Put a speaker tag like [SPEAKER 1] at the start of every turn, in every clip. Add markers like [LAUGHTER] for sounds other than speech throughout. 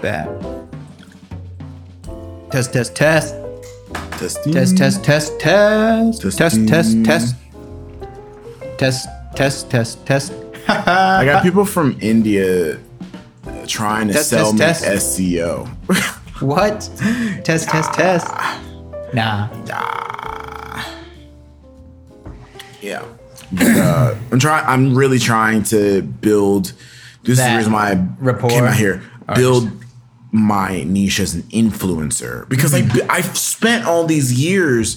[SPEAKER 1] bad. Test, test, test.
[SPEAKER 2] Testing.
[SPEAKER 1] Test, test, test, test. Test, test,
[SPEAKER 2] Testing.
[SPEAKER 1] test. Test, test, test, test.
[SPEAKER 2] I
[SPEAKER 1] Uh,
[SPEAKER 2] got people from India uh, trying to
[SPEAKER 1] Test,
[SPEAKER 2] sell
[SPEAKER 1] test, test.
[SPEAKER 2] me E
[SPEAKER 1] [LAUGHS]
[SPEAKER 2] SEO.
[SPEAKER 1] What? Test, test, test. Nah.
[SPEAKER 2] Yeah. But, uh, I'm trying. I'm really trying to build. This is
[SPEAKER 1] That
[SPEAKER 2] the reason why I
[SPEAKER 1] rapport.
[SPEAKER 2] came out here.
[SPEAKER 1] Oh,
[SPEAKER 2] Build my niche as an influencer because like
[SPEAKER 1] Mm-hmm.
[SPEAKER 2] I've spent all these years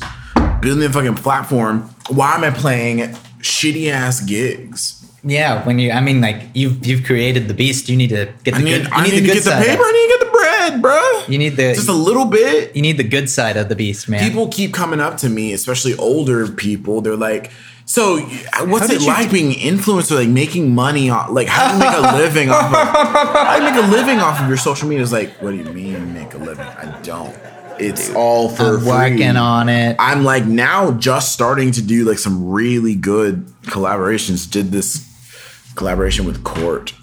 [SPEAKER 2] building a fucking platform. Why am I playing shitty ass gigs?
[SPEAKER 1] Yeah, when you, I mean, like you've you've created the beast. You need to get the
[SPEAKER 2] I need,
[SPEAKER 1] good. You
[SPEAKER 2] I need,
[SPEAKER 1] the
[SPEAKER 2] to
[SPEAKER 1] good
[SPEAKER 2] get the
[SPEAKER 1] side
[SPEAKER 2] paper.
[SPEAKER 1] Of,
[SPEAKER 2] I need to get the bread, bruh.
[SPEAKER 1] you need the
[SPEAKER 2] just a little bit.
[SPEAKER 1] you need the good side of the beast, man.
[SPEAKER 2] people keep coming up to me, especially older people. They're like, "So, what's
[SPEAKER 1] did
[SPEAKER 2] it
[SPEAKER 1] you
[SPEAKER 2] like being an influencer? Like making money on? Like how do you make a living off? Of, how do you make a living off of your social media?" It's like, what do you mean make a living? I don't. It's all for
[SPEAKER 1] I'm working
[SPEAKER 2] free.
[SPEAKER 1] on it.
[SPEAKER 2] I'm like now just starting to do like some really good collaborations. Did this collaboration with Court?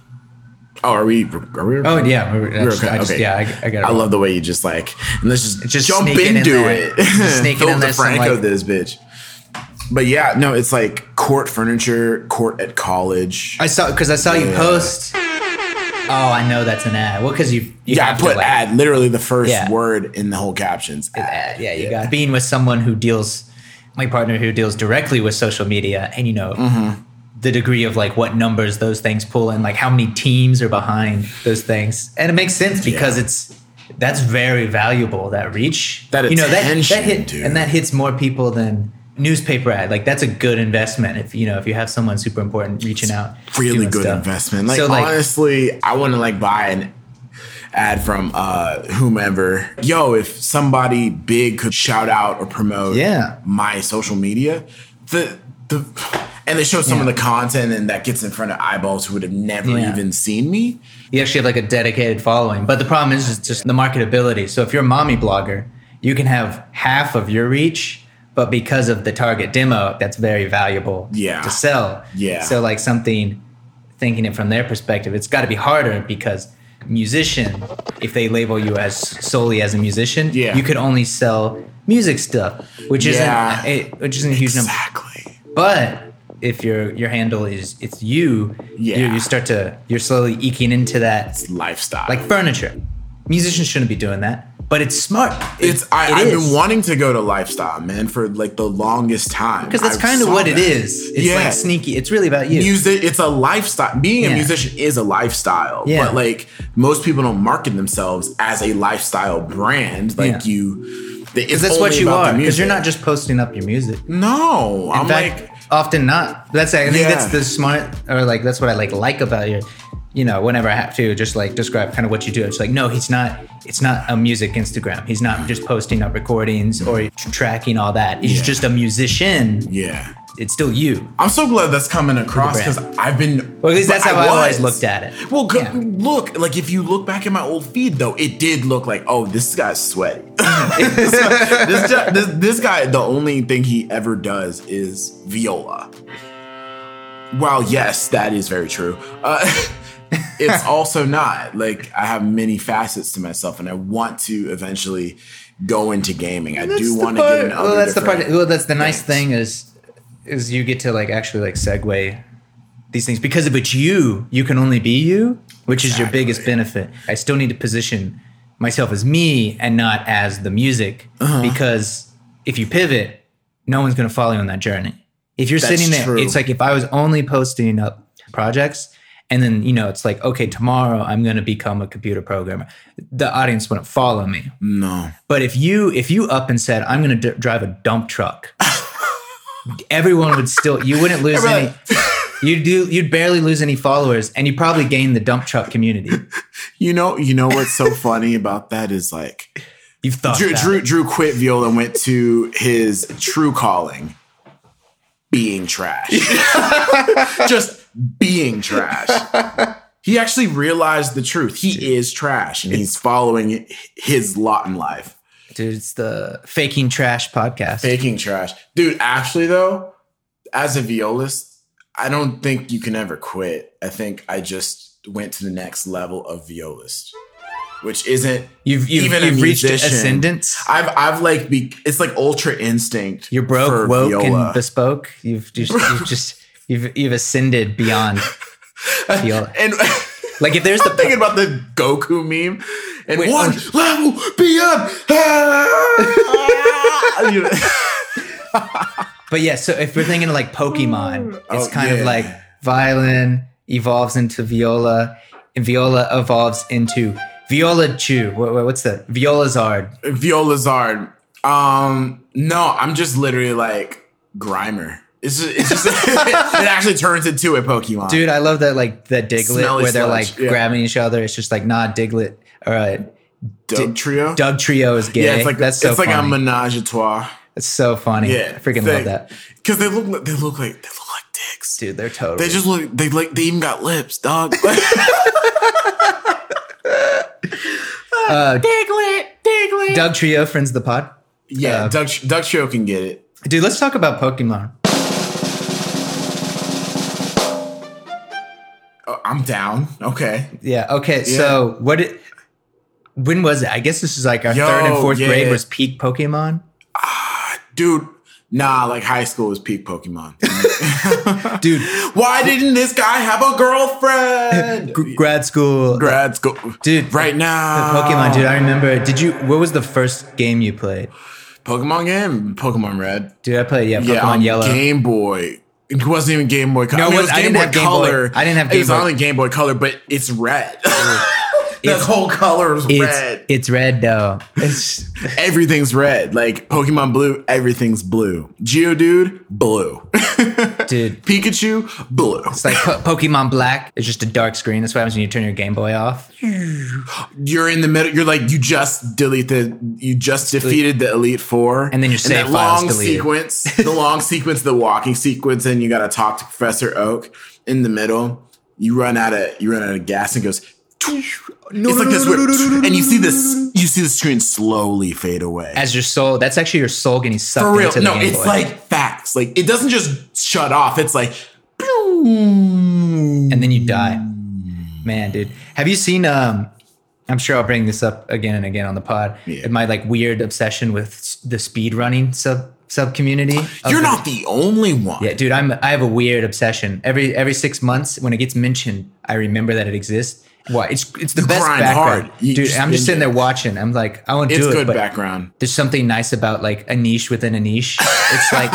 [SPEAKER 2] Oh, are we? Are we?
[SPEAKER 1] oh yeah, we were- I
[SPEAKER 2] You're
[SPEAKER 1] just, I just yeah, I, I got it.
[SPEAKER 2] I love the way you just like and let's just,
[SPEAKER 1] Just
[SPEAKER 2] jump
[SPEAKER 1] sneak it in
[SPEAKER 2] into
[SPEAKER 1] there.
[SPEAKER 2] it. [LAUGHS]
[SPEAKER 1] Just sneak it
[SPEAKER 2] Phil
[SPEAKER 1] in there, some,
[SPEAKER 2] DeFranco
[SPEAKER 1] like-
[SPEAKER 2] this bitch. But yeah, no, it's like court furniture, court at college.
[SPEAKER 1] I saw because I saw you
[SPEAKER 2] Yeah.
[SPEAKER 1] post. Oh, I know that's an ad. Well, because you, you
[SPEAKER 2] yeah, I
[SPEAKER 1] have to,
[SPEAKER 2] put
[SPEAKER 1] like,
[SPEAKER 2] ad literally the first
[SPEAKER 1] Yeah.
[SPEAKER 2] word in the whole captions.
[SPEAKER 1] ad. Yeah, you got being with someone who deals my partner who deals directly with social media, and you know
[SPEAKER 2] Mm-hmm.
[SPEAKER 1] the degree of like what numbers those things pull and like how many teams are behind those things, and it makes sense because it's that's very valuable that reach
[SPEAKER 2] That
[SPEAKER 1] you know that,
[SPEAKER 2] attention,
[SPEAKER 1] that hit
[SPEAKER 2] dude.
[SPEAKER 1] and that hits more people than newspaper ad like that's a good investment if you know if you have someone super important reaching out
[SPEAKER 2] really
[SPEAKER 1] doing
[SPEAKER 2] good
[SPEAKER 1] stuff.
[SPEAKER 2] investment. Like,
[SPEAKER 1] So,
[SPEAKER 2] honestly, I want to like buy an ad from uh whomever. Yo, if somebody big could shout out or promote
[SPEAKER 1] Yeah.
[SPEAKER 2] my social media, the the and they show some of
[SPEAKER 1] Yeah.
[SPEAKER 2] the content and that gets in front of eyeballs who would have never
[SPEAKER 1] Yeah.
[SPEAKER 2] even seen me.
[SPEAKER 1] you actually have like a dedicated following. But the problem is it's just the marketability. So if you're a mommy blogger, you can have half of your reach, but because of the target demo, that's very valuable
[SPEAKER 2] Yeah.
[SPEAKER 1] to sell.
[SPEAKER 2] Yeah.
[SPEAKER 1] So like something thinking it from their perspective, it's got to be harder because musician, if they label you as solely as a musician,
[SPEAKER 2] Yeah.
[SPEAKER 1] you could only sell music stuff, which
[SPEAKER 2] Yeah.
[SPEAKER 1] isn't it, which isn't a huge number.
[SPEAKER 2] Exactly.
[SPEAKER 1] But if your your handle is it's you,
[SPEAKER 2] Yeah.
[SPEAKER 1] you, you start to you're slowly eking into that
[SPEAKER 2] Lifestyle.
[SPEAKER 1] like furniture. Musicians shouldn't be doing that, but it's smart. It-
[SPEAKER 2] it's I,
[SPEAKER 1] it
[SPEAKER 2] I've
[SPEAKER 1] is.
[SPEAKER 2] been wanting to go to lifestyle, man, for like the longest time.
[SPEAKER 1] because that's
[SPEAKER 2] I
[SPEAKER 1] kind of
[SPEAKER 2] saw
[SPEAKER 1] what it
[SPEAKER 2] that.
[SPEAKER 1] is. It's
[SPEAKER 2] Yeah.
[SPEAKER 1] like sneaky. It's really about you.
[SPEAKER 2] music it's a lifestyle being
[SPEAKER 1] Yeah.
[SPEAKER 2] a musician is a lifestyle
[SPEAKER 1] Yeah.
[SPEAKER 2] but like most people don't market themselves as a lifestyle brand like
[SPEAKER 1] Yeah.
[SPEAKER 2] you it's
[SPEAKER 1] Because that's what
[SPEAKER 2] only
[SPEAKER 1] you
[SPEAKER 2] about the
[SPEAKER 1] are. Because you're
[SPEAKER 2] music.
[SPEAKER 1] not just posting up your music. In
[SPEAKER 2] no i'm
[SPEAKER 1] fact,
[SPEAKER 2] like
[SPEAKER 1] often not. That's I think
[SPEAKER 2] Yeah.
[SPEAKER 1] that's the smart or like that's what I like like about you. You know, whenever I have to just like describe kind of what you do, it's like no, he's not. It's not a music Instagram. He's not just posting up recordings or tracking all that. He's
[SPEAKER 2] Yeah.
[SPEAKER 1] just a musician.
[SPEAKER 2] yeah
[SPEAKER 1] It's still you.
[SPEAKER 2] i'm so glad that's coming across
[SPEAKER 1] brand.
[SPEAKER 2] because i've been
[SPEAKER 1] Well, at least that's
[SPEAKER 2] but
[SPEAKER 1] how I, always
[SPEAKER 2] was.
[SPEAKER 1] looked at it.
[SPEAKER 2] well, go-
[SPEAKER 1] Yeah.
[SPEAKER 2] look, like if you look back at my old feed, though, it did look like, oh, this guy's sweaty. [LAUGHS] this, ju- this, this guy, the only thing he ever does is viola. Well, yes, that is very true. Uh, [LAUGHS] it's also not. Like, I have many facets to myself, and I want to eventually go into gaming. I do want to get into
[SPEAKER 1] well
[SPEAKER 2] other
[SPEAKER 1] that's the part
[SPEAKER 2] different-
[SPEAKER 1] well that's the nice
[SPEAKER 2] things.
[SPEAKER 1] thing is is you get to like actually like segue these things because if it's you you can only be you which is your biggest benefit i still need to position myself as me and not as the music
[SPEAKER 2] Uh-huh.
[SPEAKER 1] because if you pivot no one's going to follow you on that journey if you're
[SPEAKER 2] That's
[SPEAKER 1] sitting there
[SPEAKER 2] true.
[SPEAKER 1] it's like if i was only posting up projects and then you know it's like okay tomorrow i'm going to become a computer programmer the audience wouldn't follow me
[SPEAKER 2] No.
[SPEAKER 1] but if you if you up and said, "I'm going to d- drive a
[SPEAKER 2] [LAUGHS]
[SPEAKER 1] dump truck," everyone would still you wouldn't lose any.
[SPEAKER 2] Everybody- [LAUGHS]
[SPEAKER 1] You'd do you'd barely lose any followers, and you probably gain the dump truck community.
[SPEAKER 2] You know, you know what's so [LAUGHS] funny about that is like
[SPEAKER 1] You've thought
[SPEAKER 2] Drew,
[SPEAKER 1] about
[SPEAKER 2] Drew,
[SPEAKER 1] it.
[SPEAKER 2] Drew quit viola and went to his true calling being
[SPEAKER 1] [LAUGHS]
[SPEAKER 2] trash. Just being trash. He actually realized the truth. He is trash and he's following his lot in life.
[SPEAKER 1] dude. It's the faking trash podcast.
[SPEAKER 2] Faking trash. Dude, actually, though, as a violist, I don't think you can ever quit. I think I just went to the next level of violist. which isn't
[SPEAKER 1] You've you've,
[SPEAKER 2] Even a
[SPEAKER 1] you've reached
[SPEAKER 2] musician.
[SPEAKER 1] ascendance.
[SPEAKER 2] I've I've like be, it's like ultra instinct.
[SPEAKER 1] You're broke,
[SPEAKER 2] for
[SPEAKER 1] woke,
[SPEAKER 2] viola.
[SPEAKER 1] and bespoke. You've just
[SPEAKER 2] [LAUGHS]
[SPEAKER 1] you've just you've you've ascended beyond
[SPEAKER 2] [LAUGHS]
[SPEAKER 1] viola.
[SPEAKER 2] and
[SPEAKER 1] Like if
[SPEAKER 2] [LAUGHS]
[SPEAKER 1] there's
[SPEAKER 2] I'm
[SPEAKER 1] the
[SPEAKER 2] thinking about the Goku meme and
[SPEAKER 1] Wait, oh,
[SPEAKER 2] one level beyond.
[SPEAKER 1] [LAUGHS]
[SPEAKER 2] You know,
[SPEAKER 1] but yeah, so if we're thinking of like Pokemon, it's
[SPEAKER 2] Oh,
[SPEAKER 1] kind
[SPEAKER 2] yeah.
[SPEAKER 1] of like violin evolves into viola, and viola evolves into viola chew. What, what- what's that? Violazard.
[SPEAKER 2] Viola Zard. Um, no, I'm just literally like Grimer. It's just, it's just [LAUGHS] it actually turns into a Pokemon.
[SPEAKER 1] Dude, I love that like that Diglett
[SPEAKER 2] Smelly
[SPEAKER 1] where they're
[SPEAKER 2] sludge,
[SPEAKER 1] like
[SPEAKER 2] yeah.
[SPEAKER 1] grabbing each other. It's just like nah, Diglett or uh,
[SPEAKER 2] Dub Trio.
[SPEAKER 1] Doug Trio is gay.
[SPEAKER 2] yeah, it's like
[SPEAKER 1] that's so
[SPEAKER 2] it's
[SPEAKER 1] funny.
[SPEAKER 2] like a menage a trois.
[SPEAKER 1] It's so funny.
[SPEAKER 2] Yeah,
[SPEAKER 1] I freaking love that.
[SPEAKER 2] Because they look like- they look like they look like dicks.
[SPEAKER 1] Dude, they're totally.
[SPEAKER 2] They just look they like they even got lips,
[SPEAKER 1] [LAUGHS]
[SPEAKER 2] dog. [LAUGHS]
[SPEAKER 1] uh,
[SPEAKER 2] Diglett, Diglett.
[SPEAKER 1] Doug Trio, friends of the pod.
[SPEAKER 2] yeah,
[SPEAKER 1] uh,
[SPEAKER 2] Duck Duck Trio can get it.
[SPEAKER 1] Dude, let's talk about Pokemon.
[SPEAKER 2] Oh, I'm down. Okay.
[SPEAKER 1] Yeah. Okay. So what? It, when was it? I guess this is like our
[SPEAKER 2] Yo,
[SPEAKER 1] third and fourth
[SPEAKER 2] yeah.
[SPEAKER 1] grade was
[SPEAKER 2] [LAUGHS]
[SPEAKER 1] peak Pokemon.
[SPEAKER 2] Dude, nah, like high school was peak Pokemon. [LAUGHS]
[SPEAKER 1] Dude,
[SPEAKER 2] Why didn't this guy have a girlfriend?
[SPEAKER 1] gr- [LAUGHS] grad school.
[SPEAKER 2] Grad school.
[SPEAKER 1] Dude,
[SPEAKER 2] Right now.
[SPEAKER 1] Pokemon, dude. I remember. Did you? What was the first game you played?
[SPEAKER 2] Pokemon game? Pokemon Red.
[SPEAKER 1] Dude, I played yeah, Pokemon
[SPEAKER 2] yeah, on
[SPEAKER 1] Yellow.
[SPEAKER 2] Game Boy. It wasn't even Game Boy Color.
[SPEAKER 1] No,
[SPEAKER 2] I mean,
[SPEAKER 1] it
[SPEAKER 2] it was
[SPEAKER 1] was- I
[SPEAKER 2] Game
[SPEAKER 1] didn't
[SPEAKER 2] Boy
[SPEAKER 1] have Game Boy.
[SPEAKER 2] Color.
[SPEAKER 1] I didn't have
[SPEAKER 2] It
[SPEAKER 1] Game
[SPEAKER 2] was
[SPEAKER 1] Boy.
[SPEAKER 2] only Game Boy Color, but it's red. [LAUGHS] the
[SPEAKER 1] It's-
[SPEAKER 2] whole color is
[SPEAKER 1] it's
[SPEAKER 2] red.
[SPEAKER 1] it's red though. It's [LAUGHS]
[SPEAKER 2] everything's red. Like Pokemon Blue, everything's blue. Geodude, blue. [LAUGHS]
[SPEAKER 1] dude.
[SPEAKER 2] Pikachu, blue.
[SPEAKER 1] It's like po- Pokemon Black. It's just a dark screen. That's what happens when you turn your Game Boy off.
[SPEAKER 2] You're in the middle. You're like you just deleted. You just defeated the Elite Four,
[SPEAKER 1] And then your save
[SPEAKER 2] that
[SPEAKER 1] file's
[SPEAKER 2] long
[SPEAKER 1] deleted. [LAUGHS]
[SPEAKER 2] sequence, the long sequence, the walking sequence, and you got to talk to Professor Oak in the middle. You run out of you run out of gas and it goes. No, it's like this, weird- and you see this. You see the screen slowly fade away.
[SPEAKER 1] As your soul, that's actually your soul getting sucked
[SPEAKER 2] For real.
[SPEAKER 1] into the
[SPEAKER 2] No,
[SPEAKER 1] Game
[SPEAKER 2] it's
[SPEAKER 1] Boy.
[SPEAKER 2] like facts. Like it doesn't just shut off. It's like boom.
[SPEAKER 1] and then you die. Man, dude, have you seen? Um, I'm sure I'll bring this up again and again on the pod.
[SPEAKER 2] Yeah.
[SPEAKER 1] My like weird obsession with s- the speed running sub sub community. of
[SPEAKER 2] You're
[SPEAKER 1] the-
[SPEAKER 2] not the only one.
[SPEAKER 1] Yeah, dude, I'm I have a weird obsession. Every every six months, when it gets mentioned, I remember that it exists. Why? It's it's the
[SPEAKER 2] You
[SPEAKER 1] best
[SPEAKER 2] grind
[SPEAKER 1] background,
[SPEAKER 2] hard. You
[SPEAKER 1] dude.
[SPEAKER 2] just
[SPEAKER 1] I'm just
[SPEAKER 2] been
[SPEAKER 1] sitting there watching. I'm like, I won't
[SPEAKER 2] It's
[SPEAKER 1] do it.
[SPEAKER 2] good
[SPEAKER 1] but
[SPEAKER 2] background.
[SPEAKER 1] there's something nice about like a niche within a niche.
[SPEAKER 2] [LAUGHS]
[SPEAKER 1] It's like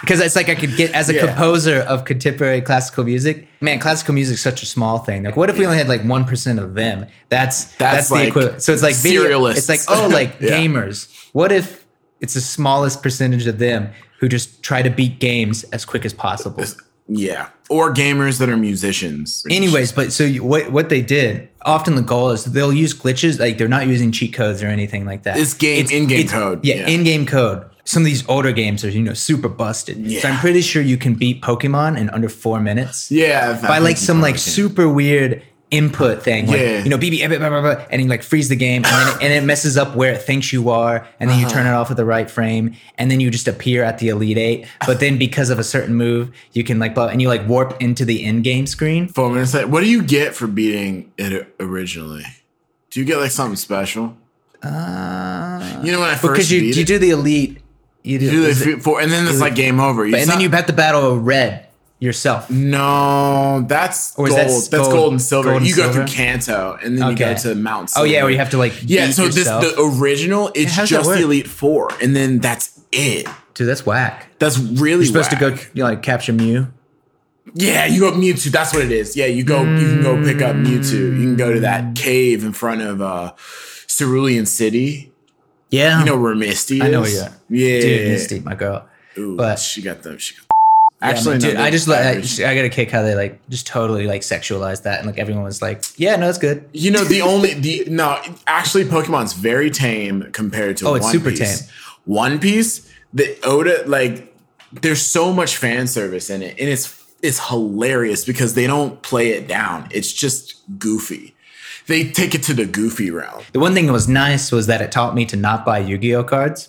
[SPEAKER 1] because it's like I could get as a
[SPEAKER 2] Yeah.
[SPEAKER 1] composer of contemporary classical music. Man, classical music's such a small thing. Like, what if we only had like one percent of them? That's
[SPEAKER 2] That's
[SPEAKER 1] that's,
[SPEAKER 2] like
[SPEAKER 1] the equivalent. So it's like video.
[SPEAKER 2] serialists.
[SPEAKER 1] It's like oh,
[SPEAKER 2] [LAUGHS]
[SPEAKER 1] like
[SPEAKER 2] Yeah.
[SPEAKER 1] gamers. What if it's the smallest percentage of them who just try to beat games as quick as possible?
[SPEAKER 2] Yeah. Or gamers that are musicians.
[SPEAKER 1] Anyways, but so you, what what they did often the goal is they'll use glitches like they're not using cheat codes or anything like that.
[SPEAKER 2] It's game- in-game code,
[SPEAKER 1] Yeah,
[SPEAKER 2] yeah.
[SPEAKER 1] in game code. Some of these older games are you know super busted. So
[SPEAKER 2] Yeah.
[SPEAKER 1] I'm pretty sure you can beat Pokemon in under four minutes
[SPEAKER 2] Yeah.
[SPEAKER 1] by like some like super weird input thing. Like,
[SPEAKER 2] Yeah.
[SPEAKER 1] you know, BB, eh, blah, blah, blah, blah, and you like freeze the game and then it, and it messes up where it thinks you are. And then you
[SPEAKER 2] Uh-huh.
[SPEAKER 1] turn it off at the right frame and then you just appear at the Elite Eight. But then because of a certain move, you can like, blah, and you like warp into the end game screen.
[SPEAKER 2] four minutes. What do you get for beating it originally? Do you get like something special?
[SPEAKER 1] Uh,
[SPEAKER 2] You know when I first
[SPEAKER 1] because you,
[SPEAKER 2] beat
[SPEAKER 1] you
[SPEAKER 2] it?
[SPEAKER 1] do the Elite, you do,
[SPEAKER 2] You do
[SPEAKER 1] is
[SPEAKER 2] the
[SPEAKER 1] it-
[SPEAKER 2] fe- four, and then it's like game over.
[SPEAKER 1] and then you bet the battle of red yourself.
[SPEAKER 2] no, that's
[SPEAKER 1] Or is
[SPEAKER 2] gold.
[SPEAKER 1] that
[SPEAKER 2] That's
[SPEAKER 1] gold-
[SPEAKER 2] gold, and silver.
[SPEAKER 1] gold and
[SPEAKER 2] you go
[SPEAKER 1] silver?
[SPEAKER 2] through Kanto, and then you
[SPEAKER 1] Okay.
[SPEAKER 2] go to Mount.
[SPEAKER 1] Oh
[SPEAKER 2] Silver.
[SPEAKER 1] yeah, where you have to like
[SPEAKER 2] yeah.
[SPEAKER 1] beat
[SPEAKER 2] So
[SPEAKER 1] yourself.
[SPEAKER 2] this the original. It's
[SPEAKER 1] how's that
[SPEAKER 2] just the
[SPEAKER 1] work?
[SPEAKER 2] Elite Four, and then that's it.
[SPEAKER 1] dude that's whack.
[SPEAKER 2] That's really
[SPEAKER 1] You're supposed to
[SPEAKER 2] whack.
[SPEAKER 1] go you know, like capture Mew.
[SPEAKER 2] Yeah, you go Mewtwo. That's what it is. Yeah, you go. You can go pick up Mewtwo. You can go to
[SPEAKER 1] Mm.
[SPEAKER 2] that cave in front of uh Cerulean City.
[SPEAKER 1] Yeah,
[SPEAKER 2] You know where Misty is.
[SPEAKER 1] I know, yeah.
[SPEAKER 2] yeah.
[SPEAKER 1] dude, Misty, my girl.
[SPEAKER 2] Ooh,
[SPEAKER 1] but-
[SPEAKER 2] she got them. She got
[SPEAKER 1] Yeah,
[SPEAKER 2] Actually,
[SPEAKER 1] man,
[SPEAKER 2] no,
[SPEAKER 1] dude,
[SPEAKER 2] they-
[SPEAKER 1] I just like I,
[SPEAKER 2] average.
[SPEAKER 1] I got a kick how they like just totally like sexualized that, and like everyone was like, "Yeah, no, it's good."
[SPEAKER 2] You know the only the no. Actually, Pokemon's very tame compared to.
[SPEAKER 1] Oh, it's
[SPEAKER 2] One
[SPEAKER 1] super
[SPEAKER 2] Piece.
[SPEAKER 1] tame.
[SPEAKER 2] One Piece. The Oda like there's so much fan service in it, and it's it's hilarious because they don't play it down. It's just goofy. They take it to the goofy route.
[SPEAKER 1] The one thing that was nice was that it taught me to not buy Yu-Gi-Oh cards,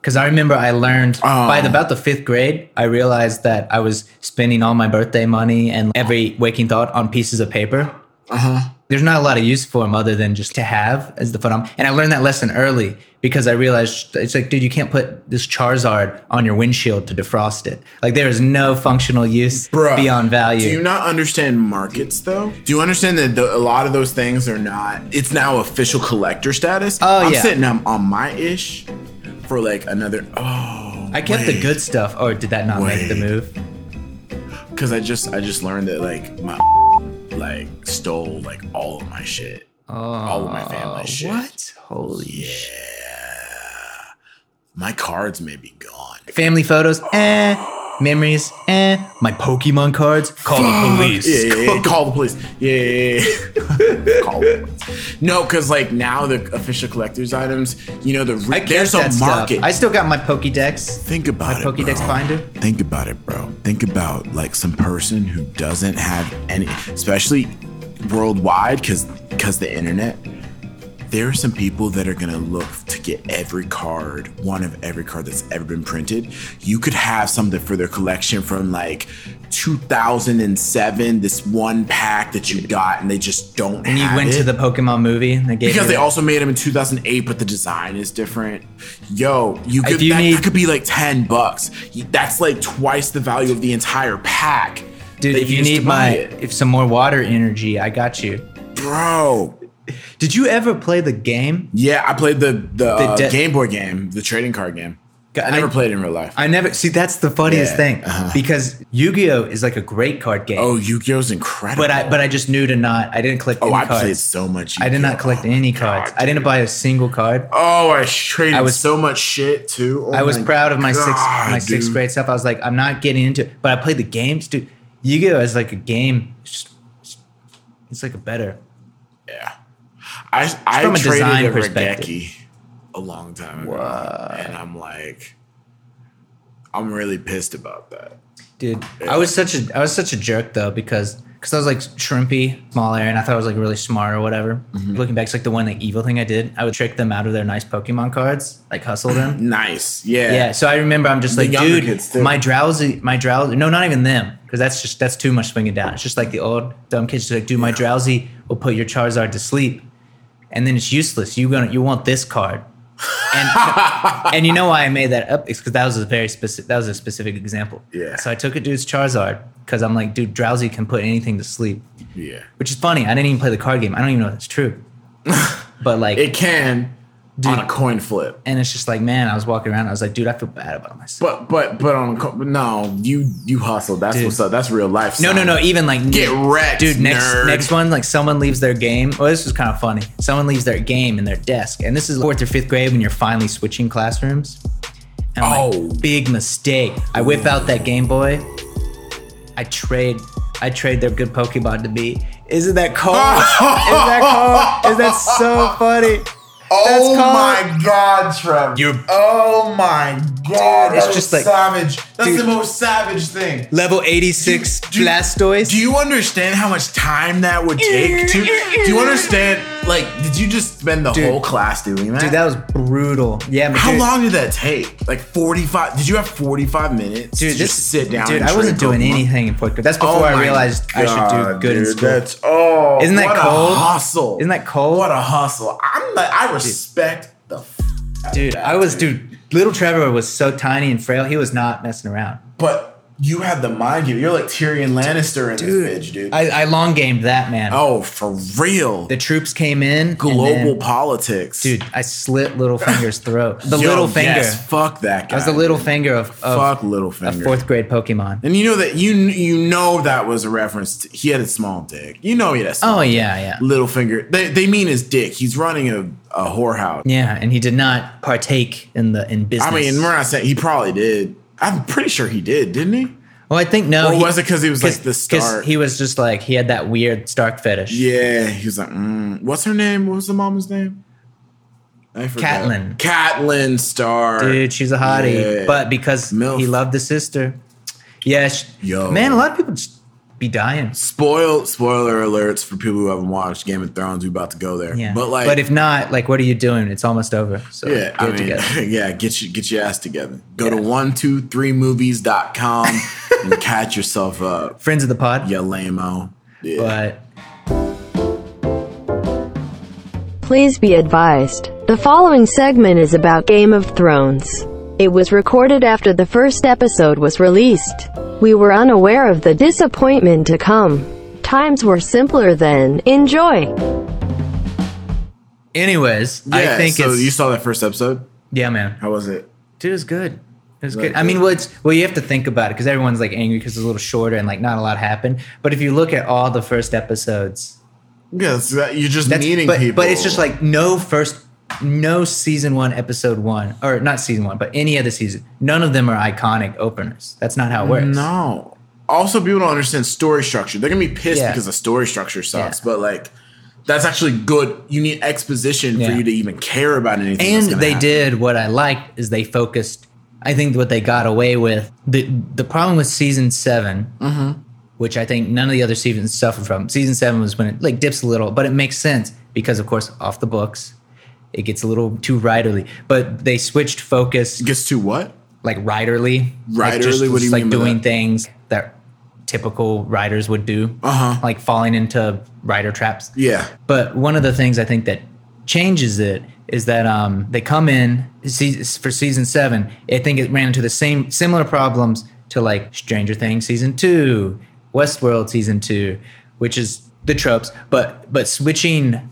[SPEAKER 1] because I remember I learned
[SPEAKER 2] Oh.
[SPEAKER 1] by the, about the fifth grade, I realized that I was spending all my birthday money and every waking thought on pieces of paper.
[SPEAKER 2] Uh huh.
[SPEAKER 1] There's not a lot of use for them other than just to have as the phenomenon. And I learned that lesson early because I realized it's like, dude, you can't put this Charizard on your windshield to defrost it. Like there is no functional use
[SPEAKER 2] Bruh,
[SPEAKER 1] beyond value.
[SPEAKER 2] Do you not understand markets though? Do you understand that the, a lot of those things are not? It's now official collector status.
[SPEAKER 1] Oh,
[SPEAKER 2] I'm
[SPEAKER 1] yeah.
[SPEAKER 2] sitting on, on my ish for like another. Oh,
[SPEAKER 1] I kept the
[SPEAKER 2] wait.
[SPEAKER 1] good stuff, or did that not make the
[SPEAKER 2] Wait.
[SPEAKER 1] move?
[SPEAKER 2] Cause I just I just learned that like my like stole like all of my shit.
[SPEAKER 1] Oh,
[SPEAKER 2] of my family shit.
[SPEAKER 1] What? Holy shit.
[SPEAKER 2] Yeah. My cards may be gone.
[SPEAKER 1] Family photos, eh. Memories, eh. My Pokemon cards, call the police.
[SPEAKER 2] Yeah, yeah, yeah. Call the police. Yeah, yeah, yeah. [LAUGHS] Call the police. No, because like now the official collectors items, you know, the re-
[SPEAKER 1] I kept
[SPEAKER 2] there's a
[SPEAKER 1] that stuff.
[SPEAKER 2] market.
[SPEAKER 1] I still got my Pokédex.
[SPEAKER 2] Think about
[SPEAKER 1] My
[SPEAKER 2] it.
[SPEAKER 1] Pokédex
[SPEAKER 2] bro.
[SPEAKER 1] binder?
[SPEAKER 2] Think about it, bro. Think about like some person who doesn't have any, especially worldwide, because because the internet. There are some people that are gonna look to get every card, one of every card that's ever been printed. You could have something for their collection from like 2007, this one pack that you got, and they just don't.
[SPEAKER 1] And you
[SPEAKER 2] have
[SPEAKER 1] went
[SPEAKER 2] it
[SPEAKER 1] to the Pokemon movie and they gave
[SPEAKER 2] because
[SPEAKER 1] you
[SPEAKER 2] they
[SPEAKER 1] that.
[SPEAKER 2] also made them in 2008 but the design is different yo you could
[SPEAKER 1] you
[SPEAKER 2] that,
[SPEAKER 1] need-
[SPEAKER 2] that could be like 10 bucks You- that's like twice the value of the entire pack
[SPEAKER 1] Dude,
[SPEAKER 2] that
[SPEAKER 1] if you
[SPEAKER 2] used to
[SPEAKER 1] need
[SPEAKER 2] buy
[SPEAKER 1] my
[SPEAKER 2] it.
[SPEAKER 1] if some more water energy, I got you.
[SPEAKER 2] bro
[SPEAKER 1] Did you ever play the game?
[SPEAKER 2] yeah i played the the, uh,
[SPEAKER 1] de-
[SPEAKER 2] game boy game the trading card game i never played it in real life
[SPEAKER 1] I never see that's the funniest
[SPEAKER 2] Yeah,
[SPEAKER 1] thing
[SPEAKER 2] uh-huh.
[SPEAKER 1] because Yu-Gi-Oh is like a great card game.
[SPEAKER 2] oh yu-gi-oh's incredible
[SPEAKER 1] But I but I just knew to not. I didn't collect
[SPEAKER 2] oh
[SPEAKER 1] any
[SPEAKER 2] i
[SPEAKER 1] cards.
[SPEAKER 2] played so much
[SPEAKER 1] I did
[SPEAKER 2] Yu-Gi-Oh.
[SPEAKER 1] not collect
[SPEAKER 2] Oh,
[SPEAKER 1] any
[SPEAKER 2] God,
[SPEAKER 1] cards. I
[SPEAKER 2] dude.
[SPEAKER 1] didn't buy a single card.
[SPEAKER 2] oh i traded
[SPEAKER 1] I was-
[SPEAKER 2] so much shit too Oh
[SPEAKER 1] I was
[SPEAKER 2] my
[SPEAKER 1] proud of my sixth
[SPEAKER 2] God,
[SPEAKER 1] my sixth
[SPEAKER 2] dude.
[SPEAKER 1] grade stuff. I was like, I'm not getting into it. But I played the games, dude. Yu-Gi-Oh is like a game. It's, just, it's like a better.
[SPEAKER 2] Yeah. I I
[SPEAKER 1] from a
[SPEAKER 2] traded
[SPEAKER 1] design
[SPEAKER 2] a
[SPEAKER 1] perspective.
[SPEAKER 2] Regeki a long time ago. And I'm like I'm really pissed about that.
[SPEAKER 1] dude. I was such a I was such a jerk though because because I was like shrimpy, smaller, and I thought I was like really smart or whatever.
[SPEAKER 2] Mm-hmm.
[SPEAKER 1] Looking back, it's like the one like evil thing I did. I would trick them out of their nice Pokemon cards, like hustle them.
[SPEAKER 2] Nice. Yeah.
[SPEAKER 1] Yeah, so I remember I'm just
[SPEAKER 2] The
[SPEAKER 1] like,
[SPEAKER 2] younger
[SPEAKER 1] dude,
[SPEAKER 2] kids, too.
[SPEAKER 1] my drowsy, my drowsy. No, not even them, because that's just that's too much swinging down. It's just like the old dumb kids, just like, dude, my drowsy will put your Charizard to sleep, and then it's useless. You gonna you want this card,
[SPEAKER 2] [LAUGHS]
[SPEAKER 1] and and you know why I made that up? It's because that was a very specific that was a specific example.
[SPEAKER 2] Yeah.
[SPEAKER 1] So I took a dude's Charizard because I'm like, dude, drowsy can put anything to sleep,
[SPEAKER 2] Yeah.
[SPEAKER 1] which is funny. I didn't even play the card game. I don't even know if
[SPEAKER 2] [LAUGHS]
[SPEAKER 1] that's true, but like,
[SPEAKER 2] It can on
[SPEAKER 1] Dude.
[SPEAKER 2] a coin flip.
[SPEAKER 1] and it's just like, man, I was walking around, I was like, dude, I feel bad about
[SPEAKER 2] But
[SPEAKER 1] myself.
[SPEAKER 2] but but on a co- no, you you hustle. That's
[SPEAKER 1] Dude.
[SPEAKER 2] what's up. That's real life.
[SPEAKER 1] No, no,
[SPEAKER 2] son.
[SPEAKER 1] no. Even like
[SPEAKER 2] Get wrecked,
[SPEAKER 1] dude. Next,
[SPEAKER 2] nerd.
[SPEAKER 1] next one, like someone leaves their game. Well, this was kind of funny. Someone leaves their game in their desk, and this is fourth or fifth grade when you're finally switching classrooms. And I'm like,
[SPEAKER 2] Oh.
[SPEAKER 1] big mistake! I whip out that Game Boy. I trade. I trade their good Pokemon to be. Isn't
[SPEAKER 2] [LAUGHS]
[SPEAKER 1] that cold? Is that cold? Is that so funny?
[SPEAKER 2] Oh
[SPEAKER 1] That's called-
[SPEAKER 2] my god, Trevor.
[SPEAKER 1] You're-
[SPEAKER 2] oh my god.
[SPEAKER 1] It's
[SPEAKER 2] that was
[SPEAKER 1] just like-
[SPEAKER 2] savage. That's
[SPEAKER 1] dude.
[SPEAKER 2] the most savage thing.
[SPEAKER 1] Level 86
[SPEAKER 2] Do-
[SPEAKER 1] Blastoise.
[SPEAKER 2] Do you understand how much time that would take to? Do you understand? Like, did you just spend the
[SPEAKER 1] Dude.
[SPEAKER 2] whole class doing that?
[SPEAKER 1] Dude, that was brutal. Yeah, man.
[SPEAKER 2] how
[SPEAKER 1] dude.
[SPEAKER 2] long did that take? Like forty-five? Did you have forty-five minutes?
[SPEAKER 1] Dude,
[SPEAKER 2] to
[SPEAKER 1] this
[SPEAKER 2] just sit down.
[SPEAKER 1] Dude,
[SPEAKER 2] and
[SPEAKER 1] I wasn't
[SPEAKER 2] drink
[SPEAKER 1] doing
[SPEAKER 2] Pokemon?
[SPEAKER 1] anything in fourth grade. That's
[SPEAKER 2] Oh
[SPEAKER 1] before I
[SPEAKER 2] my
[SPEAKER 1] realized I should do
[SPEAKER 2] God,
[SPEAKER 1] good in
[SPEAKER 2] dude,
[SPEAKER 1] school.
[SPEAKER 2] That's oh,
[SPEAKER 1] Isn't that
[SPEAKER 2] what a
[SPEAKER 1] cold?
[SPEAKER 2] hustle!
[SPEAKER 1] Isn't that cold?
[SPEAKER 2] What a hustle! I'm like, I respect the. F- out of
[SPEAKER 1] dude,
[SPEAKER 2] that,
[SPEAKER 1] I was dude. Little Trevor was so tiny and frail. He was not messing around.
[SPEAKER 2] But you had the mind game. You're like Tyrion Lannister in this bitch, dude.
[SPEAKER 1] I, I long gamed that man.
[SPEAKER 2] oh, for real.
[SPEAKER 1] The troops came in. and
[SPEAKER 2] global
[SPEAKER 1] then-
[SPEAKER 2] politics,
[SPEAKER 1] dude. I slit little finger's throat. The
[SPEAKER 2] Yo,
[SPEAKER 1] little finger.
[SPEAKER 2] yes, fuck that guy.
[SPEAKER 1] I was the little finger of, of
[SPEAKER 2] fuck little
[SPEAKER 1] a
[SPEAKER 2] finger.
[SPEAKER 1] fourth grade Pokemon.
[SPEAKER 2] and you know that you you know that was a reference. To, he had a small dick. You know he had a small
[SPEAKER 1] Oh yeah, yeah,
[SPEAKER 2] little finger. They, they mean his dick. He's running a, a whorehouse.
[SPEAKER 1] yeah. And he did not partake in the in business.
[SPEAKER 2] I mean, we're not saying he probably did. I'm pretty sure he did, didn't he?
[SPEAKER 1] well, I think no.
[SPEAKER 2] Or was it 'cause he was, like, the
[SPEAKER 1] Oh, 'cause
[SPEAKER 2] star?
[SPEAKER 1] He was just like he had that weird Stark fetish.
[SPEAKER 2] Yeah. He was like, mm. what's her name? What was the mama's name? I forgot.
[SPEAKER 1] Catelyn.
[SPEAKER 2] Catelyn Star.
[SPEAKER 1] dude she's a hottie
[SPEAKER 2] Yeah.
[SPEAKER 1] but because
[SPEAKER 2] Milf.
[SPEAKER 1] he loved the sister yeah sh-
[SPEAKER 2] Yo.
[SPEAKER 1] man a lot of people just be dying
[SPEAKER 2] Spoil spoiler alerts for people who haven't watched Game of Thrones. We about to go there.
[SPEAKER 1] yeah
[SPEAKER 2] But like,
[SPEAKER 1] but if not like what are you doing it's almost over so
[SPEAKER 2] Yeah,
[SPEAKER 1] get
[SPEAKER 2] I
[SPEAKER 1] it
[SPEAKER 2] mean, [LAUGHS]
[SPEAKER 1] together
[SPEAKER 2] yeah, get your get your ass together. Go to one two three
[SPEAKER 1] [LAUGHS]
[SPEAKER 2] movies.com and catch yourself up,
[SPEAKER 1] friends of the pod
[SPEAKER 2] you lame-o. Yeah.
[SPEAKER 1] but
[SPEAKER 3] Please be advised, the following segment is about Game of Thrones. It was recorded after the first episode was released. We were unaware of the disappointment to come. Times were simpler then. Enjoy.
[SPEAKER 1] Anyways,
[SPEAKER 2] Yeah,
[SPEAKER 1] I think
[SPEAKER 2] so
[SPEAKER 1] it's
[SPEAKER 2] you saw that first episode.
[SPEAKER 1] yeah, man.
[SPEAKER 2] How was it?
[SPEAKER 1] Dude, it was good. It was
[SPEAKER 2] Right.
[SPEAKER 1] good. I mean, well, it's, well, you have to think about it because everyone's like angry because it's a little shorter and like not a lot happened. But if you look at all the first episodes,
[SPEAKER 2] Yes, that you're just
[SPEAKER 1] that's
[SPEAKER 2] meeting
[SPEAKER 1] but,
[SPEAKER 2] people.
[SPEAKER 1] but it's just like no first, no season one, episode one, or not season one, but any other season. None of them are iconic openers. That's not how it works.
[SPEAKER 2] no. Also, people don't understand story structure. They're gonna be pissed
[SPEAKER 1] Yeah.
[SPEAKER 2] because the story structure sucks.
[SPEAKER 1] Yeah.
[SPEAKER 2] But like, that's actually good. You need exposition for
[SPEAKER 1] Yeah.
[SPEAKER 2] you to even care about anything. that's
[SPEAKER 1] and
[SPEAKER 2] gonna
[SPEAKER 1] they
[SPEAKER 2] happen.
[SPEAKER 1] did what I liked is they focused. I think what they got away with the the problem with season 7
[SPEAKER 2] Mm-hmm.
[SPEAKER 1] which I think none of the other seasons suffered from. Season seven was when it like dips a little, but it makes sense because of course off the books, it gets a little too writerly. But they switched focus
[SPEAKER 2] Gets to what?
[SPEAKER 1] like writerly, like just,
[SPEAKER 2] Writerly? What do you
[SPEAKER 1] just, like
[SPEAKER 2] mean by
[SPEAKER 1] doing
[SPEAKER 2] that?
[SPEAKER 1] things that typical writers would do,
[SPEAKER 2] Uh-huh.
[SPEAKER 1] like falling into writer traps.
[SPEAKER 2] Yeah.
[SPEAKER 1] But one of the things I think that changes it is that um, they come in se- for season seven. I think it ran into the same similar problems to like Stranger Things season two, Westworld season two, which is the tropes. But but switching,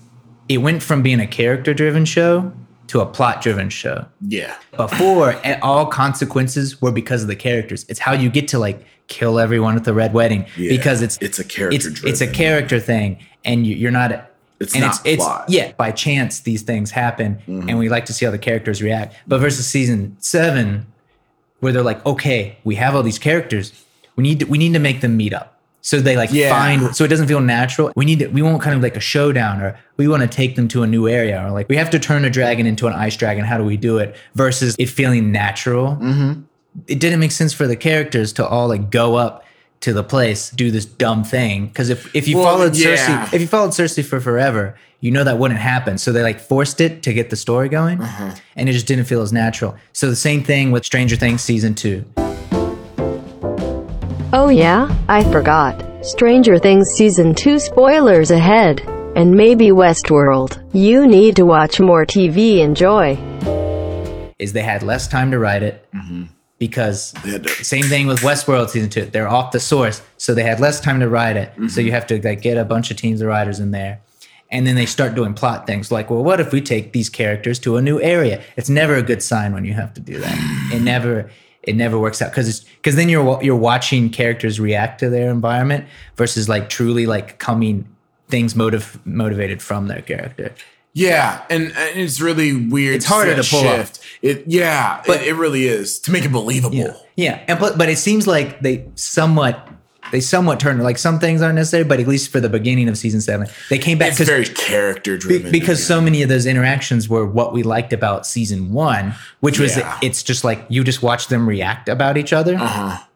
[SPEAKER 1] it went from being a character driven show to a plot driven show
[SPEAKER 2] Yeah.
[SPEAKER 1] before a- all consequences were because of the characters it's how you get to like kill everyone at the red wedding
[SPEAKER 2] Yeah.
[SPEAKER 1] because it's
[SPEAKER 2] It's a character
[SPEAKER 1] it's, it's a
[SPEAKER 2] driven.
[SPEAKER 1] character thing and you, you're not
[SPEAKER 2] It's
[SPEAKER 1] and
[SPEAKER 2] not Mm-hmm. plot.
[SPEAKER 1] yeah by chance these things happen and we like to see how the characters react but versus season seven where they're like okay we have all these characters we need to, we need to make them meet up so they like
[SPEAKER 2] Yeah.
[SPEAKER 1] find so it doesn't feel natural we need to, we want kind of like a showdown or we want to take them to a new area or like we have to turn a dragon into an ice dragon how do we do it versus it feeling natural it didn't make sense for the characters to all like go up to the place do this dumb thing because if, if you
[SPEAKER 2] Well,
[SPEAKER 1] followed
[SPEAKER 2] yeah.
[SPEAKER 1] cersei if you followed cersei for forever you know that wouldn't happen so they like forced it to get the story going
[SPEAKER 2] Uh-huh.
[SPEAKER 1] and it just didn't feel as natural so the same thing with stranger things season two
[SPEAKER 3] Oh yeah, I forgot. Stranger Things Season 2 spoilers ahead. And maybe Westworld. You need to watch more TV. Enjoy.
[SPEAKER 1] is they had less time to write it because
[SPEAKER 2] Mm-hmm. had to-
[SPEAKER 1] same thing with Westworld season two. They're off the source, so they had less time to write it.
[SPEAKER 2] Mm-hmm.
[SPEAKER 1] So you have to like get a bunch of teams of writers in there, and then they start doing plot things like, well, what if we take these characters to a new area? It's never a good sign when you have to do that.
[SPEAKER 2] [SIGHS]
[SPEAKER 1] It never. It never works out because it's because then you're wa- you're watching characters react to their environment versus like truly like coming things motive motivated from their character.
[SPEAKER 2] Yeah, and, and it's really weird.
[SPEAKER 1] It's harder
[SPEAKER 2] that
[SPEAKER 1] to pull off.
[SPEAKER 2] It yeah, but it, it really is to make it believable.
[SPEAKER 1] Yeah, yeah, and but but it seems like they somewhat they somewhat turned like some things aren't necessary, but at least for the beginning of season seven, they came back
[SPEAKER 2] It's
[SPEAKER 1] because
[SPEAKER 2] very character driven.
[SPEAKER 1] because so many of those interactions were what we liked about season one, which was
[SPEAKER 2] Yeah. Uh-huh.
[SPEAKER 1] it's just like you just watch them react about each other, uh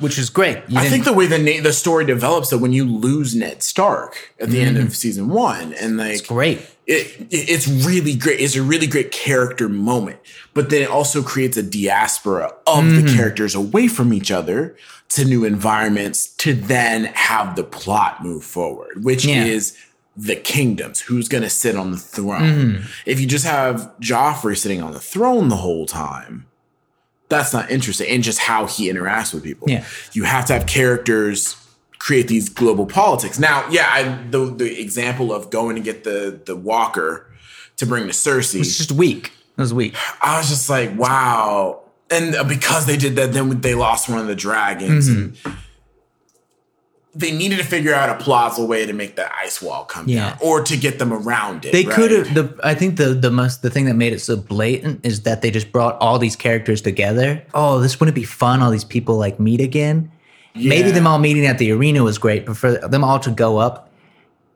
[SPEAKER 1] which is great. You
[SPEAKER 2] I
[SPEAKER 1] didn't-
[SPEAKER 2] think the way the na- the story develops that when you lose Ned Stark at the
[SPEAKER 1] Mm-hmm.
[SPEAKER 2] end of season one, and like
[SPEAKER 1] it's great.
[SPEAKER 2] it, it- it's really great. It's a really great character moment, but then it also creates a diaspora of
[SPEAKER 1] Mm.
[SPEAKER 2] the characters away from each other to new environments to then have the plot move forward, which
[SPEAKER 1] Yeah.
[SPEAKER 2] is the kingdoms. Who's going to sit on the throne?
[SPEAKER 1] Mm-hmm.
[SPEAKER 2] If you just have Joffrey sitting on the throne the whole time, that's not interesting. And just how he interacts with people.
[SPEAKER 1] Yeah.
[SPEAKER 2] You have to have characters create these global politics. Now, yeah, I, the the example of going to get the the walker to bring to
[SPEAKER 1] It's
[SPEAKER 2] Cersei,
[SPEAKER 1] just weak. It was weak.
[SPEAKER 2] I was just like, wow. And uh, because they did that, then they lost one of the dragons.
[SPEAKER 1] Mm-hmm.
[SPEAKER 2] And they needed to figure out a plausible way to make that ice wall come
[SPEAKER 1] Yeah.
[SPEAKER 2] down, or to get them around it.
[SPEAKER 1] They
[SPEAKER 2] right?
[SPEAKER 1] could have. The I think the the most the thing that made it so blatant is that they just brought all these characters together. Oh, this wouldn't it be fun. All these people like meet again. Maybe
[SPEAKER 2] Yeah.
[SPEAKER 1] them all meeting at the arena was great, but for them all to go up,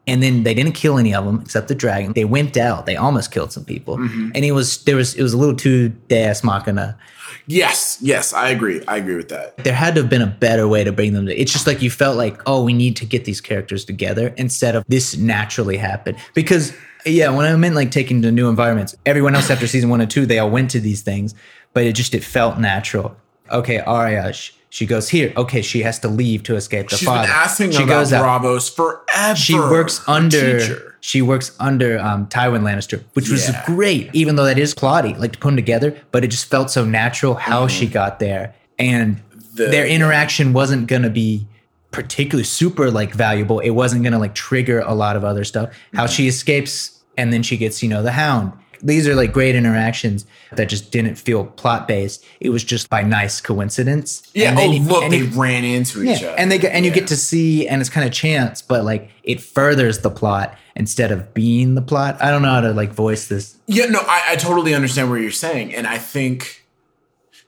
[SPEAKER 1] and then they didn't kill any of them except the dragon. They wimped out. They almost killed some people,
[SPEAKER 2] Mm-hmm.
[SPEAKER 1] and it was there was it was a little too das machina.
[SPEAKER 2] Yes, yes, I agree. I agree with that.
[SPEAKER 1] There had to have been a better way to bring them. To, it's just like you felt like, oh, we need to get these characters together instead of this naturally happen. Because yeah, when I meant like taking to new environments, everyone else after season one and two, they all went to these things, but it just it felt natural. Okay, Arya, sh- she goes here. Okay, she has to leave to escape the
[SPEAKER 2] She's
[SPEAKER 1] father.
[SPEAKER 2] been asking
[SPEAKER 1] she
[SPEAKER 2] about
[SPEAKER 1] goes out.
[SPEAKER 2] Bravos forever.
[SPEAKER 1] She works
[SPEAKER 2] her
[SPEAKER 1] under
[SPEAKER 2] teacher.
[SPEAKER 1] She works under um, Tywin Lannister, which was
[SPEAKER 2] Yeah.
[SPEAKER 1] great, even though that is plotty, like to put them together. But it just felt so natural how she got there, and
[SPEAKER 2] Mm-hmm. The-
[SPEAKER 1] their interaction wasn't gonna be particularly super like valuable. It wasn't gonna like trigger a lot of other stuff. How
[SPEAKER 2] Mm-hmm.
[SPEAKER 1] she escapes, and then she gets you know the Hound. These are like great interactions that just didn't feel plot based. It was just by nice coincidence.
[SPEAKER 2] Yeah.
[SPEAKER 1] And then-
[SPEAKER 2] oh, look,
[SPEAKER 1] and
[SPEAKER 2] they
[SPEAKER 1] it-
[SPEAKER 2] ran into each
[SPEAKER 1] yeah,
[SPEAKER 2] other.
[SPEAKER 1] and they get, and you
[SPEAKER 2] Yeah.
[SPEAKER 1] get to see, and it's kind of chance, but like it furthers the plot instead of being the plot. I don't know how to like voice this.
[SPEAKER 2] Yeah, no, I, I totally understand what you're saying. And I think,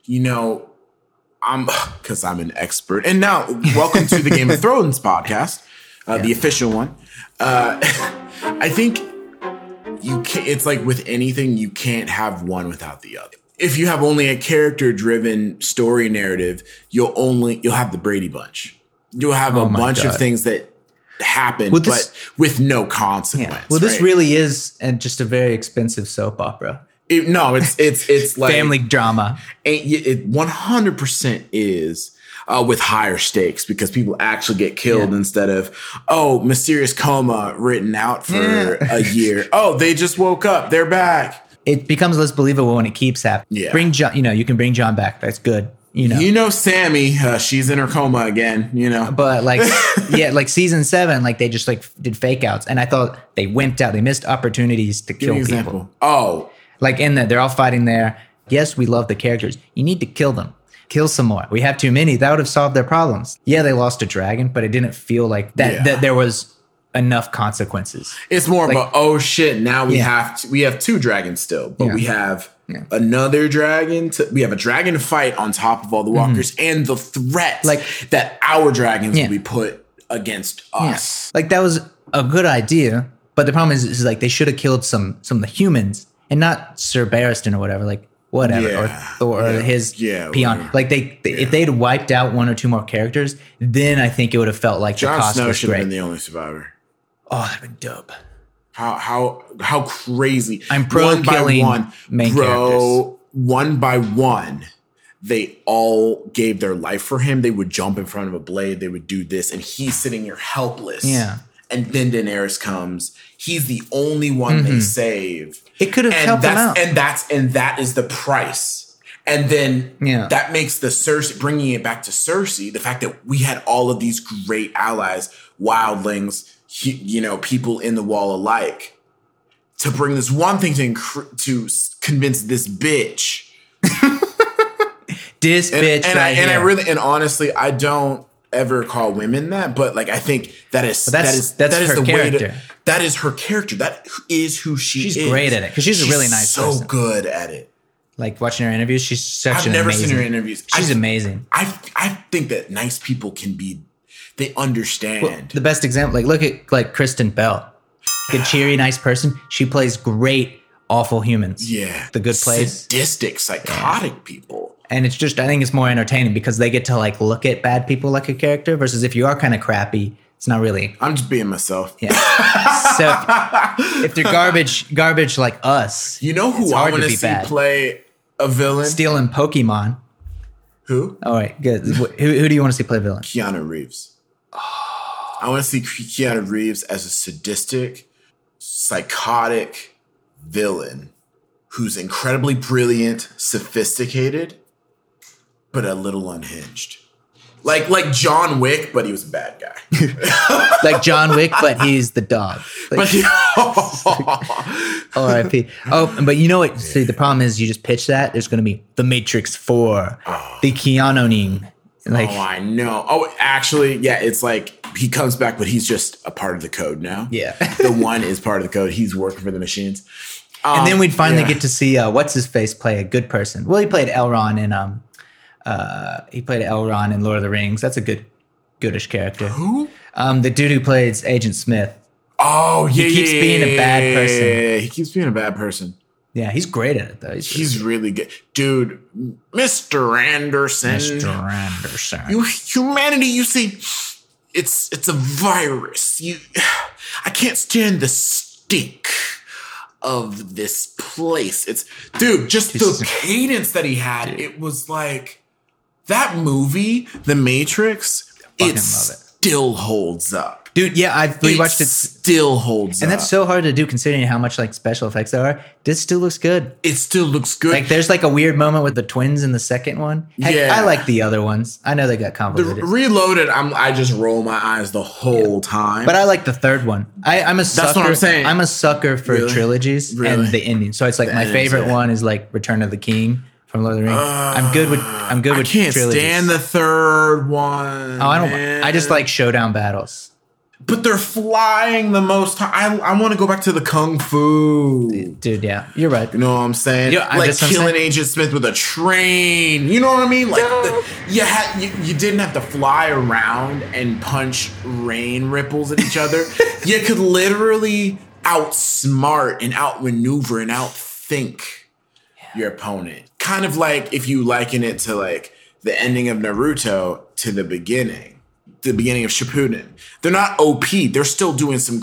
[SPEAKER 2] you know, I'm [SIGHS] because I'm an expert. And now, welcome to the Game of
[SPEAKER 1] [LAUGHS]
[SPEAKER 2] Thrones podcast, uh, the official one. Uh, [LAUGHS] I think you can it's like with anything, you can't have one without the other. If you have only a character driven story narrative, you'll only you'll have the Brady Bunch. You'll have a
[SPEAKER 1] Oh my
[SPEAKER 2] bunch of
[SPEAKER 1] God.
[SPEAKER 2] things that happen,
[SPEAKER 1] Well, this-
[SPEAKER 2] but with no consequence.
[SPEAKER 1] Well, this
[SPEAKER 2] right?
[SPEAKER 1] really is and just a very expensive soap opera,
[SPEAKER 2] It- no, it's it's it's like
[SPEAKER 1] [LAUGHS] family drama.
[SPEAKER 2] ain't y- it 100% is uh, with higher stakes because people actually get killed
[SPEAKER 1] Yeah.
[SPEAKER 2] instead of oh mysterious coma written out for
[SPEAKER 1] Yeah.
[SPEAKER 2] a
[SPEAKER 1] [LAUGHS]
[SPEAKER 2] year oh they just woke up they're back
[SPEAKER 1] It becomes less believable when it keeps happening.
[SPEAKER 2] Yeah.
[SPEAKER 1] Bring John, you know, you can bring John back. That's good. You know,
[SPEAKER 2] you know sammy uh, she's in her coma again you know
[SPEAKER 1] but
[SPEAKER 2] [LAUGHS]
[SPEAKER 1] like yeah like season seven like they just like f- did fake outs and i thought they went out they missed opportunities to
[SPEAKER 2] Give me
[SPEAKER 1] kill
[SPEAKER 2] an
[SPEAKER 1] people
[SPEAKER 2] example oh
[SPEAKER 1] like in that they're all fighting there. Yes, we love the characters. You need to kill them. Kill some more. We have too many. That would have solved their problems. Yeah, they lost a dragon, but it didn't feel like that
[SPEAKER 2] Yeah.
[SPEAKER 1] that there was enough consequences.
[SPEAKER 2] it's more of a oh shit now we
[SPEAKER 1] Yeah.
[SPEAKER 2] have to, we have two dragons still but
[SPEAKER 1] Yeah.
[SPEAKER 2] we have another dragon to, we have a dragon fight on top of all the walkers and the threat
[SPEAKER 1] Mm-hmm. Like-
[SPEAKER 2] that our dragons
[SPEAKER 1] Yeah.
[SPEAKER 2] will be put against us
[SPEAKER 1] Like that was a good idea, but the problem is, is like they should have killed some some of the humans and not Sir Barristan or whatever. Like whatever,
[SPEAKER 2] Yeah.
[SPEAKER 1] or or
[SPEAKER 2] Yeah.
[SPEAKER 1] his
[SPEAKER 2] Yeah,
[SPEAKER 1] peon.
[SPEAKER 2] whatever.
[SPEAKER 1] Like they, they- if they'd wiped out one or two more characters, then I think it would have felt like the
[SPEAKER 2] Jon
[SPEAKER 1] cost
[SPEAKER 2] Snow
[SPEAKER 1] was
[SPEAKER 2] should have been
[SPEAKER 1] great.
[SPEAKER 2] the only survivor.
[SPEAKER 1] oh, that'd been dope.
[SPEAKER 2] How how how crazy!
[SPEAKER 1] I'm pro killing main characters.
[SPEAKER 2] One by one, they all gave their life for him. They would jump in front of a blade. They would do this, and he's sitting here helpless.
[SPEAKER 1] Yeah.
[SPEAKER 2] And then Daenerys comes. He's the only one they save.
[SPEAKER 1] Mm-hmm. It could have
[SPEAKER 2] and
[SPEAKER 1] helped them
[SPEAKER 2] that's
[SPEAKER 1] out.
[SPEAKER 2] and that's and that is the price. And then
[SPEAKER 1] Yeah.
[SPEAKER 2] that makes the Cersei bringing it back to Cersei. The fact that we had all of these great allies, wildlings, hu- you know, people in the wall alike, to bring this one thing to incre- to s- convince this bitch.
[SPEAKER 1] This
[SPEAKER 2] And,
[SPEAKER 1] bitch
[SPEAKER 2] and, I,
[SPEAKER 1] right
[SPEAKER 2] and I
[SPEAKER 1] here.
[SPEAKER 2] really and honestly, I don't ever call women that, but like I think that is
[SPEAKER 1] that's-
[SPEAKER 2] that is
[SPEAKER 1] that's
[SPEAKER 2] that is
[SPEAKER 1] her
[SPEAKER 2] the way
[SPEAKER 1] character.
[SPEAKER 2] to, that is her character. That is who she
[SPEAKER 1] She's
[SPEAKER 2] is.
[SPEAKER 1] great at it, 'cause she's a really nice
[SPEAKER 2] so
[SPEAKER 1] person.
[SPEAKER 2] good at it.
[SPEAKER 1] like watching her interviews. She's such
[SPEAKER 2] I've
[SPEAKER 1] an
[SPEAKER 2] never
[SPEAKER 1] amazing.
[SPEAKER 2] seen her interviews.
[SPEAKER 1] She's
[SPEAKER 2] I,
[SPEAKER 1] amazing.
[SPEAKER 2] I I think that nice people can be they understand.
[SPEAKER 1] The best example, like look at like Kristen Bell, like a cheery, nice person. She plays great, awful humans.
[SPEAKER 2] yeah.
[SPEAKER 1] the good place,
[SPEAKER 2] Sadistic, psychotic people.
[SPEAKER 1] and it's just I think it's more entertaining because they get to like look at bad people like a character versus if you are kind of crappy, it's not really.
[SPEAKER 2] I'm just being myself. [LAUGHS]
[SPEAKER 1] Yeah. so if, if they're garbage, garbage like us,
[SPEAKER 2] You know who
[SPEAKER 1] It's
[SPEAKER 2] I
[SPEAKER 1] hard to
[SPEAKER 2] want to
[SPEAKER 1] be
[SPEAKER 2] see
[SPEAKER 1] bad.
[SPEAKER 2] play a villain?
[SPEAKER 1] stealing Pokemon.
[SPEAKER 2] who?
[SPEAKER 1] All right, good. Wh- Who, who do you want to see play villain?
[SPEAKER 2] Keanu Reeves. I want to see Ke- Keanu Reeves as a sadistic, psychotic villain who's incredibly brilliant, sophisticated, but a little unhinged. Like like John Wick, but he was a bad guy. [LAUGHS]
[SPEAKER 1] Like John Wick, but he's the dog.
[SPEAKER 2] [LAUGHS]
[SPEAKER 1] Like-
[SPEAKER 2] But he-
[SPEAKER 1] [LAUGHS]
[SPEAKER 2] Oh,
[SPEAKER 1] R.I.P. Oh, but you know what? See, the problem is you just pitch that. There's going to be the Matrix Four, the Keanuing. Like,
[SPEAKER 2] oh, I know. Oh, actually, yeah, it's like he comes back, but he's just a part of the code now.
[SPEAKER 1] yeah.
[SPEAKER 2] [LAUGHS] the one is part of the code. He's working for the machines.
[SPEAKER 1] and then
[SPEAKER 2] Um,
[SPEAKER 1] we'd finally
[SPEAKER 2] yeah.
[SPEAKER 1] get to see uh, what's his face play a good person. Well, he played Elrond in um, uh, he played Elrond in Lord of the Rings. That's a good, goodish character.
[SPEAKER 2] Who?
[SPEAKER 1] Um, the dude who plays Agent Smith.
[SPEAKER 2] Oh, yeah.
[SPEAKER 1] keeps
[SPEAKER 2] yeah,
[SPEAKER 1] being a bad
[SPEAKER 2] yeah, yeah,
[SPEAKER 1] person.
[SPEAKER 2] yeah, yeah. He keeps being a bad person.
[SPEAKER 1] Yeah, he's great at it though. He's,
[SPEAKER 2] He's really good. Dude, Mr. Anderson.
[SPEAKER 1] Mr. Anderson.
[SPEAKER 2] You humanity, you see, it's it's a virus. You [SIGHS] I can't stand the stink of this place. It's dude, just
[SPEAKER 1] Jesus.
[SPEAKER 2] the cadence that he had, it was like that movie, The Matrix, it
[SPEAKER 1] fucking love it.
[SPEAKER 2] still holds up.
[SPEAKER 1] dude. Yeah, I've rewatched it,
[SPEAKER 2] Still holds,
[SPEAKER 1] and that's
[SPEAKER 2] up.
[SPEAKER 1] so hard to do considering how much like special effects there are. This still looks good.
[SPEAKER 2] it still looks good.
[SPEAKER 1] Like there's like a weird moment with the twins in the second one. Heck,
[SPEAKER 2] Yeah.
[SPEAKER 1] I like the other ones. I know they got
[SPEAKER 2] the
[SPEAKER 1] convoluted,
[SPEAKER 2] reloaded, I'm I just roll my eyes the whole time.
[SPEAKER 1] but I like the third one. I, I'm a sucker.
[SPEAKER 2] what I'm saying.
[SPEAKER 1] I'm a sucker for
[SPEAKER 2] Really?
[SPEAKER 1] trilogies
[SPEAKER 2] Really?
[SPEAKER 1] and the ending. So it's like my
[SPEAKER 2] endings,
[SPEAKER 1] favorite
[SPEAKER 2] yeah. Uh,
[SPEAKER 1] one is like Return of the King from Lord of the Rings. I'm good with I'm good
[SPEAKER 2] I
[SPEAKER 1] with
[SPEAKER 2] can't
[SPEAKER 1] trilogies.
[SPEAKER 2] stand the third one.
[SPEAKER 1] oh, I don't. I
[SPEAKER 2] man.
[SPEAKER 1] just like showdown battles.
[SPEAKER 2] but they're flying the most. Time. I I want to go back to the kung fu. You
[SPEAKER 1] Dude, yeah, you're right.
[SPEAKER 2] know what I'm saying?
[SPEAKER 1] Yeah, I-
[SPEAKER 2] like
[SPEAKER 1] that's what I'm
[SPEAKER 2] killing
[SPEAKER 1] saying.
[SPEAKER 2] Agent Smith with a train. You know what I mean? Like the, you had you, you didn't have to fly around and punch rain ripples at each
[SPEAKER 1] [LAUGHS]
[SPEAKER 2] other. you could literally outsmart and outmaneuver and outthink your opponent. Kind of like if you liken it to like the ending of Naruto to the beginning, the beginning of Shippuden. They're not OP. They're still doing some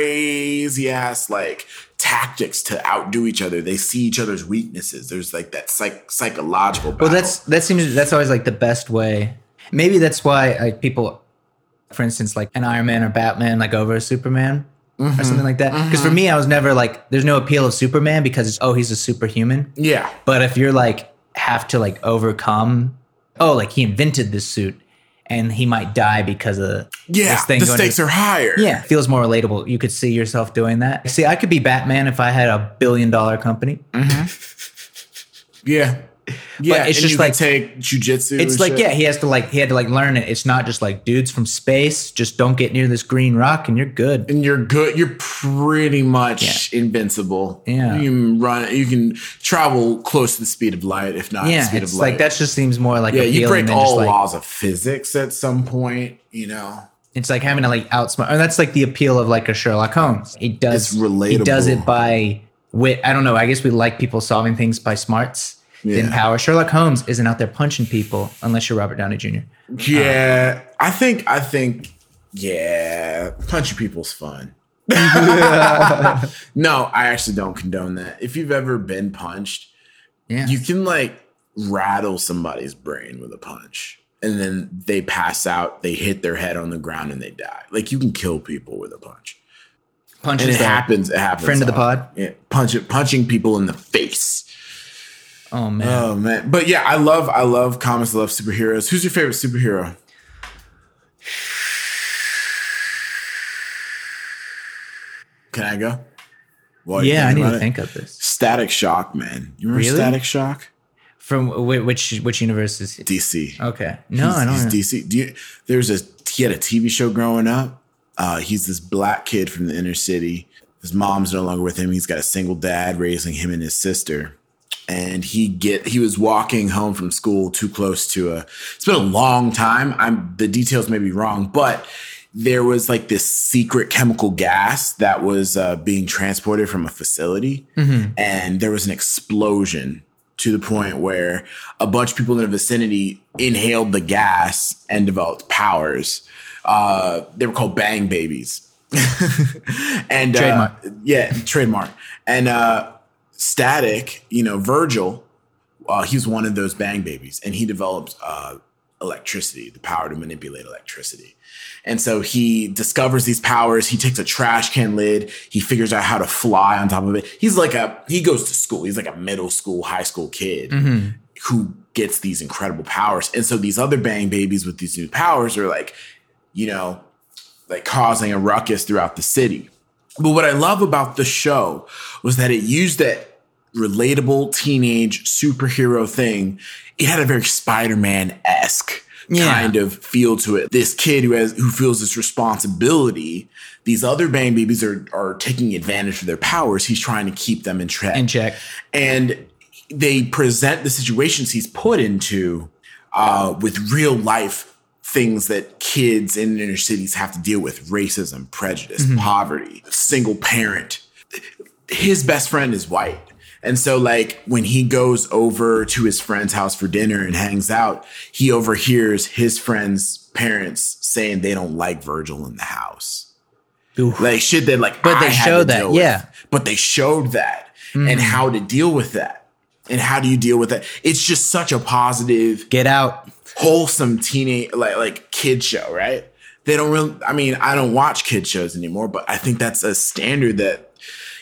[SPEAKER 2] crazy ass like tactics to outdo each other. They see each other's weaknesses. There's like that psych- psychological. Battle.
[SPEAKER 1] Well, that's that seems that's always like the best way. Maybe that's why like people, for instance, like an Iron Man or Batman, like over a Superman or something like that. Because for me, I was never like, there's no appeal of Superman because it's, oh, he's a superhuman.
[SPEAKER 2] yeah.
[SPEAKER 1] But if you're like have to like overcome, oh, like he invented this suit and he might die because of
[SPEAKER 2] Yeah,
[SPEAKER 1] this thing.
[SPEAKER 2] the
[SPEAKER 1] going to-
[SPEAKER 2] stakes are higher.
[SPEAKER 1] yeah, feels more relatable. You could see yourself doing that. See, I could be Batman if I had a billion dollar company.
[SPEAKER 2] yeah, yeah.
[SPEAKER 1] it's
[SPEAKER 2] and
[SPEAKER 1] just
[SPEAKER 2] you can
[SPEAKER 1] like-
[SPEAKER 2] take jujitsu.
[SPEAKER 1] It's
[SPEAKER 2] and
[SPEAKER 1] like
[SPEAKER 2] shit.
[SPEAKER 1] yeah, he has to like he had to like learn it. It's not just like dudes from space. Just don't get near this green rock and you're good.
[SPEAKER 2] and you're good. You're pretty much invincible.
[SPEAKER 1] Yeah.
[SPEAKER 2] you can run. You can travel close to the speed of light, if not the
[SPEAKER 1] Yeah,
[SPEAKER 2] speed
[SPEAKER 1] it's
[SPEAKER 2] of light.
[SPEAKER 1] like that just seems more like
[SPEAKER 2] yeah, you break
[SPEAKER 1] appealing than
[SPEAKER 2] all
[SPEAKER 1] just, like,
[SPEAKER 2] laws of physics at some point. You know,
[SPEAKER 1] It's like having to like outsmart. And that's like the appeal of like a Sherlock Holmes. He does
[SPEAKER 2] It's relatable.
[SPEAKER 1] He does it by wit. I don't know. I guess we like people solving things by smarts.
[SPEAKER 2] Yeah.
[SPEAKER 1] Than power. Sherlock Holmes isn't out there punching people unless you're Robert Downey Jr.
[SPEAKER 2] yeah. I think. I think. Yeah, punching people's fun.
[SPEAKER 1] [LAUGHS]
[SPEAKER 2] [LAUGHS] no, I actually don't condone that. If you've ever been punched,
[SPEAKER 1] Yeah.
[SPEAKER 2] you can like rattle somebody's brain with a punch and then they pass out they hit their head on the ground and they die like you can kill people with a punch and
[SPEAKER 1] punches
[SPEAKER 2] it
[SPEAKER 1] the-
[SPEAKER 2] happens it happens
[SPEAKER 1] Friend of the pod?
[SPEAKER 2] yeah punch it punching people in the face
[SPEAKER 1] Oh man.
[SPEAKER 2] oh man but yeah i love i love comics I love superheroes who's your favorite superhero can i go While you're
[SPEAKER 1] yeah, I
[SPEAKER 2] thinking
[SPEAKER 1] need
[SPEAKER 2] about
[SPEAKER 1] to
[SPEAKER 2] it.
[SPEAKER 1] think of this.
[SPEAKER 2] static shock man you remember
[SPEAKER 1] Really?
[SPEAKER 2] static shock
[SPEAKER 1] From whi- which which universe is he?
[SPEAKER 2] dc
[SPEAKER 1] Okay. No,
[SPEAKER 2] he's,
[SPEAKER 1] I don't.
[SPEAKER 2] he's
[SPEAKER 1] know.
[SPEAKER 2] DC. Do you, there's a he had a TV show growing up. Uh, he's this black kid from the inner city. His mom's no longer with him. He's got a single dad raising him and his sister. And he get he was walking home from school too close to a. It's been a long time. I'm the details may be wrong, but there was like this secret chemical gas that was uh, being transported from a facility, and there was an explosion to the point where a bunch of people in the vicinity inhaled the gas and developed powers. Uh, they were called bang babies. [LAUGHS] and uh,
[SPEAKER 1] Trademark.
[SPEAKER 2] yeah, trademark. And uh, Static, you know, Virgil, uh, he was one of those bang babies, and he developed uh, electricity, the power to manipulate electricity. And so he discovers these powers. He takes a trash can lid. He figures out how to fly on top of it. He's like a he goes to school. He's like a middle school, high school kid who gets these incredible powers. And so these other bang babies with these new powers are like, you know, like causing a ruckus throughout the city. But what I love about the show was that it used that relatable teenage superhero thing. It had a very Spider-Man esque
[SPEAKER 1] Yeah.
[SPEAKER 2] kind of feel to it. This kid who has who feels this responsibility. These other Bang Babies are are taking advantage of their powers. He's trying to keep them in check
[SPEAKER 1] In check.
[SPEAKER 2] and they present the situations he's put into uh, with real life things that kids in inner cities have to deal with racism prejudice poverty single parent his best friend is white and so like when he goes over to his friend's house for dinner and hangs out he overhears his friend's parents saying they don't like virgil in the house
[SPEAKER 1] Oof.
[SPEAKER 2] like shit that like
[SPEAKER 1] But they
[SPEAKER 2] I had
[SPEAKER 1] showed
[SPEAKER 2] to
[SPEAKER 1] that,
[SPEAKER 2] deal with.
[SPEAKER 1] yeah. Mm.
[SPEAKER 2] but they showed that and how to deal with that and how do you deal with that it's just such a positive
[SPEAKER 1] Get out.
[SPEAKER 2] wholesome teenage like like kid show right they don't really i mean i don't watch kid shows anymore but i think that's a standard that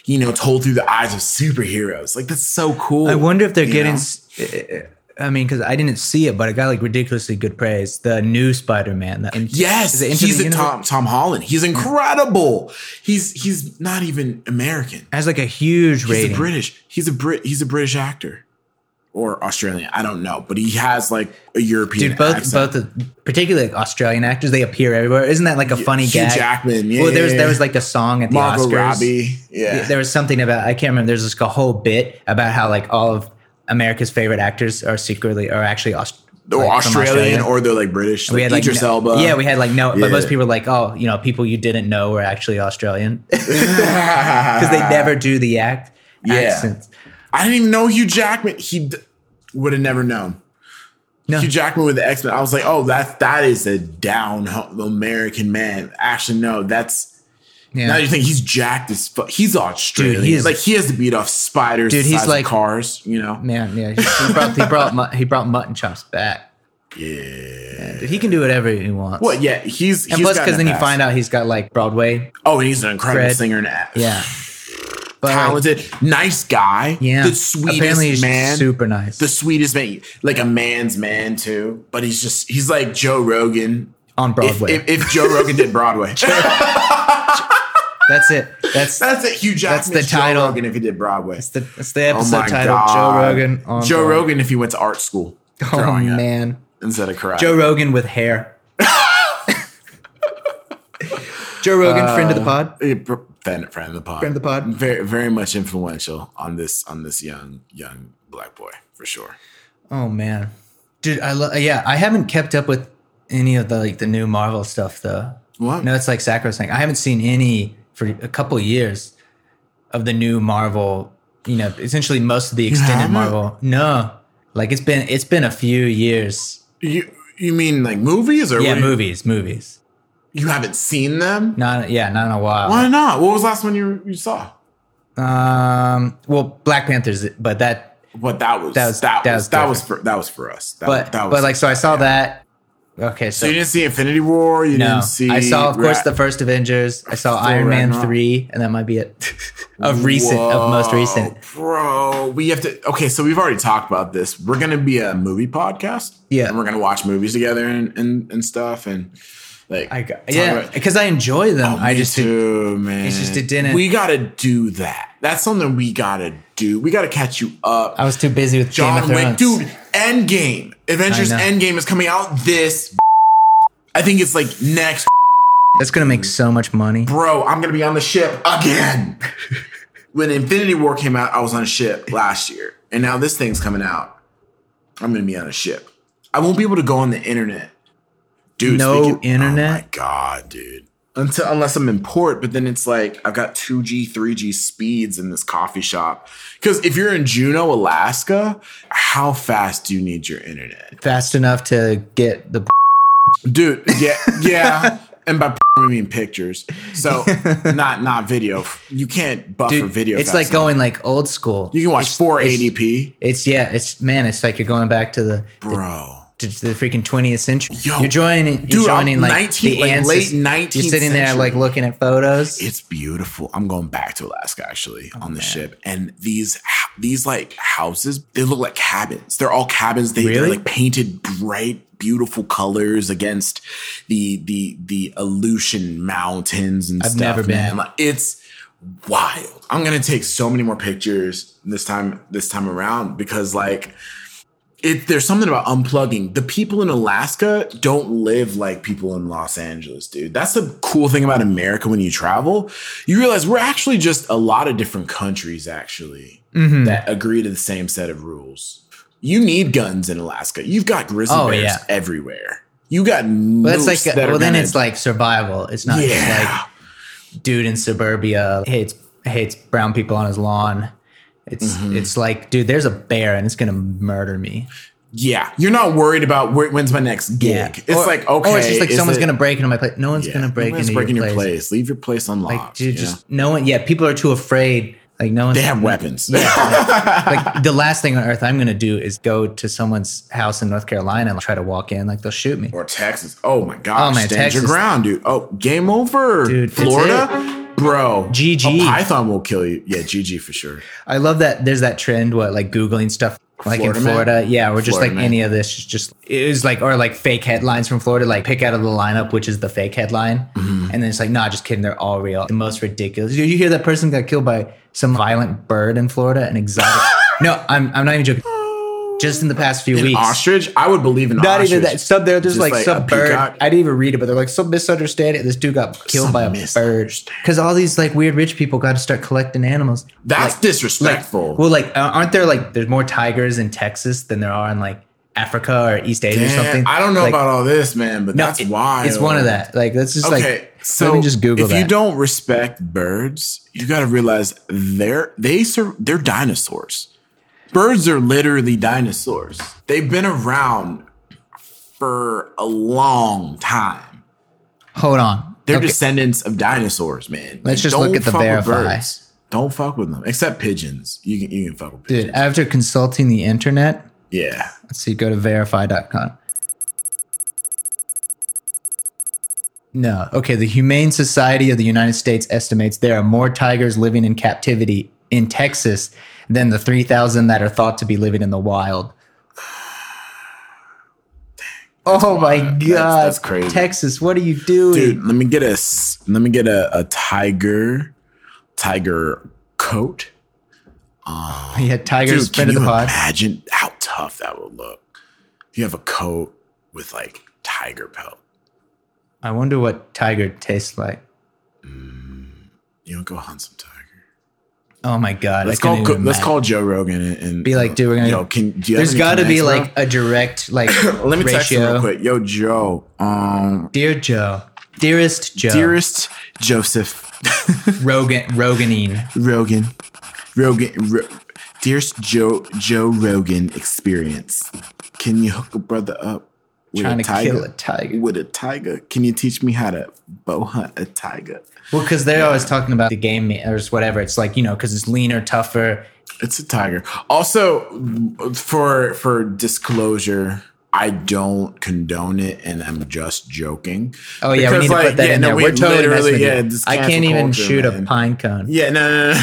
[SPEAKER 2] you know told through the eyes of superheroes like that's so cool
[SPEAKER 1] I wonder if they're
[SPEAKER 2] you
[SPEAKER 1] getting.
[SPEAKER 2] know?
[SPEAKER 1] s- eh, I mean, because I didn't see it, but it got like ridiculously good praise. The new Spider-Man. The,
[SPEAKER 2] yes
[SPEAKER 1] is it Mm. Into
[SPEAKER 2] he's
[SPEAKER 1] the
[SPEAKER 2] a
[SPEAKER 1] Universe?
[SPEAKER 2] tom tom holland he's incredible he's he's not even american
[SPEAKER 1] has like a huge
[SPEAKER 2] he's
[SPEAKER 1] rating.
[SPEAKER 2] a british he's a brit he's a british actor or australian i don't know but he has like a european
[SPEAKER 1] Dude, both
[SPEAKER 2] accent.
[SPEAKER 1] both the particularly like Australian actors, they appear everywhere. Isn't that like a funny
[SPEAKER 2] Hugh
[SPEAKER 1] gag?
[SPEAKER 2] Jackman, yeah,
[SPEAKER 1] well, there was
[SPEAKER 2] yeah,
[SPEAKER 1] there
[SPEAKER 2] yeah.
[SPEAKER 1] was like a song at the
[SPEAKER 2] Margot
[SPEAKER 1] Oscars.
[SPEAKER 2] Robbie, yeah.
[SPEAKER 1] There was something about I can't remember. There's this whole bit about how like all of America's favorite actors are secretly are actually Aus-
[SPEAKER 2] or
[SPEAKER 1] like, from
[SPEAKER 2] Australian,
[SPEAKER 1] Australia.
[SPEAKER 2] or they're like British. Like, Idris
[SPEAKER 1] no-
[SPEAKER 2] Elba.
[SPEAKER 1] Yeah,
[SPEAKER 2] [LAUGHS]
[SPEAKER 1] we had like no, but most
[SPEAKER 2] Yeah.
[SPEAKER 1] people were like, oh, you know, people you didn't know were actually Australian because they never do the act
[SPEAKER 2] Uh-huh. Yeah.
[SPEAKER 1] accents.
[SPEAKER 2] I didn't even know Hugh Jackman. He d- would have never known.
[SPEAKER 1] No.
[SPEAKER 2] Hugh Jackman with the X Men. I was like, oh, that that is a down home American man. Actually, no, that's
[SPEAKER 1] Yeah.
[SPEAKER 2] now you think he's jacked as fuck. He's Australian.
[SPEAKER 1] Dude, he is-
[SPEAKER 2] like he has to beat off spiders.
[SPEAKER 1] Dude,
[SPEAKER 2] the
[SPEAKER 1] he's
[SPEAKER 2] size of
[SPEAKER 1] like-
[SPEAKER 2] cars. You know.
[SPEAKER 1] Man, yeah, he, he brought he brought mu- he brought mutton chops back.
[SPEAKER 2] Yeah.
[SPEAKER 1] Dude, he can do whatever he wants.
[SPEAKER 2] Well, yeah, he's
[SPEAKER 1] and
[SPEAKER 2] he's
[SPEAKER 1] plus,
[SPEAKER 2] gotten
[SPEAKER 1] because
[SPEAKER 2] a
[SPEAKER 1] then you
[SPEAKER 2] pass.
[SPEAKER 1] find out he's got like Broadway.
[SPEAKER 2] Oh, and he's an incredible
[SPEAKER 1] Fred.
[SPEAKER 2] singer and a-
[SPEAKER 1] Yeah, but like,
[SPEAKER 2] talented, nice guy.
[SPEAKER 1] yeah,
[SPEAKER 2] the sweetest
[SPEAKER 1] apparently he's
[SPEAKER 2] man.
[SPEAKER 1] super nice
[SPEAKER 2] the sweetest man, like a man's man too. But he's just he's like Joe Rogan.
[SPEAKER 1] on
[SPEAKER 2] If,
[SPEAKER 1] Broadway.
[SPEAKER 2] if, if Joe Rogan did
[SPEAKER 1] [LAUGHS]
[SPEAKER 2] Broadway,
[SPEAKER 1] that's it. That's
[SPEAKER 2] [LAUGHS]
[SPEAKER 1] that's
[SPEAKER 2] that's it. Hugh
[SPEAKER 1] That's
[SPEAKER 2] Jackman.
[SPEAKER 1] the title.
[SPEAKER 2] Joe Rogan if he did Broadway. Oh
[SPEAKER 1] the, that's the episode title. Joe Rogan on
[SPEAKER 2] Joe
[SPEAKER 1] Broadway.
[SPEAKER 2] Rogan if he went to art school.
[SPEAKER 1] Oh
[SPEAKER 2] growing up
[SPEAKER 1] man,
[SPEAKER 2] instead of karate.
[SPEAKER 1] Joe Rogan
[SPEAKER 2] [LAUGHS]
[SPEAKER 1] with hair. Joe Rogan, friend of the pod.
[SPEAKER 2] Eh, pr- friend, friend of the pod.
[SPEAKER 1] Friend of the pod.
[SPEAKER 2] Very very much influential on this on this young young black boy for sure.
[SPEAKER 1] Oh man, dude, I love. Yeah, I haven't kept up with any of the like the new Marvel stuff though.
[SPEAKER 2] What?
[SPEAKER 1] No, it's like sacrosanct. I haven't seen any for a couple years of the new Marvel. You know, essentially most of the extended
[SPEAKER 2] haven't?
[SPEAKER 1] Marvel. No, like it's been it's been a few years.
[SPEAKER 2] You you mean like movies or
[SPEAKER 1] Yeah,
[SPEAKER 2] what do you-
[SPEAKER 1] movies, movies.
[SPEAKER 2] You haven't seen them?
[SPEAKER 1] Not yeah, not in a while.
[SPEAKER 2] Why not? What was the last one you you saw?
[SPEAKER 1] Um, well, Black Panthers, but that
[SPEAKER 2] But that was
[SPEAKER 1] That
[SPEAKER 2] that
[SPEAKER 1] was-
[SPEAKER 2] was that,
[SPEAKER 1] that was
[SPEAKER 2] was, that was
[SPEAKER 1] different.
[SPEAKER 2] for that was for us. That,
[SPEAKER 1] but
[SPEAKER 2] that was
[SPEAKER 1] but like so I saw that. Okay, so,
[SPEAKER 2] so you didn't see Infinity War. You
[SPEAKER 1] no,
[SPEAKER 2] didn't see.
[SPEAKER 1] I saw of course
[SPEAKER 2] Ra-
[SPEAKER 1] the first Avengers. I saw Iron Man
[SPEAKER 2] Ragnarok.
[SPEAKER 1] three, and that might be it [LAUGHS] of recent, of most
[SPEAKER 2] Whoa,
[SPEAKER 1] recent.
[SPEAKER 2] Bro, we have to. Okay, so we've already talked about this. We're gonna be a movie podcast.
[SPEAKER 1] Yeah.
[SPEAKER 2] and we're gonna watch movies together and and, and stuff and like
[SPEAKER 1] I got,
[SPEAKER 2] talk
[SPEAKER 1] yeah,
[SPEAKER 2] about-
[SPEAKER 1] because I enjoy them.
[SPEAKER 2] Oh,
[SPEAKER 1] I
[SPEAKER 2] me
[SPEAKER 1] just did-
[SPEAKER 2] too, man.
[SPEAKER 1] it's just it didn't-
[SPEAKER 2] We gotta do that. That's something we gotta do. We gotta catch you up.
[SPEAKER 1] I was too busy with Uh, Game
[SPEAKER 2] John
[SPEAKER 1] of
[SPEAKER 2] Wick,
[SPEAKER 1] Thrones.
[SPEAKER 2] dude. Endgame, Avengers
[SPEAKER 1] I know.
[SPEAKER 2] Endgame is coming out this. I think it's like next,
[SPEAKER 1] That's gonna make so much money.
[SPEAKER 2] bro. I'm gonna be on the ship
[SPEAKER 1] [LAUGHS]
[SPEAKER 2] again. when Infinity War came out, I was on a ship last year, and now this thing's coming out. I'm gonna be on a ship. I won't be able to go on the internet, dude.
[SPEAKER 1] No
[SPEAKER 2] Oh
[SPEAKER 1] internet?
[SPEAKER 2] my god, dude. Until unless I'm in port, but then it's like I've got 2G, 3G speeds in this coffee shop. Because if you're in Juneau, Alaska, how fast do you need your internet?
[SPEAKER 1] Fast enough to get the
[SPEAKER 2] dude yeah yeah and by [LAUGHS] we mean pictures so
[SPEAKER 1] [LAUGHS]
[SPEAKER 2] not not video you can't buffer
[SPEAKER 1] dude.
[SPEAKER 2] video
[SPEAKER 1] it's
[SPEAKER 2] fast
[SPEAKER 1] like
[SPEAKER 2] enough.
[SPEAKER 1] going like old school.
[SPEAKER 2] you can watch
[SPEAKER 1] It's-
[SPEAKER 2] 480p
[SPEAKER 1] It's yeah. It's man. It's like you're going back to the
[SPEAKER 2] bro
[SPEAKER 1] to the freaking 20th century.
[SPEAKER 2] Yo,
[SPEAKER 1] you're joining, you're
[SPEAKER 2] dude, I'm
[SPEAKER 1] joining like
[SPEAKER 2] 19
[SPEAKER 1] the
[SPEAKER 2] like,
[SPEAKER 1] ancest-
[SPEAKER 2] late 19th
[SPEAKER 1] You're sitting there
[SPEAKER 2] century.
[SPEAKER 1] like looking at photos.
[SPEAKER 2] it's beautiful i'm going back to alaska actually
[SPEAKER 1] Oh,
[SPEAKER 2] on the ship and these these like houses they look like cabins they're all cabins they,
[SPEAKER 1] Really?
[SPEAKER 2] they're like painted bright beautiful colors against the the the aleutian mountains and
[SPEAKER 1] I've
[SPEAKER 2] stuff
[SPEAKER 1] never been.
[SPEAKER 2] man. Like, it's wild i'm gonna take so many more pictures this time this time around because like it, there's something about unplugging. The people in Alaska don't live like people in Los Angeles, dude. That's the cool thing about America when you travel. You realize we're actually just a lot of different countries, actually,
[SPEAKER 1] Mhm.
[SPEAKER 2] that agree to the same set of rules. You need guns in Alaska. You've got grizzly
[SPEAKER 1] Oh,
[SPEAKER 2] bears
[SPEAKER 1] yeah.
[SPEAKER 2] everywhere. You got moose
[SPEAKER 1] Well, that's like
[SPEAKER 2] that are
[SPEAKER 1] well, then
[SPEAKER 2] gonna-
[SPEAKER 1] it's like survival. It's not
[SPEAKER 2] yeah.
[SPEAKER 1] just like dude in suburbia hates hates brown people on his lawn. It's
[SPEAKER 2] Mm-hmm.
[SPEAKER 1] it's like dude, there's a bear and it's gonna murder me.
[SPEAKER 2] yeah, you're not worried about where, when's my next gig. It's
[SPEAKER 1] Or-
[SPEAKER 2] like okay,
[SPEAKER 1] or it's just like
[SPEAKER 2] is
[SPEAKER 1] someone's
[SPEAKER 2] it-
[SPEAKER 1] gonna break into my place. No one's
[SPEAKER 2] yeah,
[SPEAKER 1] gonna break
[SPEAKER 2] nobody's
[SPEAKER 1] into
[SPEAKER 2] breaking
[SPEAKER 1] your place.
[SPEAKER 2] Leave your place unlocked.
[SPEAKER 1] Like dude,
[SPEAKER 2] you know?
[SPEAKER 1] just no one. Yeah, people are too afraid. Like no one's
[SPEAKER 2] They have weapons.
[SPEAKER 1] [LAUGHS] like the last thing on earth I'm gonna do is go to someone's house in North Carolina and try to walk in. Like they'll shoot me.
[SPEAKER 2] or Texas. Oh my gosh.
[SPEAKER 1] Oh, man,
[SPEAKER 2] Stand
[SPEAKER 1] Texas.
[SPEAKER 2] your ground, dude. Oh, game over.
[SPEAKER 1] Dude, that's
[SPEAKER 2] Florida? Bro.
[SPEAKER 1] GG.
[SPEAKER 2] A python will kill you. Yeah, GG for sure.
[SPEAKER 1] I love that there's that trend what like googling stuff like
[SPEAKER 2] Florida
[SPEAKER 1] in
[SPEAKER 2] man?
[SPEAKER 1] Florida, yeah, or just
[SPEAKER 2] Florida
[SPEAKER 1] like
[SPEAKER 2] man.
[SPEAKER 1] any of this. It's just it was like or like fake headlines from Florida, like pick out of the lineup which is the fake headline,
[SPEAKER 2] Mm-hmm.
[SPEAKER 1] and then it's like nah, just kidding, they're all real. The most ridiculous. Did you hear that person got killed by some violent bird in Florida?
[SPEAKER 2] [LAUGHS]
[SPEAKER 1] An exotic. no, I'm I'm not even joking. Just in the past few
[SPEAKER 2] An
[SPEAKER 1] weeks,
[SPEAKER 2] ostrich? I would believe in
[SPEAKER 1] not
[SPEAKER 2] ostrich.
[SPEAKER 1] even that. Some they're just,
[SPEAKER 2] Just
[SPEAKER 1] like,
[SPEAKER 2] like
[SPEAKER 1] some
[SPEAKER 2] a
[SPEAKER 1] bird.
[SPEAKER 2] peacock.
[SPEAKER 1] I didn't even read it, but they're like some misunderstanding. This dude got killed
[SPEAKER 2] Some
[SPEAKER 1] by a bird because all these like weird rich people got to start collecting animals.
[SPEAKER 2] That's
[SPEAKER 1] Like-
[SPEAKER 2] disrespectful.
[SPEAKER 1] Like, well, like uh, aren't there like there's more tigers in Texas than there are in like Africa or East Asia
[SPEAKER 2] Man,
[SPEAKER 1] or something?
[SPEAKER 2] I don't know
[SPEAKER 1] Like,
[SPEAKER 2] about all this, man, but
[SPEAKER 1] no,
[SPEAKER 2] that's
[SPEAKER 1] it-
[SPEAKER 2] wild.
[SPEAKER 1] It's one of that. Like let's just
[SPEAKER 2] okay,
[SPEAKER 1] like
[SPEAKER 2] so
[SPEAKER 1] let me just Google
[SPEAKER 2] if
[SPEAKER 1] that.
[SPEAKER 2] you don't respect birds, you got to realize they're they sur- they're dinosaurs. Birds are literally dinosaurs. They've been around for a long time.
[SPEAKER 1] Hold on.
[SPEAKER 2] They're
[SPEAKER 1] Okay.
[SPEAKER 2] descendants of dinosaurs, man.
[SPEAKER 1] Let's just
[SPEAKER 2] don't
[SPEAKER 1] look at the
[SPEAKER 2] fuck with
[SPEAKER 1] verify.
[SPEAKER 2] birds. Don't fuck with them, except pigeons. You can you can fuck with pigeons.
[SPEAKER 1] dude. After consulting the internet,
[SPEAKER 2] yeah,
[SPEAKER 1] let's see. Go to verify.com. No. Okay. The Humane Society of the United States estimates there are more tigers living in captivity in Texas than the 3,000 that are thought to be living in the wild. [SIGHS] oh my God.
[SPEAKER 2] that's crazy.
[SPEAKER 1] Texas, what are you doing?
[SPEAKER 2] dude. Let me get a s- let me get a, a tiger tiger coat.
[SPEAKER 1] [LAUGHS] Yeah, tigers,
[SPEAKER 2] Dude, can
[SPEAKER 1] friend of
[SPEAKER 2] you
[SPEAKER 1] the pod.
[SPEAKER 2] imagine how tough that would look? If you have a coat with like tiger pelt,
[SPEAKER 1] I wonder what tiger tastes like.
[SPEAKER 2] you don't go hunt some tiger.
[SPEAKER 1] Oh my God. I
[SPEAKER 2] Let's
[SPEAKER 1] couldn't
[SPEAKER 2] call
[SPEAKER 1] even
[SPEAKER 2] let's
[SPEAKER 1] imagine.
[SPEAKER 2] call Joe Rogan and, and uh,
[SPEAKER 1] Be like, dude, we're gonna-
[SPEAKER 2] Yo, can do you have
[SPEAKER 1] There's
[SPEAKER 2] any
[SPEAKER 1] got to be
[SPEAKER 2] connects,
[SPEAKER 1] like a direct like
[SPEAKER 2] bro? [COUGHS] Let me
[SPEAKER 1] ratio.
[SPEAKER 2] text him real quick. Yo, Joe. Um,
[SPEAKER 1] Dear Joe, dearest Joe,
[SPEAKER 2] dearest Joseph [LAUGHS]
[SPEAKER 1] Rogan, Roganine.
[SPEAKER 2] Rogan, Rogan, Ro- dearest Joe Joe Rogan experience. Can you hook a brother up? With
[SPEAKER 1] Trying to kill a tiger.
[SPEAKER 2] With a tiger. Can you teach me how to bow hunt a tiger?
[SPEAKER 1] Well, because they're always talking about the game meat or just whatever. It's like you know, because it's leaner, tougher.
[SPEAKER 2] It's a tiger. Also, for for disclosure, I don't condone it, and I'm just joking.
[SPEAKER 1] Oh yeah, we
[SPEAKER 2] Because,
[SPEAKER 1] need to put that
[SPEAKER 2] yeah,
[SPEAKER 1] in
[SPEAKER 2] no,
[SPEAKER 1] there.
[SPEAKER 2] we
[SPEAKER 1] We're totally
[SPEAKER 2] literally-
[SPEAKER 1] messing with
[SPEAKER 2] yeah,
[SPEAKER 1] you.
[SPEAKER 2] this
[SPEAKER 1] I can't
[SPEAKER 2] cancel
[SPEAKER 1] even
[SPEAKER 2] culture,
[SPEAKER 1] shoot a
[SPEAKER 2] man.
[SPEAKER 1] pine cone.
[SPEAKER 2] Yeah, no, no, no. no.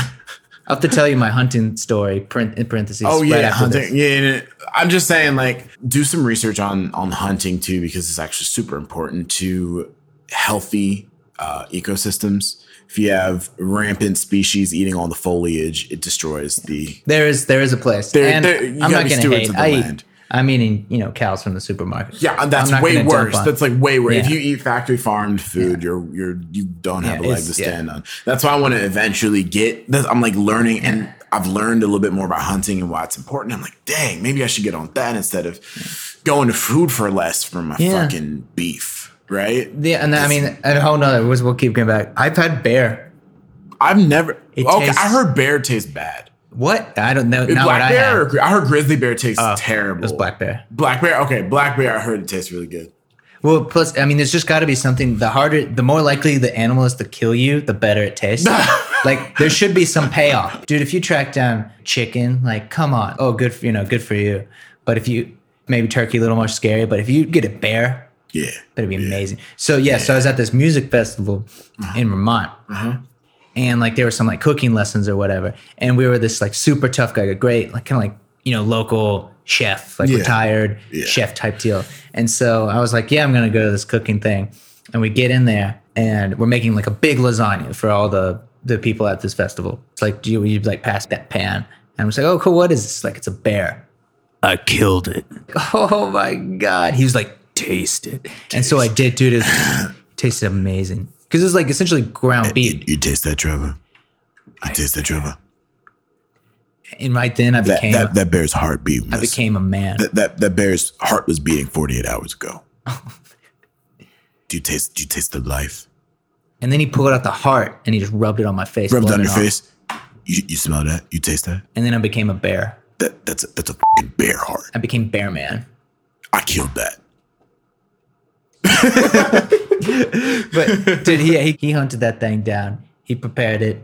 [SPEAKER 1] I'll have to tell you my hunting story. Print in parentheses.
[SPEAKER 2] Oh
[SPEAKER 1] right
[SPEAKER 2] yeah,
[SPEAKER 1] after this.
[SPEAKER 2] hunting. Yeah, yeah, yeah. I'm just saying, like, do some research on on hunting too, because it's actually super important to healthy uh, ecosystems. If you have rampant species eating all the foliage, it destroys the
[SPEAKER 1] There is there is a place.
[SPEAKER 2] There-
[SPEAKER 1] and
[SPEAKER 2] there- you
[SPEAKER 1] I'm
[SPEAKER 2] gotta
[SPEAKER 1] not
[SPEAKER 2] be
[SPEAKER 1] going to
[SPEAKER 2] stewards
[SPEAKER 1] hate.
[SPEAKER 2] of the
[SPEAKER 1] I eat,
[SPEAKER 2] land.
[SPEAKER 1] I'm eating you know cows from the supermarket.
[SPEAKER 2] Yeah, and
[SPEAKER 1] I'm
[SPEAKER 2] that's
[SPEAKER 1] not
[SPEAKER 2] way
[SPEAKER 1] gonna dump
[SPEAKER 2] worse.
[SPEAKER 1] on-
[SPEAKER 2] That's like way worse. If
[SPEAKER 1] Yeah.
[SPEAKER 2] you eat factory farmed food, you're you're you don't have
[SPEAKER 1] Yeah,
[SPEAKER 2] a leg
[SPEAKER 1] it's-
[SPEAKER 2] to
[SPEAKER 1] yeah.
[SPEAKER 2] stand on. That's why I want to eventually get this. I'm like learning and I've learned a little bit more about hunting and why it's important. I'm like, dang, maybe I should get on that instead of going to food for less for my
[SPEAKER 1] Yeah.
[SPEAKER 2] fucking beef. Right?
[SPEAKER 1] Yeah, and I mean, and whole nother. We'll we'll keep going back. I've had bear.
[SPEAKER 2] I've never
[SPEAKER 1] It
[SPEAKER 2] okay,
[SPEAKER 1] tastes-
[SPEAKER 2] I heard bear tastes bad.
[SPEAKER 1] What? I don't know. Not
[SPEAKER 2] black
[SPEAKER 1] what I
[SPEAKER 2] bear
[SPEAKER 1] had.
[SPEAKER 2] or gri- I heard grizzly bear tastes terrible.
[SPEAKER 1] Oh, It was black bear.
[SPEAKER 2] Black bear, okay, black bear, I heard it tastes really good.
[SPEAKER 1] Well, plus, I mean, there's just got to be something. The harder, the more likely the animal is to kill you, the better it tastes. like there should be some payoff, dude. If you track down chicken, like come on, oh good, for, you know, good for you. But if you maybe turkey, a little more scary. But if you get a bear,
[SPEAKER 2] Yeah. Uh-huh.
[SPEAKER 1] that'd be amazing. So yeah, so I was at this music festival in Vermont, and like there were some like cooking lessons or whatever, and we were this like super tough guy, a great like kind of like you know local chef, like
[SPEAKER 2] Yeah.
[SPEAKER 1] retired
[SPEAKER 2] Yeah.
[SPEAKER 1] chef type deal. And so I was like, yeah, I'm gonna go to this cooking thing, and we get in there, and we're making like a big lasagna for all the the people at this festival. It's like you you like pass that pan, and I'm just like, oh cool, what is this? Like it's a bear. I killed it. [LAUGHS] Oh my god. He was like, taste it. And so I did, dude.
[SPEAKER 2] [LAUGHS]
[SPEAKER 1] It was- tasted amazing because it's like essentially ground beef.
[SPEAKER 2] You taste that, Trevor? You taste that, Trevor?
[SPEAKER 1] And right then, I
[SPEAKER 2] that,
[SPEAKER 1] became
[SPEAKER 2] that, that bear's heartbeat was,
[SPEAKER 1] I became a man.
[SPEAKER 2] that, that that bear's heart was beating 48 hours
[SPEAKER 1] [LAUGHS]
[SPEAKER 2] ago do you taste do you taste the life
[SPEAKER 1] And then he pulled out the heart and he just rubbed it on my face.
[SPEAKER 2] rubbed
[SPEAKER 1] blood
[SPEAKER 2] on your
[SPEAKER 1] and all.
[SPEAKER 2] face you, you smell that you taste that
[SPEAKER 1] And then I became a bear.
[SPEAKER 2] that that's a, that's a fucking bear heart
[SPEAKER 1] I became bear
[SPEAKER 2] [LAUGHS]
[SPEAKER 1] man.
[SPEAKER 2] i killed that
[SPEAKER 1] But dude, he, he he hunted that thing down. He prepared it.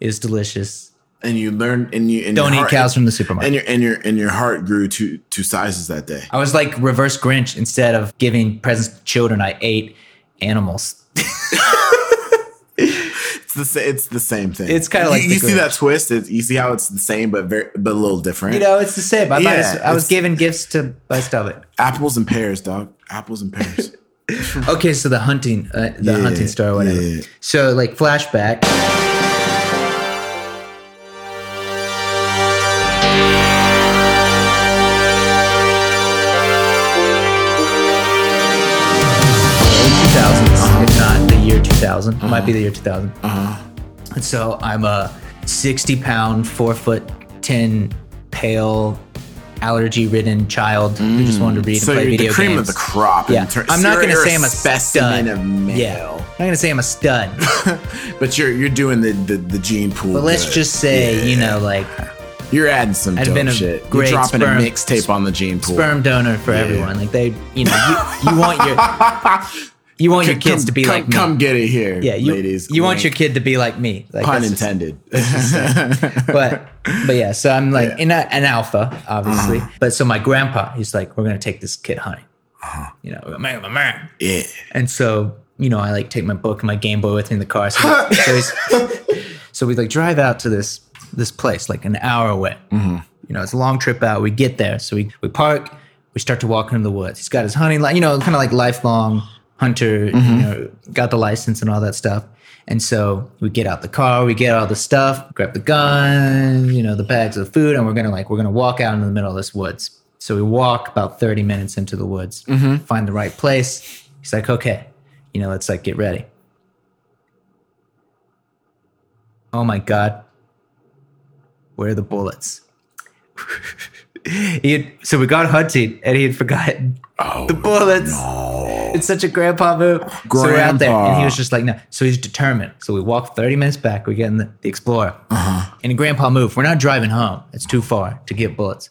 [SPEAKER 1] It was delicious.
[SPEAKER 2] and you learned and you and
[SPEAKER 1] Don't
[SPEAKER 2] your
[SPEAKER 1] eat cows from the supermarket.
[SPEAKER 2] and your and your and your heart grew two two sizes that day.
[SPEAKER 1] I was like reverse Grinch. Instead of giving presents to children, I ate animals.
[SPEAKER 2] It's the sa- it's the same thing.
[SPEAKER 1] It's kinda like
[SPEAKER 2] you,
[SPEAKER 1] the
[SPEAKER 2] you see
[SPEAKER 1] Grinch.
[SPEAKER 2] that twist. It's, you see how it's the same but very but a little different.
[SPEAKER 1] You know, it's the same. I, might as-
[SPEAKER 2] Yeah,
[SPEAKER 1] I was
[SPEAKER 2] it's-
[SPEAKER 1] giving gifts to most of it.
[SPEAKER 2] apples and pears, dog. Apples and pears.
[SPEAKER 1] [LAUGHS] Okay, so the hunting, uh, the
[SPEAKER 2] Yeah,
[SPEAKER 1] hunting star, or whatever.
[SPEAKER 2] yeah.
[SPEAKER 1] So like flashback. Two thousands, if not the year two might be the year two thousand.
[SPEAKER 2] Uh-huh.
[SPEAKER 1] And so I'm a sixty pound, four foot ten, pale, allergy ridden child who just wanted to read
[SPEAKER 2] so
[SPEAKER 1] and play
[SPEAKER 2] you're the
[SPEAKER 1] video
[SPEAKER 2] cream
[SPEAKER 1] games
[SPEAKER 2] of the crop. in
[SPEAKER 1] yeah.
[SPEAKER 2] ter-
[SPEAKER 1] I'm not
[SPEAKER 2] you're-
[SPEAKER 1] going to
[SPEAKER 2] you're
[SPEAKER 1] say I'm a
[SPEAKER 2] specimen
[SPEAKER 1] stud.
[SPEAKER 2] of male,
[SPEAKER 1] Yeah. I'm not going to say I'm a stud,
[SPEAKER 2] but you're you're doing the the, the gene pool.
[SPEAKER 1] but let's
[SPEAKER 2] good.
[SPEAKER 1] just say,
[SPEAKER 2] Yeah.
[SPEAKER 1] you know, like
[SPEAKER 2] you're adding some
[SPEAKER 1] I'd
[SPEAKER 2] dope
[SPEAKER 1] been a
[SPEAKER 2] shit. You're
[SPEAKER 1] great
[SPEAKER 2] dropping
[SPEAKER 1] sperm-
[SPEAKER 2] a mixtape on the gene pool.
[SPEAKER 1] sperm donor for everyone. Like they, you know, you, you want your
[SPEAKER 2] [LAUGHS]
[SPEAKER 1] you want your
[SPEAKER 2] Come-
[SPEAKER 1] kids to be
[SPEAKER 2] come,
[SPEAKER 1] like me.
[SPEAKER 2] come get it here,
[SPEAKER 1] yeah, you
[SPEAKER 2] ladies.
[SPEAKER 1] you want
[SPEAKER 2] Wink.
[SPEAKER 1] your kid to be like me. Like
[SPEAKER 2] pun
[SPEAKER 1] that's-
[SPEAKER 2] intended.
[SPEAKER 1] [LAUGHS] but but yeah, so I'm like in a, an alpha, obviously.
[SPEAKER 2] Uh-huh.
[SPEAKER 1] But so my grandpa, he's like, we're gonna take this kid hunting.
[SPEAKER 2] Uh-huh.
[SPEAKER 1] You know, we're gonna make him a man.
[SPEAKER 2] yeah.
[SPEAKER 1] And so, you know, I like take my book and my Game Boy with me in the car. So,
[SPEAKER 2] [LAUGHS]
[SPEAKER 1] so, he's- so we like drive out to this this place, like an hour away. You know, it's a long trip out. We get there. So we, we park, we start to walk into the woods. He's got his hunting, li- you know, kind of like lifelong hunter, you know, got the license and all that stuff. And so we get out the car, we get all the stuff, grab the gun, you know, the bags of food, and we're gonna like, we're gonna walk out into the middle of this woods. So we walk about 30 minutes into the woods, find the right place. He's like, okay, you know, let's like get ready. Oh my God. Where are the bullets? [LAUGHS] he had, so we got hunting and he had forgotten [LAUGHS]
[SPEAKER 2] Oh,
[SPEAKER 1] the bullets. It's such a grandpa move. So we're out there and he was just like, no. So he's determined. So we walk 30 minutes back. We get in the, the Explorer.
[SPEAKER 2] Uh-huh.
[SPEAKER 1] And grandpa move. We're not driving home. It's too far to get bullets.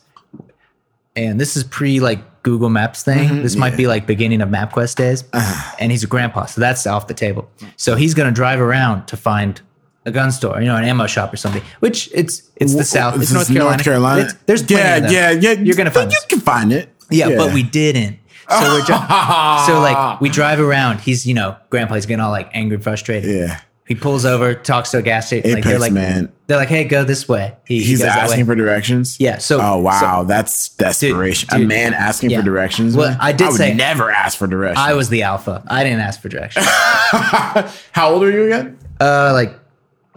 [SPEAKER 1] And this is pre like Google Maps thing.
[SPEAKER 2] Mm-hmm.
[SPEAKER 1] this might be like beginning of MapQuest days.
[SPEAKER 2] Uh-huh.
[SPEAKER 1] And he's a grandpa. So that's off the table. So he's going to drive around to find a gun store, you know, an ammo shop or something, which it's, it's the South. It's,
[SPEAKER 2] This
[SPEAKER 1] North
[SPEAKER 2] is
[SPEAKER 1] Carolina. It's- there's plenty
[SPEAKER 2] yeah,
[SPEAKER 1] of them.
[SPEAKER 2] yeah, yeah.
[SPEAKER 1] You're going to find
[SPEAKER 2] You
[SPEAKER 1] us.
[SPEAKER 2] can find it.
[SPEAKER 1] Yeah,
[SPEAKER 2] [LAUGHS]
[SPEAKER 1] but we didn't. So we're dri- so
[SPEAKER 2] Ah.
[SPEAKER 1] like we drive around. He's you know grandpa. He's getting all like angry, and frustrated.
[SPEAKER 2] yeah.
[SPEAKER 1] He pulls over, talks to a gas station. like they're
[SPEAKER 2] Apex,
[SPEAKER 1] like
[SPEAKER 2] man.
[SPEAKER 1] they're like, hey, go this way. He, he
[SPEAKER 2] He's
[SPEAKER 1] goes that way.
[SPEAKER 2] asking for directions.
[SPEAKER 1] Yeah, so-
[SPEAKER 2] oh wow, that's desperation.
[SPEAKER 1] dude,
[SPEAKER 2] a man asking
[SPEAKER 1] yeah.
[SPEAKER 2] for directions.
[SPEAKER 1] Well,
[SPEAKER 2] man?
[SPEAKER 1] I did
[SPEAKER 2] would
[SPEAKER 1] say-
[SPEAKER 2] never ask for directions.
[SPEAKER 1] I was the alpha. I didn't ask
[SPEAKER 2] [LAUGHS]
[SPEAKER 1] for directions.
[SPEAKER 2] How old are you again?
[SPEAKER 1] uh, like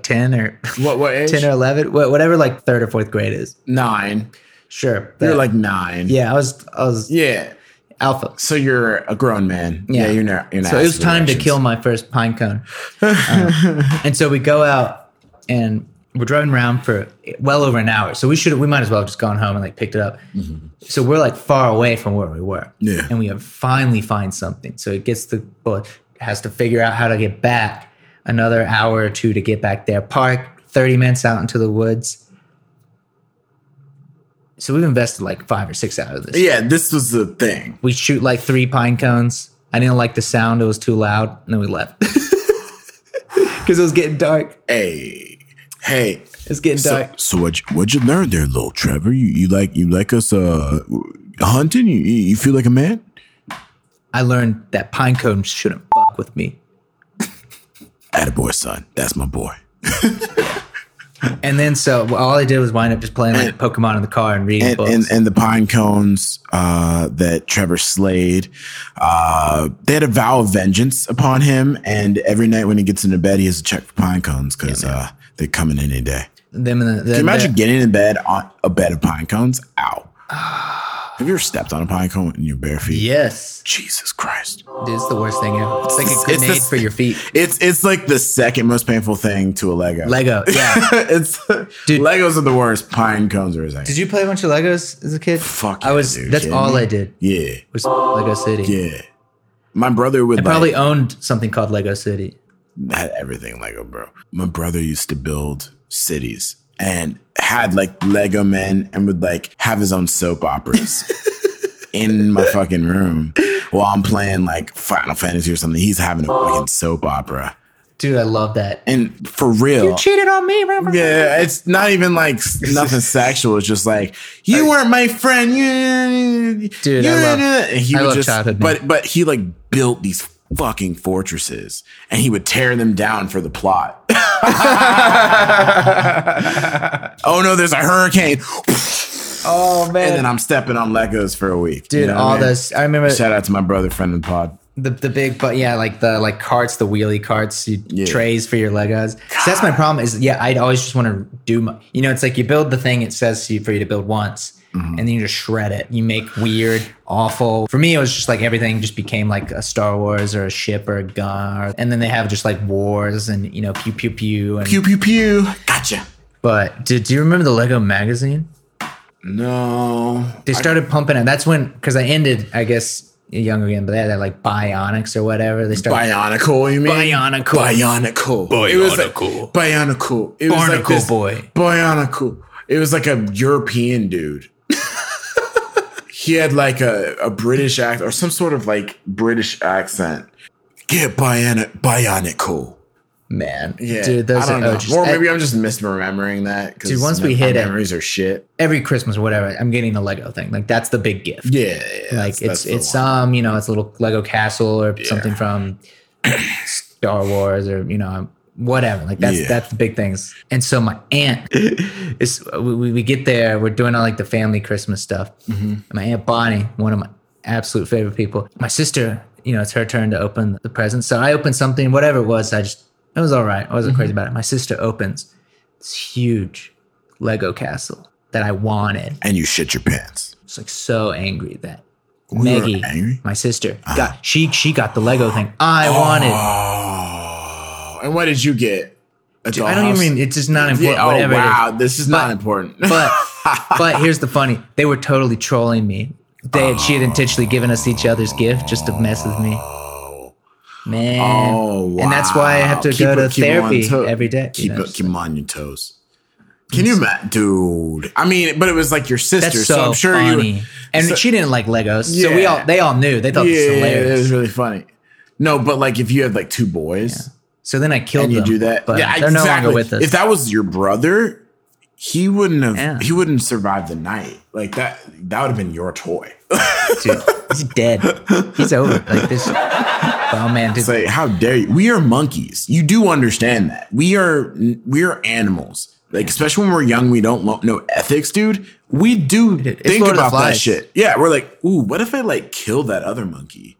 [SPEAKER 1] ten or [LAUGHS]
[SPEAKER 2] What what age?
[SPEAKER 1] ten oh or eleven, wha- whatever, like third or fourth grade is.
[SPEAKER 2] nine.
[SPEAKER 1] Sure,
[SPEAKER 2] You're
[SPEAKER 1] but-
[SPEAKER 2] like nine.
[SPEAKER 1] yeah. I was I was
[SPEAKER 2] Yeah.
[SPEAKER 1] alpha.
[SPEAKER 2] So you're a grown man. Yeah,
[SPEAKER 1] Yeah.
[SPEAKER 2] you're not. You're not
[SPEAKER 1] So it was
[SPEAKER 2] asking for
[SPEAKER 1] time to
[SPEAKER 2] directions.
[SPEAKER 1] kill my first pine cone. Um, and so we go out and we're driving around for well over an hour. So we should we might as well have just gone home and like picked it up. So we're like far away from where we were.
[SPEAKER 2] Yeah.
[SPEAKER 1] And we have finally find something. So it gets the bullet, has to figure out how to get back another hour or two to get back there. Park 30 minutes out into the woods. So we've invested like five or six hours of this.
[SPEAKER 2] Yeah, this was the thing.
[SPEAKER 1] We shoot like three pine cones. I didn't like the sound; it was too loud, and then we left [LAUGHS] because it was getting dark.
[SPEAKER 2] Hey, hey.
[SPEAKER 1] It's getting
[SPEAKER 2] So,
[SPEAKER 1] dark.
[SPEAKER 2] so what? You, what you learn there, little Trevor? You, you like you like us uh hunting? You you you feel like a man?
[SPEAKER 1] I learned that pine cones shouldn't fuck with me.
[SPEAKER 2] Attaboy, son. That's my boy.
[SPEAKER 1] And then so well, all I did was wind up just playing like Pokemon in the car and reading
[SPEAKER 2] and,
[SPEAKER 1] books.
[SPEAKER 2] and and the pine cones uh, that Trevor slayed, uh, they had a vow of vengeance upon him. And every night when he gets into bed, he has to check for pine cones because uh, they're coming any day.
[SPEAKER 1] Them and the, the,
[SPEAKER 2] Can you imagine getting in bed on a bed of pine cones? Ow! Have you ever stepped on a pine cone in your bare feet?
[SPEAKER 1] yes,
[SPEAKER 2] Jesus Christ!
[SPEAKER 1] dude, it's the worst thing ever. It's like a
[SPEAKER 2] It's- it's
[SPEAKER 1] grenade
[SPEAKER 2] the-
[SPEAKER 1] for your feet.
[SPEAKER 2] It's it's like the second most painful thing to a Lego.
[SPEAKER 1] Lego, yeah.
[SPEAKER 2] [LAUGHS] it's
[SPEAKER 1] Dude.
[SPEAKER 2] Legos are the worst. Pine cones are a second.
[SPEAKER 1] Did you play a bunch of Legos as a kid?
[SPEAKER 2] Fuck
[SPEAKER 1] I
[SPEAKER 2] yeah,
[SPEAKER 1] was.
[SPEAKER 2] dude,
[SPEAKER 1] that's
[SPEAKER 2] kidding
[SPEAKER 1] all
[SPEAKER 2] me?
[SPEAKER 1] I did
[SPEAKER 2] Yeah,
[SPEAKER 1] was Lego City.
[SPEAKER 2] yeah. My brother would
[SPEAKER 1] I
[SPEAKER 2] like,
[SPEAKER 1] probably owned something called Lego City.
[SPEAKER 2] had everything Lego, bro. My brother used to build cities and had like Lego men and would like have his own soap operas in my fucking room while I'm playing like Final Fantasy or something. He's having a fucking soap opera.
[SPEAKER 1] Dude, I love that.
[SPEAKER 2] And for real.
[SPEAKER 1] You cheated on me, remember?
[SPEAKER 2] yeah, it's not even like s- nothing sexual. It's just like you weren't my friend. You,
[SPEAKER 1] Dude,
[SPEAKER 2] you,
[SPEAKER 1] I love-
[SPEAKER 2] and he
[SPEAKER 1] I
[SPEAKER 2] would
[SPEAKER 1] love
[SPEAKER 2] just,
[SPEAKER 1] childhood, man.
[SPEAKER 2] but but he like built these fucking fortresses, and he would tear them down for the plot. [LAUGHS] oh no, there's a hurricane,
[SPEAKER 1] Oh man.
[SPEAKER 2] and then I'm stepping on Legos for a week.
[SPEAKER 1] Dude,
[SPEAKER 2] know what
[SPEAKER 1] all
[SPEAKER 2] I mean?
[SPEAKER 1] this. I remember
[SPEAKER 2] Shout out to my brother, friend of the pod.
[SPEAKER 1] the the big, but yeah, like the like carts, the wheelie carts, you, trays for your Legos. So that's my problem. Is yeah, I'd always just want to do. My, you know, it's like you build the thing it says to you for you to build once,
[SPEAKER 2] Mm-hmm.
[SPEAKER 1] and then you just shred it. You make weird, awful. For me, it was just like everything just became like a Star Wars or a ship or a gun, or, and then they have just like wars and you know pew pew pew. And,
[SPEAKER 2] Pew pew pew. Gotcha.
[SPEAKER 1] But dude, do you remember the Lego magazine?
[SPEAKER 2] No.
[SPEAKER 1] They started pumping it. That's when because I ended, I guess, young again, but they had that like bionics or whatever. They started.
[SPEAKER 2] Bionicle, you mean?
[SPEAKER 1] Bionicle.
[SPEAKER 2] Bionicle. Bionicle. It was like, Bionicle. It was like
[SPEAKER 1] Barnacle
[SPEAKER 2] this-
[SPEAKER 1] boy.
[SPEAKER 2] Bionicle. It was like a European [LAUGHS] dude. he had like a, a British act or some sort of like British accent. Get Bionic Bionicle.
[SPEAKER 1] Man,
[SPEAKER 2] Yeah.
[SPEAKER 1] dude, those
[SPEAKER 2] I don't
[SPEAKER 1] are
[SPEAKER 2] know.
[SPEAKER 1] oh, just-
[SPEAKER 2] or maybe I'm just misremembering that. 'cause
[SPEAKER 1] Dude, once we
[SPEAKER 2] my
[SPEAKER 1] hit it-
[SPEAKER 2] memories are shit.
[SPEAKER 1] every Christmas or whatever. I'm getting a Lego thing. Like that's the big gift.
[SPEAKER 2] Yeah. yeah,
[SPEAKER 1] like
[SPEAKER 2] that's- that's
[SPEAKER 1] it's
[SPEAKER 2] the
[SPEAKER 1] it's
[SPEAKER 2] one.
[SPEAKER 1] some you know it's a little Lego castle or something from Star Wars or you know whatever. Like that's
[SPEAKER 2] Yeah.
[SPEAKER 1] that's the big things. And so my
[SPEAKER 2] [LAUGHS]
[SPEAKER 1] aunt is we, we- we get there. We're doing all like the family Christmas stuff.
[SPEAKER 2] Mm-hmm.
[SPEAKER 1] And my aunt Bonnie, one of my absolute favorite people. My sister, you know, it's her turn to open the presents. So I opened something, whatever it was. I just it was all right. I wasn't
[SPEAKER 2] Mm-hmm.
[SPEAKER 1] crazy about it. My sister opens this huge Lego castle that I wanted.
[SPEAKER 2] and you shit your pants.
[SPEAKER 1] It's like so angry that
[SPEAKER 2] were
[SPEAKER 1] Maggie,
[SPEAKER 2] angry? Ah.
[SPEAKER 1] my sister, got she she got the Lego thing I wanted.
[SPEAKER 2] Oh. And what did you get? A
[SPEAKER 1] I don't
[SPEAKER 2] dollhouse?
[SPEAKER 1] even. It's just not important.
[SPEAKER 2] Yeah,
[SPEAKER 1] whatever.
[SPEAKER 2] oh wow,
[SPEAKER 1] It is.
[SPEAKER 2] this is not important.
[SPEAKER 1] But but here's the funny. They were totally trolling me. They had,
[SPEAKER 2] Oh.
[SPEAKER 1] she had intentionally given us each other's gift just to mess with me. Man.
[SPEAKER 2] [LAUGHS] oh, wow.
[SPEAKER 1] And that's why I have to
[SPEAKER 2] Keep
[SPEAKER 1] go
[SPEAKER 2] it-
[SPEAKER 1] to
[SPEAKER 2] keep it on
[SPEAKER 1] therapy
[SPEAKER 2] toe-
[SPEAKER 1] every day. you
[SPEAKER 2] Keep
[SPEAKER 1] know,
[SPEAKER 2] it,
[SPEAKER 1] just
[SPEAKER 2] keep 'em on your toes. Can you imagine, dude? I mean, but it was like your sister,
[SPEAKER 1] That's
[SPEAKER 2] so,
[SPEAKER 1] so,
[SPEAKER 2] I'm sure
[SPEAKER 1] funny.
[SPEAKER 2] you.
[SPEAKER 1] and
[SPEAKER 2] so-
[SPEAKER 1] she didn't like Legos, so we
[SPEAKER 2] Yeah.
[SPEAKER 1] all they all knew. They thought
[SPEAKER 2] Yeah,
[SPEAKER 1] this was
[SPEAKER 2] it
[SPEAKER 1] hilarious.
[SPEAKER 2] was really funny. No, but like if you had like two boys
[SPEAKER 1] So then I killed
[SPEAKER 2] and you
[SPEAKER 1] them.
[SPEAKER 2] do that,
[SPEAKER 1] but
[SPEAKER 2] yeah,
[SPEAKER 1] they're no
[SPEAKER 2] exactly.
[SPEAKER 1] longer with us.
[SPEAKER 2] If that was your brother, he wouldn't have.
[SPEAKER 1] Yeah.
[SPEAKER 2] He wouldn't survive the night. Like that. That would have been your toy.
[SPEAKER 1] dude. He's dead. He's over. Like this. Oh man, dude.
[SPEAKER 2] It's like, how dare you? We are monkeys. You do understand that. We are we are animals. Like, especially when we're young, we don't lo- know ethics, dude. We do
[SPEAKER 1] it's
[SPEAKER 2] think
[SPEAKER 1] Lord of the
[SPEAKER 2] about that
[SPEAKER 1] Flies.
[SPEAKER 2] shit. Yeah, we're like, ooh, what if I like kill that other monkey?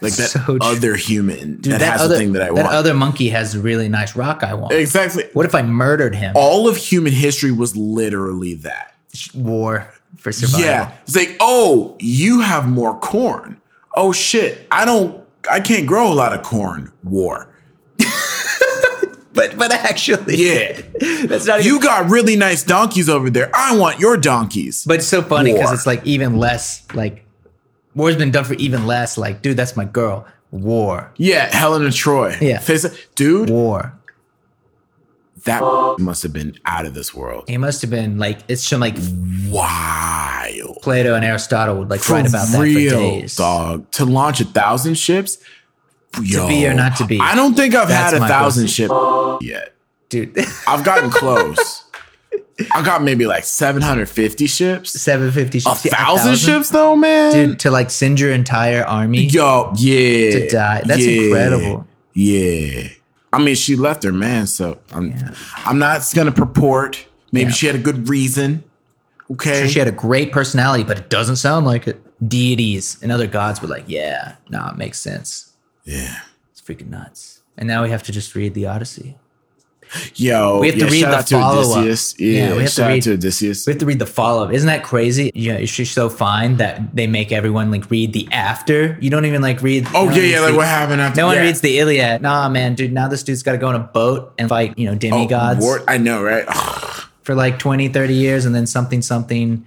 [SPEAKER 2] Like that
[SPEAKER 1] So true.
[SPEAKER 2] other human
[SPEAKER 1] Dude,
[SPEAKER 2] that, has the thing that I want.
[SPEAKER 1] other monkey has a really nice rock I want.
[SPEAKER 2] exactly.
[SPEAKER 1] What if I murdered him?
[SPEAKER 2] All of human history was literally that.
[SPEAKER 1] War for survival.
[SPEAKER 2] Yeah. It's like, oh, you have more corn. Oh shit. I don't I can't grow a lot of corn. War.
[SPEAKER 1] But but [LAUGHS] actually,
[SPEAKER 2] Yeah.
[SPEAKER 1] that's not even.
[SPEAKER 2] You got really nice donkeys over there. I want your donkeys.
[SPEAKER 1] But it's so funny because
[SPEAKER 2] War.
[SPEAKER 1] it's like even less like war's been done for even less. Like, dude, that's my girl. War,
[SPEAKER 2] yeah, Helen of Troy.
[SPEAKER 1] Yeah.
[SPEAKER 2] Face- dude,
[SPEAKER 1] war.
[SPEAKER 2] that must have been out of this world.
[SPEAKER 1] He must have been like it's some like
[SPEAKER 2] Wild.
[SPEAKER 1] Plato and Aristotle would like write about that for days.
[SPEAKER 2] dog. To launch a thousand ships. Yo,
[SPEAKER 1] be or not to be.
[SPEAKER 2] I don't think I've
[SPEAKER 1] That's
[SPEAKER 2] had a
[SPEAKER 1] my
[SPEAKER 2] thousand ship yet.
[SPEAKER 1] Dude, [LAUGHS]
[SPEAKER 2] I've gotten close. I got maybe like 750 ships.
[SPEAKER 1] seven fifty ships,
[SPEAKER 2] A
[SPEAKER 1] yeah,
[SPEAKER 2] thousand ships though, man.
[SPEAKER 1] dude, to like send your entire army.
[SPEAKER 2] Yo, yeah.
[SPEAKER 1] To die. That's incredible.
[SPEAKER 2] Yeah. I mean, she left her man, so I'm I'm not gonna purport. Maybe
[SPEAKER 1] Yeah.
[SPEAKER 2] she had a good reason. Okay.
[SPEAKER 1] sure she had a great personality, but it doesn't sound like it. Deities and other gods were like, yeah, nah, it makes sense.
[SPEAKER 2] yeah.
[SPEAKER 1] It's freaking nuts. And now we have to just read the Odyssey.
[SPEAKER 2] Yo,
[SPEAKER 1] We have to
[SPEAKER 2] yeah,
[SPEAKER 1] read
[SPEAKER 2] shout
[SPEAKER 1] the
[SPEAKER 2] out to
[SPEAKER 1] follow-up.
[SPEAKER 2] Odysseus. Yeah,
[SPEAKER 1] Yeah, we have to
[SPEAKER 2] shout out
[SPEAKER 1] read-
[SPEAKER 2] to Odysseus.
[SPEAKER 1] We have to read the follow up. Isn't that crazy? Yeah, she's so fine that they make everyone like read the after. You don't even like read.
[SPEAKER 2] Oh
[SPEAKER 1] no one
[SPEAKER 2] yeah,
[SPEAKER 1] reads
[SPEAKER 2] yeah, like
[SPEAKER 1] the-
[SPEAKER 2] what happened after
[SPEAKER 1] No one
[SPEAKER 2] yeah.
[SPEAKER 1] reads the Iliad. Nah, man, dude. Now this dude's got to go on a boat and fight, you know,
[SPEAKER 2] Oh,
[SPEAKER 1] demigods
[SPEAKER 2] war- I know, right? [SIGHS]
[SPEAKER 1] for like 20, 30 years and then something, something,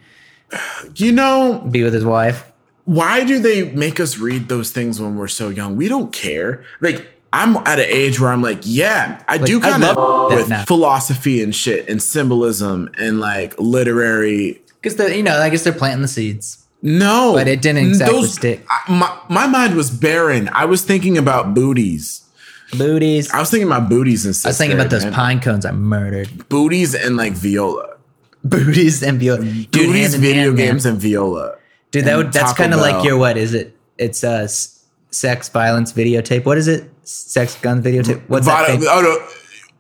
[SPEAKER 2] You know,
[SPEAKER 1] be with his wife.
[SPEAKER 2] why do they make us read those things when we're so young? We don't care. Like I'm at an age where I'm like, yeah, I do
[SPEAKER 1] I
[SPEAKER 2] kind of
[SPEAKER 1] love that
[SPEAKER 2] with
[SPEAKER 1] now.
[SPEAKER 2] philosophy and shit and symbolism and like literary
[SPEAKER 1] Because, you know, I guess they're planting the seeds.
[SPEAKER 2] No,
[SPEAKER 1] But it didn't exactly stick.
[SPEAKER 2] I- my my mind was barren. I was thinking about booties.
[SPEAKER 1] Booties. I
[SPEAKER 2] I was thinking about booties and sister.
[SPEAKER 1] was thinking about those
[SPEAKER 2] man.
[SPEAKER 1] pine cones I murdered.
[SPEAKER 2] booties and like viola.
[SPEAKER 1] [LAUGHS] Booties and viola. Dude,
[SPEAKER 2] booties,
[SPEAKER 1] hand in
[SPEAKER 2] video
[SPEAKER 1] hand, man.
[SPEAKER 2] games, and viola.
[SPEAKER 1] Dude, that
[SPEAKER 2] and
[SPEAKER 1] would, that's
[SPEAKER 2] Taco
[SPEAKER 1] kind of like
[SPEAKER 2] Bell.
[SPEAKER 1] your what is it? It's uh, s- sex, violence, videotape. What is it? Sex, guns, videotape. What's that?
[SPEAKER 2] Vada-
[SPEAKER 1] Thing?
[SPEAKER 2] oh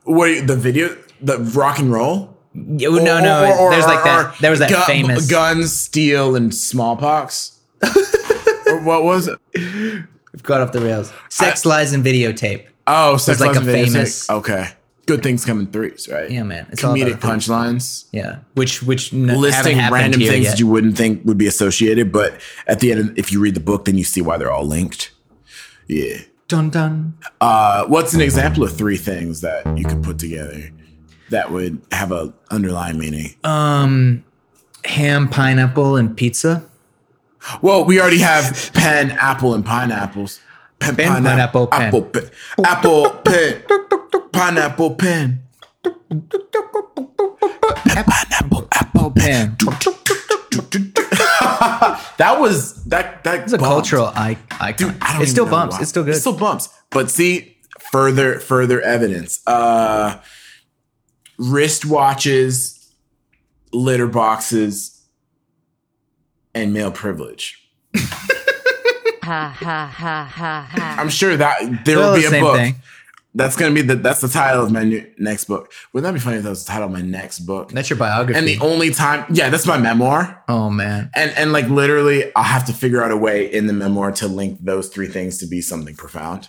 [SPEAKER 2] no! Wait, the video, the rock and roll.
[SPEAKER 1] Yeah, no, no.
[SPEAKER 2] Or- or-
[SPEAKER 1] there's
[SPEAKER 2] or-
[SPEAKER 1] like
[SPEAKER 2] or
[SPEAKER 1] that. There was that
[SPEAKER 2] gu-
[SPEAKER 1] famous.
[SPEAKER 2] guns, steel, and
[SPEAKER 1] [LAUGHS]
[SPEAKER 2] smallpox. or what was it?
[SPEAKER 1] We've got off the rails. Sex, lies, and videotape.
[SPEAKER 2] Oh, so
[SPEAKER 1] like a famous-
[SPEAKER 2] Okay, good things come in threes, right?
[SPEAKER 1] Yeah, man. It's all
[SPEAKER 2] Comedic
[SPEAKER 1] about the things.
[SPEAKER 2] punchlines,
[SPEAKER 1] Yeah, which which n- haven't
[SPEAKER 2] listing
[SPEAKER 1] happened
[SPEAKER 2] random
[SPEAKER 1] here
[SPEAKER 2] things
[SPEAKER 1] yet.
[SPEAKER 2] that you wouldn't think would be associated, but at the end, if you read the book, then you see why they're all linked. Yeah.
[SPEAKER 1] dun dun.
[SPEAKER 2] Uh, what's an example of three things that you could put together that would have a underlying meaning?
[SPEAKER 1] Um, ham, pineapple, and pizza.
[SPEAKER 2] Well, we already have pen, apple, and pineapples. Pen,
[SPEAKER 1] Pen, pineapple, pen.
[SPEAKER 2] apple, pen, apple, pen, pineapple, pen. Pineapple, apple, pen.
[SPEAKER 1] Man,
[SPEAKER 2] [LAUGHS] That was that. That
[SPEAKER 1] it's a cultural i- icon.
[SPEAKER 2] I don't
[SPEAKER 1] it
[SPEAKER 2] even
[SPEAKER 1] still
[SPEAKER 2] know
[SPEAKER 1] bumps.
[SPEAKER 2] why.
[SPEAKER 1] It's still good.
[SPEAKER 2] It still bumps. But see, further further evidence. Uh wristwatches, litter boxes, and male privilege.
[SPEAKER 3] Ha ha ha ha ha.
[SPEAKER 2] I'm sure that there
[SPEAKER 1] They're all
[SPEAKER 2] will
[SPEAKER 1] the
[SPEAKER 2] be a
[SPEAKER 1] same
[SPEAKER 2] book.
[SPEAKER 1] thing.
[SPEAKER 2] That's gonna be the that's the title of my new, next book. Wouldn't that be funny if that was the title of my next book?
[SPEAKER 1] That's your biography.
[SPEAKER 2] and the only time, yeah, that's my memoir.
[SPEAKER 1] oh man,
[SPEAKER 2] And and like literally, I'll have to figure out a way in the memoir to link those three things to be something profound.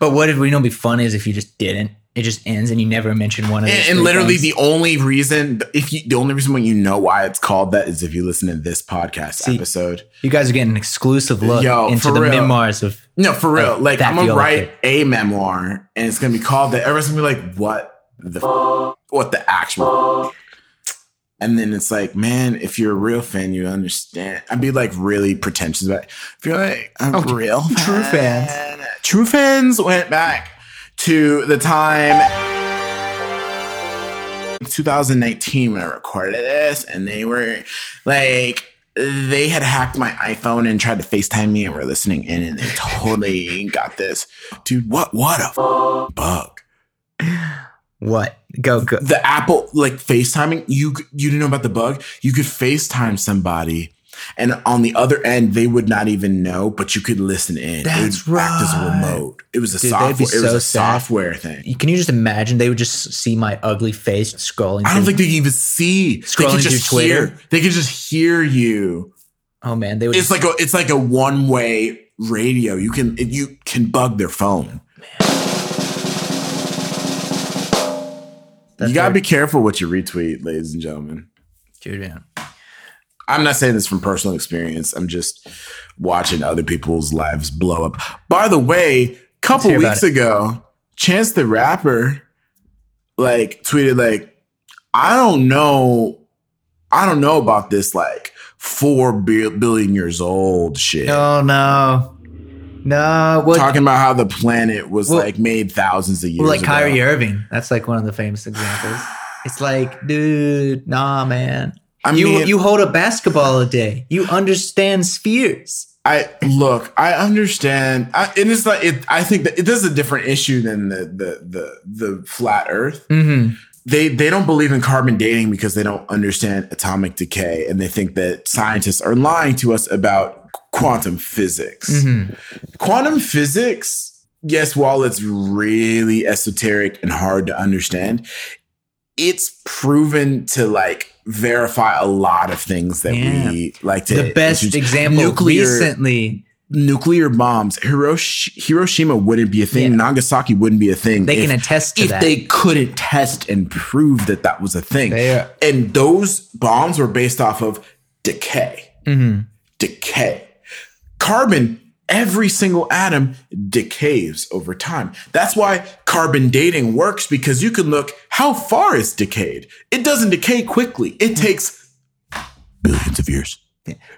[SPEAKER 1] but what did we know? Be fun is if you just didn't. It just ends, and you never mention one of.
[SPEAKER 2] And,
[SPEAKER 1] those
[SPEAKER 2] and
[SPEAKER 1] three
[SPEAKER 2] literally, the
[SPEAKER 1] things.
[SPEAKER 2] only reason if you the only reason when you know why it's called that is if you listen to this podcast
[SPEAKER 1] See-
[SPEAKER 2] episode.
[SPEAKER 1] you guys are getting an exclusive look
[SPEAKER 2] Yo,
[SPEAKER 1] into
[SPEAKER 2] for
[SPEAKER 1] the
[SPEAKER 2] real.
[SPEAKER 1] memoirs of.
[SPEAKER 2] No, for real.
[SPEAKER 1] Like,
[SPEAKER 2] like
[SPEAKER 1] that
[SPEAKER 2] I'm gonna
[SPEAKER 1] feel
[SPEAKER 2] write
[SPEAKER 1] like
[SPEAKER 2] a memoir, and it's gonna be called that. Everyone's gonna be like, "What the? F-? What the actual?" F-? And then it's like, man, if you're a real fan, you understand. I'd be like really pretentious about. It. If you're like a
[SPEAKER 1] Oh,
[SPEAKER 2] real fan,
[SPEAKER 1] true
[SPEAKER 2] true fans went back to the time. 2019 when I recorded this, and they were like, they had hacked my iPhone and tried to FaceTime me, and were listening in, and they totally got this, dude. What? What a f- bug.
[SPEAKER 1] What? Go go.
[SPEAKER 2] The Apple like FaceTiming. You c- you didn't know about the bug. You could FaceTime somebody. And on the other end, they would not even know, but you could listen in.
[SPEAKER 1] That's
[SPEAKER 2] it would act as a
[SPEAKER 1] right.
[SPEAKER 2] remote. It was a
[SPEAKER 1] Dude,
[SPEAKER 2] software.
[SPEAKER 1] that'd be
[SPEAKER 2] it was
[SPEAKER 1] so
[SPEAKER 2] a
[SPEAKER 1] sad.
[SPEAKER 2] software thing.
[SPEAKER 1] Can you just imagine? They would just see my ugly face scrolling.
[SPEAKER 2] I don't
[SPEAKER 1] through-
[SPEAKER 2] think they can even see. They
[SPEAKER 1] Scrolling
[SPEAKER 2] can just
[SPEAKER 1] through Twitter?
[SPEAKER 2] hear. They can just hear you.
[SPEAKER 1] Oh man, they would.
[SPEAKER 2] It's like a it's like a one way radio. You can it, you can bug their phone.
[SPEAKER 1] That's
[SPEAKER 2] you gotta
[SPEAKER 1] hard.
[SPEAKER 2] be careful what you retweet, ladies and gentlemen.
[SPEAKER 1] Dude, man.
[SPEAKER 2] I'm not saying this from personal experience. I'm just watching other people's lives blow up. By the way, couple
[SPEAKER 1] hear about
[SPEAKER 2] weeks ago, Chance the Rapper like tweeted like, I don't know, I don't know about this like four bi- billion years old shit.
[SPEAKER 1] Oh no, no. What?
[SPEAKER 2] Talking about how the planet was
[SPEAKER 1] Well-
[SPEAKER 2] like made thousands of years
[SPEAKER 1] Well, like
[SPEAKER 2] ago.
[SPEAKER 1] Kyrie Irving. That's like one of the famous examples. It's like, dude, nah, man.
[SPEAKER 2] I
[SPEAKER 1] you
[SPEAKER 2] mean,
[SPEAKER 1] you hold a basketball a day. You understand spheres.
[SPEAKER 2] I look, I understand, I, and it's like it. I think that it is a different issue than the the the the flat Earth.
[SPEAKER 1] Mm-hmm.
[SPEAKER 2] they they don't believe in carbon dating because they don't understand atomic decay and they think that scientists are lying to us about quantum physics.
[SPEAKER 1] Mm-hmm.
[SPEAKER 2] Quantum physics, yes, while it's really esoteric and hard to understand, it's proven to like verify a lot of things that we like to
[SPEAKER 1] The best
[SPEAKER 2] introduce.
[SPEAKER 1] example
[SPEAKER 2] nuclear
[SPEAKER 1] recently.
[SPEAKER 2] nuclear bombs Hirosh- Hiroshima wouldn't be a thing
[SPEAKER 1] Yeah.
[SPEAKER 2] Nagasaki wouldn't be a thing
[SPEAKER 1] They
[SPEAKER 2] if-
[SPEAKER 1] can attest to
[SPEAKER 2] if
[SPEAKER 1] that.
[SPEAKER 2] they couldn't test and prove that that was a thing.
[SPEAKER 1] They uh, are-
[SPEAKER 2] and those bombs were based off of decay,
[SPEAKER 1] Mhm.
[SPEAKER 2] decay. Carbon, every single atom decays over time. That's why carbon dating works because you can look how far it's decayed. It doesn't decay quickly, it takes billions of years.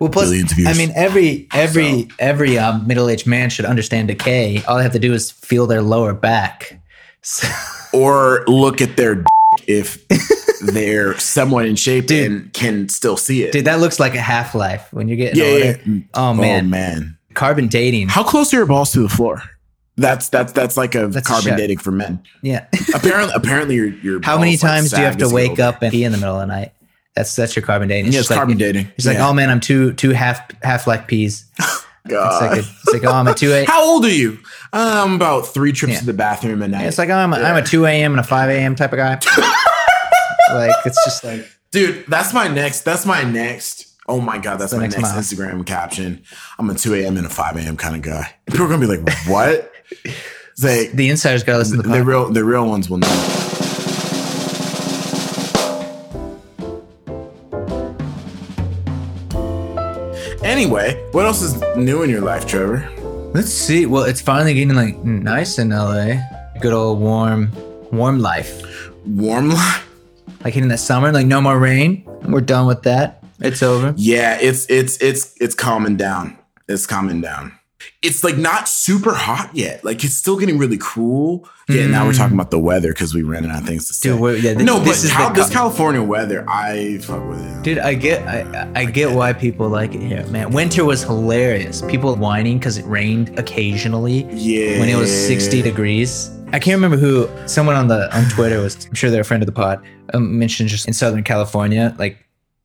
[SPEAKER 1] Well, plus,
[SPEAKER 2] Billions of years.
[SPEAKER 1] I mean, every every every um, middle aged man should understand decay. All they have to do is feel their lower back. So,
[SPEAKER 2] Or look at their d-
[SPEAKER 1] [LAUGHS]
[SPEAKER 2] if they're somewhat in shape and can still see it.
[SPEAKER 1] dude, that looks like a half life when you're getting
[SPEAKER 2] yeah, yeah,
[SPEAKER 1] older.
[SPEAKER 2] yeah.
[SPEAKER 1] Oh man,
[SPEAKER 2] Oh, man.
[SPEAKER 1] carbon dating.
[SPEAKER 2] How close are your balls to the floor? That's that's that's like a
[SPEAKER 1] That's a
[SPEAKER 2] carbon
[SPEAKER 1] check.
[SPEAKER 2] dating for
[SPEAKER 1] [LAUGHS]
[SPEAKER 2] men.
[SPEAKER 1] Yeah.
[SPEAKER 2] Apparently, apparently, your your
[SPEAKER 1] How many
[SPEAKER 2] balls, like,
[SPEAKER 1] times do you have
[SPEAKER 2] sag
[SPEAKER 1] to
[SPEAKER 2] as
[SPEAKER 1] wake
[SPEAKER 2] go.
[SPEAKER 1] up and pee in the middle of the night? That's that's your carbon dating.
[SPEAKER 2] Yeah, it's
[SPEAKER 1] just like-
[SPEAKER 2] carbon dating.
[SPEAKER 1] It's like,
[SPEAKER 2] Yeah.
[SPEAKER 1] oh man, I'm two two half half life peas. It's like,
[SPEAKER 2] God.
[SPEAKER 1] a, it's like oh, I'm a two a.
[SPEAKER 2] How old are you? Um, about three trips
[SPEAKER 1] Yeah.
[SPEAKER 2] to the bathroom a night.
[SPEAKER 1] [LAUGHS] It's like oh, I'm a, I'm a two a.m. and a five a.m. type
[SPEAKER 2] [LAUGHS]
[SPEAKER 1] of guy. like it's just like
[SPEAKER 2] dude, that's my next. That's my next. Oh my god, that's
[SPEAKER 1] The
[SPEAKER 2] my
[SPEAKER 1] next
[SPEAKER 2] next
[SPEAKER 1] mile.
[SPEAKER 2] Instagram caption. I'm a 2 a.m. and a 5 a.m. kind of guy. People are gonna be like,
[SPEAKER 1] [LAUGHS]
[SPEAKER 2] what? They
[SPEAKER 1] the insiders got to listen to the
[SPEAKER 2] the
[SPEAKER 1] podcast.
[SPEAKER 2] real the real ones will know. Anyway, what else is new in your life, Trevor?
[SPEAKER 1] Let's see. Well, it's finally getting like nice in LA. Good old warm, warm life.
[SPEAKER 2] Warm [LAUGHS] life.
[SPEAKER 1] Like hitting that summer, like no more rain. We're done with that. It's over.
[SPEAKER 2] Yeah, it's it's it's it's calming down. It's calming down. It's like not super hot yet. Like it's still getting really cool. Yeah, now we're talking about the weather because we ran out of things to say.
[SPEAKER 1] Dude, we're- yeah, th-
[SPEAKER 2] no, but
[SPEAKER 1] this is
[SPEAKER 2] Cal-
[SPEAKER 1] the-
[SPEAKER 2] this California weather, I fuck with it.
[SPEAKER 1] Dude, I get, I, I get why people like it here, man. Winter was hilarious. People whining because it rained occasionally.
[SPEAKER 2] Yeah.
[SPEAKER 1] When it was 60 degrees. I can't remember who. Someone on the on Twitter was. I'm sure they're a friend of the pod. Um, mentioned just in Southern California, like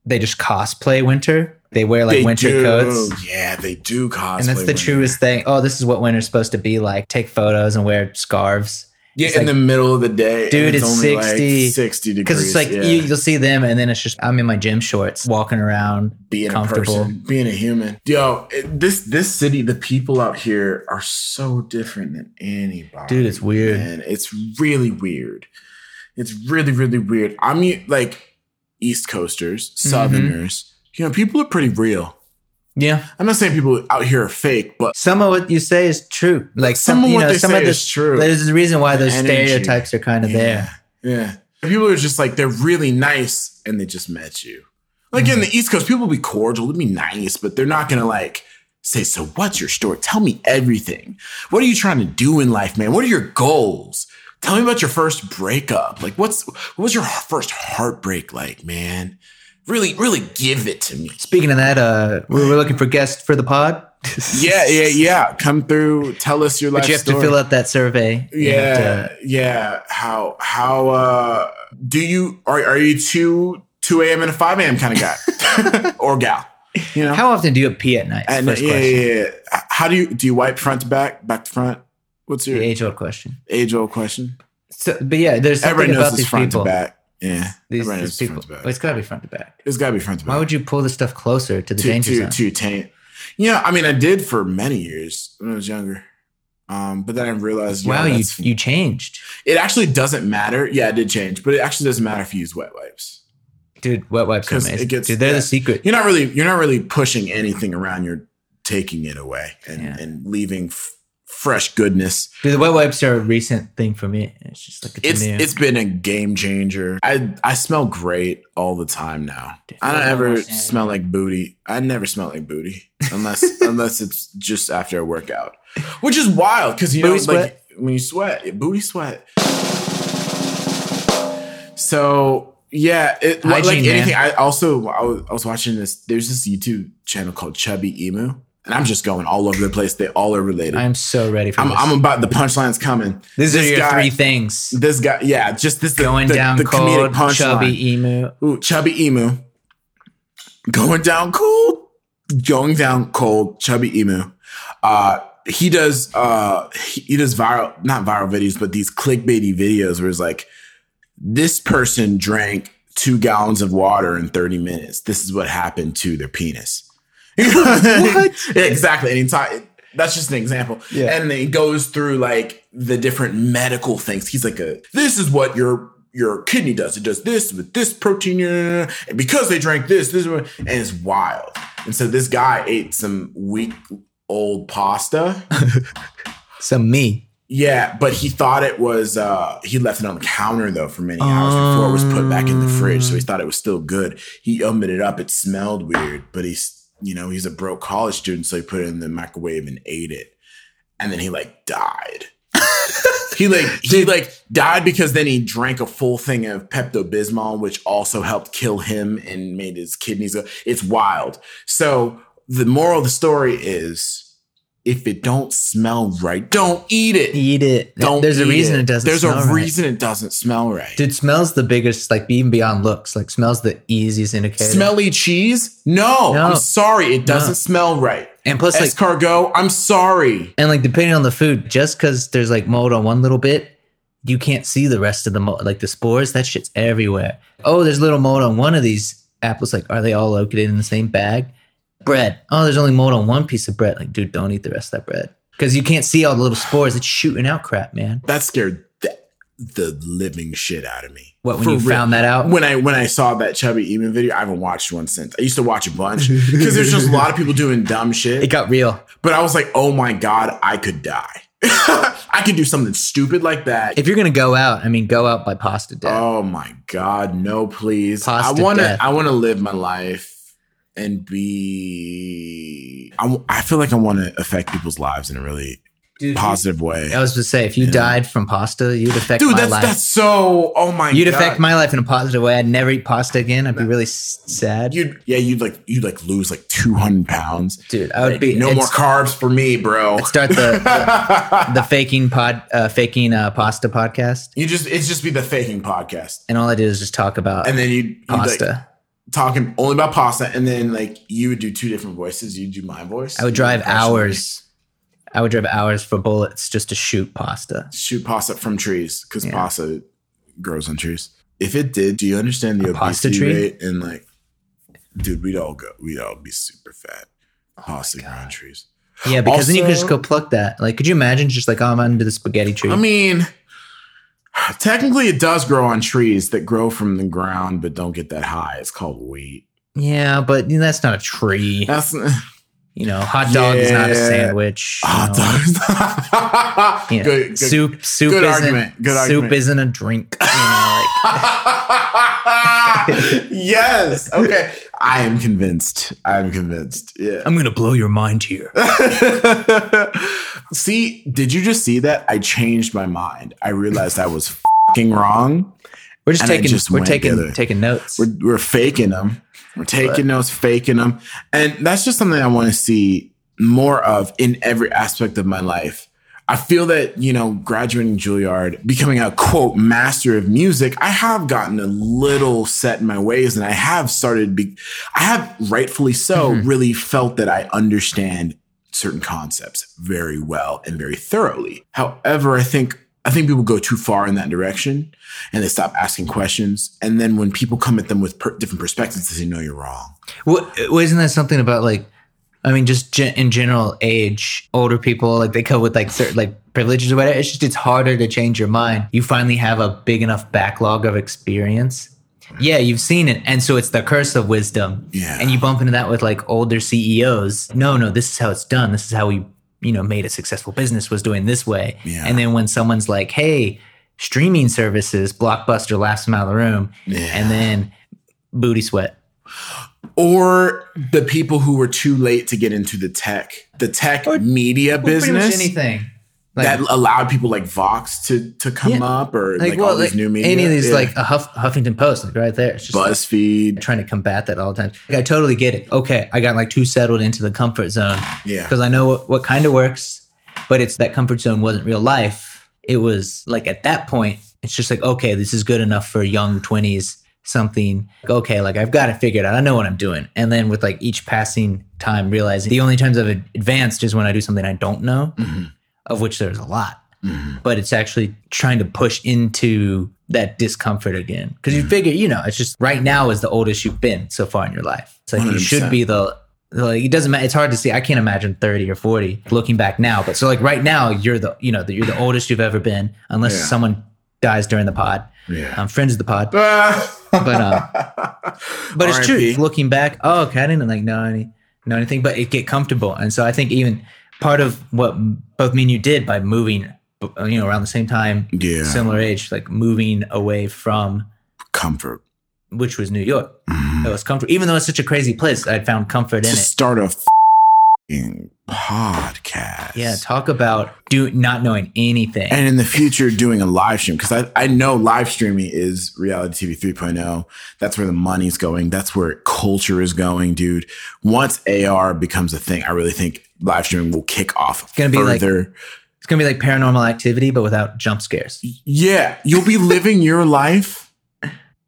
[SPEAKER 1] they just cosplay winter. They wear like
[SPEAKER 2] They
[SPEAKER 1] winter
[SPEAKER 2] do.
[SPEAKER 1] coats.
[SPEAKER 2] Yeah, they do cosplay.
[SPEAKER 1] and that's the
[SPEAKER 2] winter.
[SPEAKER 1] truest thing. Oh, this is what winter's supposed to be like. Take photos and wear scarves.
[SPEAKER 2] Yeah,
[SPEAKER 1] It's
[SPEAKER 2] in
[SPEAKER 1] like-
[SPEAKER 2] the middle of the day,
[SPEAKER 1] Dude,
[SPEAKER 2] and
[SPEAKER 1] it's
[SPEAKER 2] only, like,
[SPEAKER 1] 60
[SPEAKER 2] 60 degrees.
[SPEAKER 1] Because it's like
[SPEAKER 2] yeah.
[SPEAKER 1] you, you'll see them, and then it's just I'm in my gym shorts, walking around,
[SPEAKER 2] being
[SPEAKER 1] comfortable.
[SPEAKER 2] a person, being a human. Yo, it- this this city, the people out here are so different than anybody.
[SPEAKER 1] Dude, it's weird.
[SPEAKER 2] Man, it's really weird. It's really really weird. I mean, like East Coasters,
[SPEAKER 1] Mm-hmm.
[SPEAKER 2] Southerners. You know, people are pretty real.
[SPEAKER 1] Yeah,
[SPEAKER 2] I'm not saying people out here are fake, but
[SPEAKER 1] some of what you say is true. Like some,
[SPEAKER 2] some of
[SPEAKER 1] you
[SPEAKER 2] what
[SPEAKER 1] know,
[SPEAKER 2] they
[SPEAKER 1] some
[SPEAKER 2] say
[SPEAKER 1] of the
[SPEAKER 2] is true.
[SPEAKER 1] There's a reason why those
[SPEAKER 2] Energy.
[SPEAKER 1] stereotypes are kind of there.
[SPEAKER 2] Yeah. People are just like, they're really nice and they just met you. Like
[SPEAKER 1] Mm-hmm.
[SPEAKER 2] in the East Coast, people be cordial, they'll be nice, but they're not gonna like say, So what's your story? Tell me everything. What are you trying to do in life, man? What are your goals? Tell me about your first breakup. Like, what's what was your first heartbreak like, man? Really, really give it to me.
[SPEAKER 1] Speaking of that, uh, we were looking for guests for the
[SPEAKER 2] [LAUGHS]
[SPEAKER 1] pod.
[SPEAKER 2] Yeah, yeah, yeah. Come through, tell us your life.
[SPEAKER 1] But you have to
[SPEAKER 2] story.
[SPEAKER 1] fill out that survey. You have
[SPEAKER 2] yeah
[SPEAKER 1] to-
[SPEAKER 2] yeah how how uh do you are, are you two 2 a.m and a 5 a.m kind of
[SPEAKER 1] [LAUGHS]
[SPEAKER 2] guy or gal you know
[SPEAKER 1] how often do you pee at night?
[SPEAKER 2] and
[SPEAKER 1] First
[SPEAKER 2] yeah,
[SPEAKER 1] question.
[SPEAKER 2] yeah, yeah. H- how do you do you wipe front to back back to front what's your
[SPEAKER 1] The
[SPEAKER 2] age,
[SPEAKER 1] age old question.
[SPEAKER 2] old question
[SPEAKER 1] So, but yeah, there's something
[SPEAKER 2] everyone knows
[SPEAKER 1] about
[SPEAKER 2] it's
[SPEAKER 1] these
[SPEAKER 2] front
[SPEAKER 1] people.
[SPEAKER 2] to back yeah
[SPEAKER 1] These,
[SPEAKER 2] everyone knows
[SPEAKER 1] these
[SPEAKER 2] it's
[SPEAKER 1] people.
[SPEAKER 2] front to back.
[SPEAKER 1] Well, it's got to be front to back.
[SPEAKER 2] it's gotta be front to back
[SPEAKER 1] Why would you pull the stuff closer to the
[SPEAKER 2] to,
[SPEAKER 1] danger
[SPEAKER 2] to,
[SPEAKER 1] zone?
[SPEAKER 2] to taint yeah i mean i did for many years when i was younger um, but then I realized,
[SPEAKER 1] wow,
[SPEAKER 2] yeah,
[SPEAKER 1] you
[SPEAKER 2] that's-
[SPEAKER 1] you changed,
[SPEAKER 2] it actually doesn't matter. Yeah, it did change, but it actually doesn't matter if you use wet wipes.
[SPEAKER 1] dude. Wet wipes are
[SPEAKER 2] 'Cause
[SPEAKER 1] amazing.
[SPEAKER 2] it gets-
[SPEAKER 1] dude, they're
[SPEAKER 2] yeah.
[SPEAKER 1] the secret.
[SPEAKER 2] you're not really you're not really pushing anything around you're taking it away and,
[SPEAKER 1] Yeah.
[SPEAKER 2] and leaving f- fresh goodness
[SPEAKER 1] Dude, the wet wipes are a recent thing for me. It's just like it's,
[SPEAKER 2] it's
[SPEAKER 1] new.
[SPEAKER 2] it's been a game changer i i smell great all the time now i don't ever smell like booty i never smell like booty
[SPEAKER 1] [LAUGHS]
[SPEAKER 2] unless unless it's just after a workout which is wild because you know
[SPEAKER 1] Booty
[SPEAKER 2] like when you sweat it- booty sweat so yeah, it, like
[SPEAKER 1] Hygiene, man.
[SPEAKER 2] anything. I also I was, I was watching this. There's this YouTube channel called Chubby Emu, and I'm just going all over the place. They all are related. I'm
[SPEAKER 1] I'm so ready for
[SPEAKER 2] I'm,
[SPEAKER 1] this.
[SPEAKER 2] about the punchline's coming.
[SPEAKER 1] These
[SPEAKER 2] this
[SPEAKER 1] are your
[SPEAKER 2] guy-
[SPEAKER 1] three things:
[SPEAKER 2] This guy, yeah, just this the-
[SPEAKER 1] going
[SPEAKER 2] the-
[SPEAKER 1] down
[SPEAKER 2] the comedic
[SPEAKER 1] cold, chubby
[SPEAKER 2] punchline.
[SPEAKER 1] emu.
[SPEAKER 2] Ooh, chubby emu, going down cold, going down cold, chubby emu. Uh, he does uh he, he does viral not viral videos, but these clickbaity videos where it's like this person drank two gallons of water in 30 minutes. This is what happened to their penis. what? [LAUGHS] exactly. And he ta- that's just an example.
[SPEAKER 1] Yeah.
[SPEAKER 2] And then he goes through like the different medical things. He's like a this is what your your kidney does. It does this with this protein. uh, And because they drank this, this is what and it's wild. And so this guy ate some week old pasta. [LAUGHS]
[SPEAKER 1] So me.
[SPEAKER 2] Yeah, but he thought it was uh he left it on the counter though for many hours before it was put back in the fridge, so he thought it was still good. He opened it up, it smelled weird, but he's you know, he's a broke college student, so he put it in the microwave and ate it. And then he like died. he like he like died because then he drank a full thing of Pepto Bismol, which also helped kill him and made his kidneys go. It's wild. So the moral of the story is if it don't smell right, don't eat it.
[SPEAKER 1] Eat it.
[SPEAKER 2] Don't
[SPEAKER 1] There's a
[SPEAKER 2] eat
[SPEAKER 1] reason it, doesn't.
[SPEAKER 2] There's
[SPEAKER 1] smell
[SPEAKER 2] a
[SPEAKER 1] right.
[SPEAKER 2] reason it doesn't smell right.
[SPEAKER 1] Dude, smells the biggest, like even beyond looks. Like smells the easiest indicator.
[SPEAKER 2] Smelly cheese? No,
[SPEAKER 1] No.
[SPEAKER 2] I'm sorry, it doesn't smell right.
[SPEAKER 1] And plus, like,
[SPEAKER 2] Escargot, I'm sorry.
[SPEAKER 1] and like depending on the food, just because there's like mold on one little bit, you can't see the rest of the mold. Like the spores, that shit's everywhere. Oh, there's little mold on one of these apples. Like, are they all located in the same bag? Bread. Oh, there's only mold on one piece of bread. Like, dude, don't eat the rest of that bread because you can't see all the little spores. It's shooting out crap, man.
[SPEAKER 2] That scared the, the living shit out of me.
[SPEAKER 1] What when
[SPEAKER 2] For
[SPEAKER 1] you
[SPEAKER 2] real.
[SPEAKER 1] found that out?
[SPEAKER 2] when I when I saw that chubby Eamon video, I haven't watched one since. I used to watch a bunch because there's just a lot of people doing dumb
[SPEAKER 1] It
[SPEAKER 2] shit.
[SPEAKER 1] got real.
[SPEAKER 2] But I was like, oh my god, I could die. [LAUGHS] I could do something stupid like that.
[SPEAKER 1] If you're gonna go out, I mean, go out by pasta death.
[SPEAKER 2] Oh my god, no, please.
[SPEAKER 1] Pasta
[SPEAKER 2] I want to.
[SPEAKER 1] death.
[SPEAKER 2] I want to live my life and be. I, w- I feel like I want to affect people's lives in a really
[SPEAKER 1] Dude,
[SPEAKER 2] positive way.
[SPEAKER 1] I was just say, if you
[SPEAKER 2] Yeah.
[SPEAKER 1] died from pasta, you'd affect
[SPEAKER 2] Dude,
[SPEAKER 1] my
[SPEAKER 2] that's
[SPEAKER 1] life.
[SPEAKER 2] that's so. Oh my.
[SPEAKER 1] you'd
[SPEAKER 2] god.
[SPEAKER 1] affect my life in a positive way. I'd never eat pasta again. I'd be really s- sad.
[SPEAKER 2] You'd yeah. You'd like you'd like lose like two hundred pounds.
[SPEAKER 1] Dude, I would
[SPEAKER 2] Like,
[SPEAKER 1] be
[SPEAKER 2] no
[SPEAKER 1] I'd
[SPEAKER 2] more
[SPEAKER 1] s-
[SPEAKER 2] [LAUGHS] carbs for me, bro. [LAUGHS]
[SPEAKER 1] I'd start the the, the faking pod, uh, faking uh, pasta podcast,
[SPEAKER 2] You just it's just be the faking podcast,
[SPEAKER 1] and all I did is just talk about
[SPEAKER 2] and then you would
[SPEAKER 1] pasta.
[SPEAKER 2] like, talking only about pasta, and then like you would do two different voices. You would do my voice.
[SPEAKER 1] I would
[SPEAKER 2] you
[SPEAKER 1] drive
[SPEAKER 2] impression me.
[SPEAKER 1] hours. I would drive hours for bullets just to shoot pasta.
[SPEAKER 2] shoot pasta from trees because
[SPEAKER 1] Yeah.
[SPEAKER 2] pasta grows on trees. If it did, do you understand the
[SPEAKER 1] A pasta
[SPEAKER 2] obesity
[SPEAKER 1] tree?
[SPEAKER 2] rate? And like, dude, we'd all go, we'd all be super fat.
[SPEAKER 1] Oh
[SPEAKER 2] Pasta grown on trees.
[SPEAKER 1] Yeah, because then you could just
[SPEAKER 2] Also-
[SPEAKER 1] go pluck that. Like, could you imagine just like oh, I'm under the spaghetti tree?
[SPEAKER 2] I mean, technically, it does grow on trees that grow from the ground but don't get that high. It's called wheat.
[SPEAKER 1] yeah, but you know, that's not a tree.
[SPEAKER 2] That's
[SPEAKER 1] You know, hot dog is not a
[SPEAKER 2] Uh, Yeah.
[SPEAKER 1] sandwich. you
[SPEAKER 2] [LAUGHS] hot
[SPEAKER 1] know.
[SPEAKER 2] dogs. [LAUGHS]
[SPEAKER 1] Yeah.
[SPEAKER 2] Good, good.
[SPEAKER 1] soup, soup,
[SPEAKER 2] good
[SPEAKER 1] isn't,
[SPEAKER 2] argument, good
[SPEAKER 1] soup
[SPEAKER 2] argument.
[SPEAKER 1] isn't a drink. You know, like,
[SPEAKER 2] yes. Okay. I am convinced. I am convinced. Yeah.
[SPEAKER 1] I'm gonna blow your mind here.
[SPEAKER 2] [LAUGHS] see, did you just see that? I changed my mind. I realized I was fucking wrong.
[SPEAKER 1] We're just
[SPEAKER 2] And I
[SPEAKER 1] taking,
[SPEAKER 2] just
[SPEAKER 1] we're
[SPEAKER 2] went
[SPEAKER 1] taking,
[SPEAKER 2] together.
[SPEAKER 1] taking notes.
[SPEAKER 2] We're, we're faking them. We're taking those, faking them. And that's just something I want to see more of in every aspect of my life. I feel that, you know, graduating Juilliard, becoming a quote master of music, I have gotten a little set in my ways and I have started, be- I have rightfully so really felt that I understand certain concepts very well and very thoroughly. However, I think I think people go too far in that direction and they stop asking questions. And then when people come at them with per- different perspectives, they say, "No, you're wrong."
[SPEAKER 1] Well, isn't that something about like, I mean, just gen- in general, age, older people, like they come with like certain like privileges or whatever. It's just it's harder to change your mind. You finally have a big enough backlog of experience. Yeah, you've seen it, and so it's the curse of wisdom.
[SPEAKER 2] Yeah.
[SPEAKER 1] and you bump into that with like older CEOs. No, no, this is how it's done. This is how we, you know, made a successful business was doing this way.
[SPEAKER 2] Yeah.
[SPEAKER 1] And then when someone's like, "Hey, streaming services, blockbuster, laughs him out of the room," and then booty sweat.
[SPEAKER 2] Or the people who were too late to get into the tech, the tech media
[SPEAKER 1] Well, pretty much
[SPEAKER 2] business
[SPEAKER 1] anything. Like,
[SPEAKER 2] that allowed people like Vox to to come
[SPEAKER 1] Yeah.
[SPEAKER 2] up or like,
[SPEAKER 1] like, well,
[SPEAKER 2] all these
[SPEAKER 1] like,
[SPEAKER 2] new media,
[SPEAKER 1] any of these,
[SPEAKER 2] Yeah.
[SPEAKER 1] like a Huff, Huffington Post, like right there. It's just like,
[SPEAKER 2] BuzzFeed.
[SPEAKER 1] trying to combat that all the time. Like, I totally get it. Okay, I got like too settled into the comfort zone
[SPEAKER 2] Yeah,
[SPEAKER 1] because I know what, what kind of works, but it's that comfort zone wasn't real life. It was like at that point, it's just like, okay, this is good enough for young 20s something. Like, okay, like I've got it figured out. I know what I'm doing. And then with like each passing time, realizing the only times I've ad- advanced is when I do something I don't know,
[SPEAKER 2] Mm-hmm.
[SPEAKER 1] of which there's a lot
[SPEAKER 2] Mhm.
[SPEAKER 1] but it's actually trying to push into that discomfort again. Because you figure, you know, it's just right now is the oldest you've been so far in your life. It's like you should
[SPEAKER 2] 100%.
[SPEAKER 1] be the like it doesn't matter. It's hard to see. I can't imagine thirty or forty looking back now. But so like right now, you're the you know the, you're the oldest you've ever been, unless
[SPEAKER 2] Yeah.
[SPEAKER 1] someone dies during the pod.
[SPEAKER 2] [LAUGHS] yeah.
[SPEAKER 1] Um, friends of the pod, but
[SPEAKER 2] but
[SPEAKER 1] um, but it's true.
[SPEAKER 2] RIP.
[SPEAKER 1] Looking back, oh, okay, I didn't like know any know anything, but it get comfortable, and so I think even part of what both me and you did by moving, you know, around the same time
[SPEAKER 2] yeah,
[SPEAKER 1] similar age, like moving away from
[SPEAKER 2] comfort.
[SPEAKER 1] which was New York.
[SPEAKER 2] Mhm.
[SPEAKER 1] It was comfort, even though it's such a crazy place. I found comfort in
[SPEAKER 2] To
[SPEAKER 1] it.
[SPEAKER 2] start a fucking podcast.
[SPEAKER 1] Yeah, talk about do not knowing anything.
[SPEAKER 2] and in the future doing a live stream because I, I know live streaming is reality tv 3.0 oh. that's where the money's going that's where culture is going dude once ar becomes a thing i really think live streaming will kick off it's
[SPEAKER 1] gonna be like-
[SPEAKER 2] further.
[SPEAKER 1] it's gonna be like paranormal activity, but without jump scares.
[SPEAKER 2] yeah you'll be living your life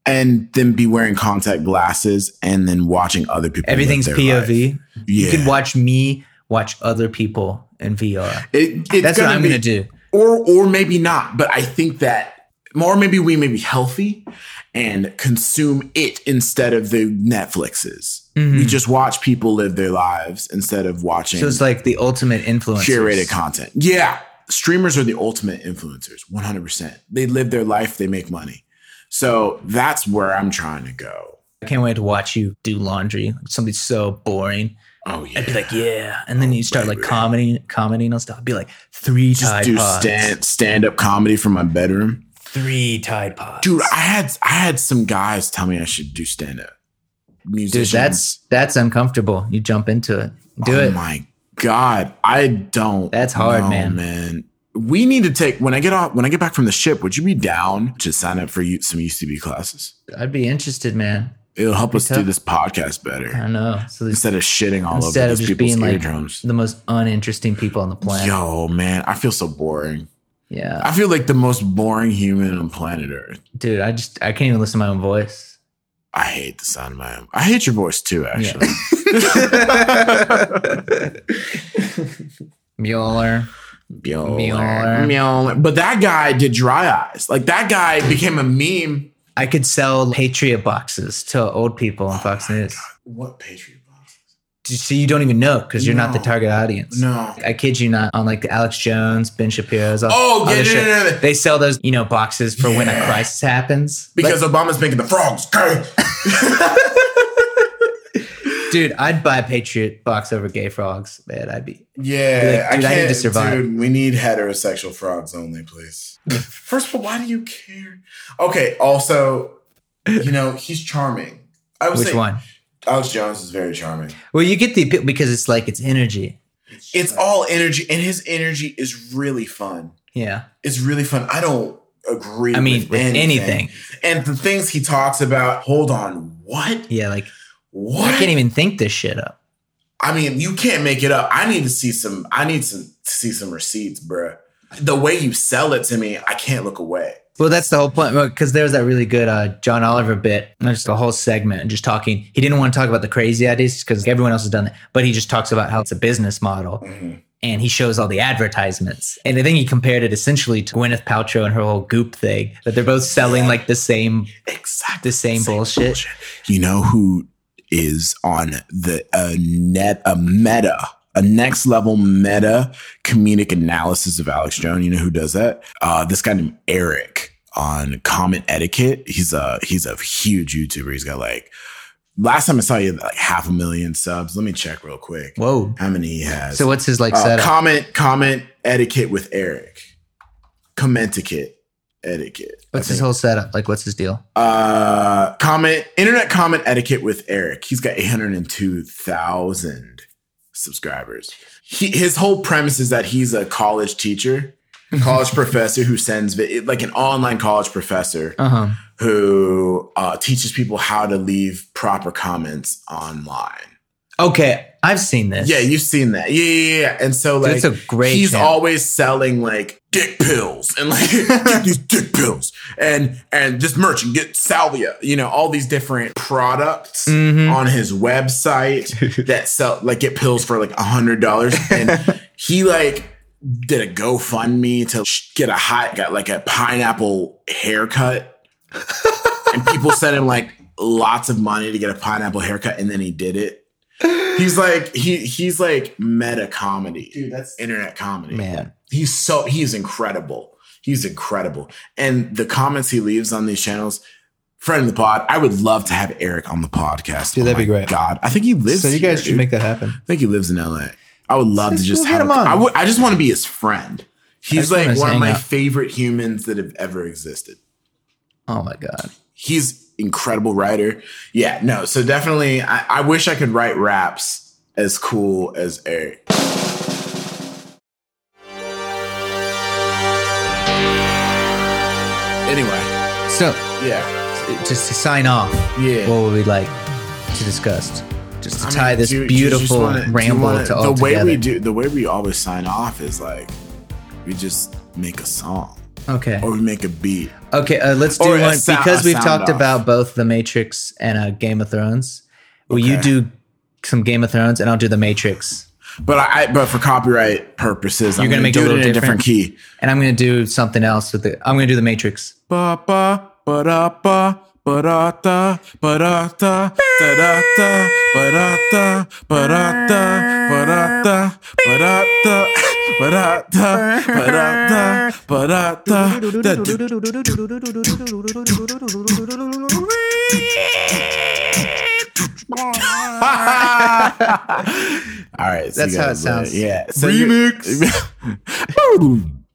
[SPEAKER 2] and then be wearing contact glasses and then watching other people live
[SPEAKER 1] Everything's
[SPEAKER 2] their
[SPEAKER 1] POV.
[SPEAKER 2] life. yeah
[SPEAKER 1] You can watch me watch other people in VR.
[SPEAKER 2] It- it's
[SPEAKER 1] That's what I'm
[SPEAKER 2] be-
[SPEAKER 1] gonna do.
[SPEAKER 2] or or maybe not but i think that or maybe we may be healthy and consume it instead of the netflixes we
[SPEAKER 1] Mhm.
[SPEAKER 2] just watch people live their lives instead of watching
[SPEAKER 1] So it's like the ultimate influence.
[SPEAKER 2] curated content yeah streamers are the ultimate influencers 100% they live their life they make money so that's where i'm trying to go
[SPEAKER 1] I can't wait to watch you do laundry. Something so boring.
[SPEAKER 2] oh yeah
[SPEAKER 1] I'd be like, yeah, and then you start like
[SPEAKER 2] baby.
[SPEAKER 1] commenting, commenting on stuff. I'd be like, three
[SPEAKER 2] just
[SPEAKER 1] Tide
[SPEAKER 2] do
[SPEAKER 1] Pods,
[SPEAKER 2] stand, stand-up comedy from my bedroom
[SPEAKER 1] three Tide Pods,
[SPEAKER 2] dude i had i had some guys tell me i should do stand-up
[SPEAKER 1] Dude,
[SPEAKER 2] musicians
[SPEAKER 1] that's that's uncomfortable. You jump into it, do
[SPEAKER 2] oh
[SPEAKER 1] it.
[SPEAKER 2] my god, I don't.
[SPEAKER 1] That's hard, man.
[SPEAKER 2] Man, we need to take when I get off when I get back from the ship. Would you be down to sign up for you, some UCB classes?
[SPEAKER 1] I'd be interested, man.
[SPEAKER 2] It'll help us do
[SPEAKER 1] tough.
[SPEAKER 2] this podcast better
[SPEAKER 1] I know. So these
[SPEAKER 2] instead of shitting all
[SPEAKER 1] Instead
[SPEAKER 2] over
[SPEAKER 1] of
[SPEAKER 2] these
[SPEAKER 1] just
[SPEAKER 2] people's
[SPEAKER 1] being like-
[SPEAKER 2] eardrums.
[SPEAKER 1] the most uninteresting people on the planet.
[SPEAKER 2] Yo, man, I feel so boring.
[SPEAKER 1] Yeah,
[SPEAKER 2] I feel like the most boring human on planet Earth.
[SPEAKER 1] dude. I just I can't even listen to my own voice.
[SPEAKER 2] I hate the sound of my own. I hate your voice too,
[SPEAKER 1] [LAUGHS]
[SPEAKER 2] actually.
[SPEAKER 1] Mueller.
[SPEAKER 2] Mueller.
[SPEAKER 1] Mueller.
[SPEAKER 2] Mueller. But that guy did dry eyes. Like that guy became a meme.
[SPEAKER 1] I could sell Patriot boxes to old people on
[SPEAKER 2] Oh
[SPEAKER 1] Fox News.
[SPEAKER 2] What Patriot box?
[SPEAKER 1] So you don't even know because you're not the
[SPEAKER 2] No.
[SPEAKER 1] target audience.
[SPEAKER 2] No.
[SPEAKER 1] I kid you not, on like the Alex Jones, Ben Shapiro's. all-
[SPEAKER 2] Oh,
[SPEAKER 1] all
[SPEAKER 2] yeah,
[SPEAKER 1] this
[SPEAKER 2] yeah,
[SPEAKER 1] shit.
[SPEAKER 2] yeah, yeah.
[SPEAKER 1] They sell those, you know, boxes for when a
[SPEAKER 2] Yeah.
[SPEAKER 1] crisis happens.
[SPEAKER 2] Because Obama's making the frogs gay.
[SPEAKER 1] Like, dude, I'd buy a Patriot box over gay frogs, man. I'd be.
[SPEAKER 2] [LAUGHS] Yeah,
[SPEAKER 1] Like, dude, I need to survive.
[SPEAKER 2] Dude, we need heterosexual frogs only, please. [LAUGHS] First of all, why do you care? Okay. Also, you know he's charming. I would
[SPEAKER 1] Which
[SPEAKER 2] say
[SPEAKER 1] one?
[SPEAKER 2] Alex Jones is very charming.
[SPEAKER 1] Well, you get the appeal because it's like it's energy.
[SPEAKER 2] It's all energy, and his energy is really fun.
[SPEAKER 1] Yeah.
[SPEAKER 2] It's really fun. I don't agree.
[SPEAKER 1] I mean, with anything.
[SPEAKER 2] And the things he talks about. Hold on. What?
[SPEAKER 1] Yeah, like
[SPEAKER 2] What?
[SPEAKER 1] I can't even think this shit up.
[SPEAKER 2] I mean, you can't make it up. I need to see some. I need to see some receipts, bruh. The way you sell it to me, I can't look away.
[SPEAKER 1] Well, that's the whole point. Because there was that really good uh, John Oliver bit, and just a whole segment, and just talking. He didn't want to talk about the crazy ideas because everyone else has done that, but he just talks about how it's a business model, and he shows all the advertisements. And I think he compared it essentially to Gwyneth Paltrow and her whole Goop thing that they're both selling like the same,
[SPEAKER 2] Exactly.
[SPEAKER 1] the same, bullshit.
[SPEAKER 2] You know who is on the uh, net a meta, a next level meta comedic analysis of Alex Jones. You know who does that? Uh, this guy named Eric on Common Etiquette. He's a he's a huge YouTuber. He's got like last time I saw you like half a million subs. Let me check real quick
[SPEAKER 1] Whoa.
[SPEAKER 2] how many he has.
[SPEAKER 1] So what's his like
[SPEAKER 2] Uh,
[SPEAKER 1] setup?
[SPEAKER 2] comment comment etiquette with Eric. Comment etiquette etiquette. I
[SPEAKER 1] what's his
[SPEAKER 2] think.
[SPEAKER 1] whole setup? Like, what's his deal?
[SPEAKER 2] uh comment internet comment etiquette with Eric. He's got 802,000 subscribers. He, his whole premise is that he's a college teacher,
[SPEAKER 1] [LAUGHS]
[SPEAKER 2] college professor who sends vi- like an online college professor
[SPEAKER 1] Uh huh.
[SPEAKER 2] who uh, teaches people how to leave proper comments online.
[SPEAKER 1] Okay, I've seen this.
[SPEAKER 2] Yeah, you've seen that. Yeah, yeah, yeah. And so
[SPEAKER 1] Dude,
[SPEAKER 2] like
[SPEAKER 1] it's a great
[SPEAKER 2] he's
[SPEAKER 1] channel.
[SPEAKER 2] always selling like dick pills and like get
[SPEAKER 1] [LAUGHS]
[SPEAKER 2] these dick pills and and this merch and get salvia, you know, all these different products
[SPEAKER 1] Mhm.
[SPEAKER 2] on his website
[SPEAKER 1] [LAUGHS]
[SPEAKER 2] that sell like get pills for like a hundred dollars. And he like did a GoFundMe to sh- get a hot got like a pineapple haircut and people sent him like lots of money to get a pineapple haircut, and then he did it. He's like he he's like meta comedy, dude. That's internet comedy,
[SPEAKER 1] Man.
[SPEAKER 2] He's so he's incredible. He's incredible, and the comments he leaves on these channels. Friend of the pod, I would love to have Eric on the podcast.
[SPEAKER 1] Dude, that'd
[SPEAKER 2] Oh
[SPEAKER 1] be
[SPEAKER 2] my
[SPEAKER 1] great.
[SPEAKER 2] God, I think he lives. here, dude.
[SPEAKER 1] that happen.
[SPEAKER 2] I think he lives in LA. I would love to
[SPEAKER 1] Let's
[SPEAKER 2] just
[SPEAKER 1] go hit
[SPEAKER 2] have
[SPEAKER 1] him
[SPEAKER 2] a-
[SPEAKER 1] on.
[SPEAKER 2] I would- I just want to be his friend. He's
[SPEAKER 1] just wanna
[SPEAKER 2] like one of
[SPEAKER 1] hang
[SPEAKER 2] my
[SPEAKER 1] out.
[SPEAKER 2] favorite humans that have ever existed
[SPEAKER 1] Oh my god.
[SPEAKER 2] he's incredible writer. Yeah, no, so definitely I, I wish I could write raps as cool as Eric. Anyway,
[SPEAKER 1] So,
[SPEAKER 2] yeah.
[SPEAKER 1] just to sign off,
[SPEAKER 2] Yeah.
[SPEAKER 1] what would we like to discuss? Just to
[SPEAKER 2] I
[SPEAKER 1] tie
[SPEAKER 2] mean,
[SPEAKER 1] this
[SPEAKER 2] do you- do you just
[SPEAKER 1] beautiful
[SPEAKER 2] wanna- do you
[SPEAKER 1] ramble
[SPEAKER 2] wanna-
[SPEAKER 1] to all
[SPEAKER 2] the way
[SPEAKER 1] together.
[SPEAKER 2] we do the way we always sign off is like we just make a song
[SPEAKER 1] okay.
[SPEAKER 2] or we make a beat.
[SPEAKER 1] Okay, uh, let's do
[SPEAKER 2] Or a
[SPEAKER 1] one
[SPEAKER 2] sou-
[SPEAKER 1] because
[SPEAKER 2] a
[SPEAKER 1] we've
[SPEAKER 2] sound
[SPEAKER 1] talked
[SPEAKER 2] off.
[SPEAKER 1] about both The Matrix and uh, Game of Thrones. Will you
[SPEAKER 2] Okay.
[SPEAKER 1] do some Game of Thrones and I'll do The Matrix?
[SPEAKER 2] But I, I but for copyright purposes,
[SPEAKER 1] You're
[SPEAKER 2] I'm
[SPEAKER 1] gonna
[SPEAKER 2] gonna,
[SPEAKER 1] make it
[SPEAKER 2] do
[SPEAKER 1] a
[SPEAKER 2] it,
[SPEAKER 1] little
[SPEAKER 2] in a different
[SPEAKER 1] different.
[SPEAKER 2] key.
[SPEAKER 1] And I'm going to do something else with it. I'm going to do The Matrix.
[SPEAKER 2] Ba ba ba da ba ba da da ba da da da da da ba da da ba da da ba da da ba da da ba da da ba da da ba da da da da. All right, so [LAUGHS]
[SPEAKER 1] That's
[SPEAKER 2] you
[SPEAKER 1] how
[SPEAKER 2] guys
[SPEAKER 1] it sounds.
[SPEAKER 2] learn- Yeah, so [LAUGHS]
[SPEAKER 1] Remix.
[SPEAKER 2] you're-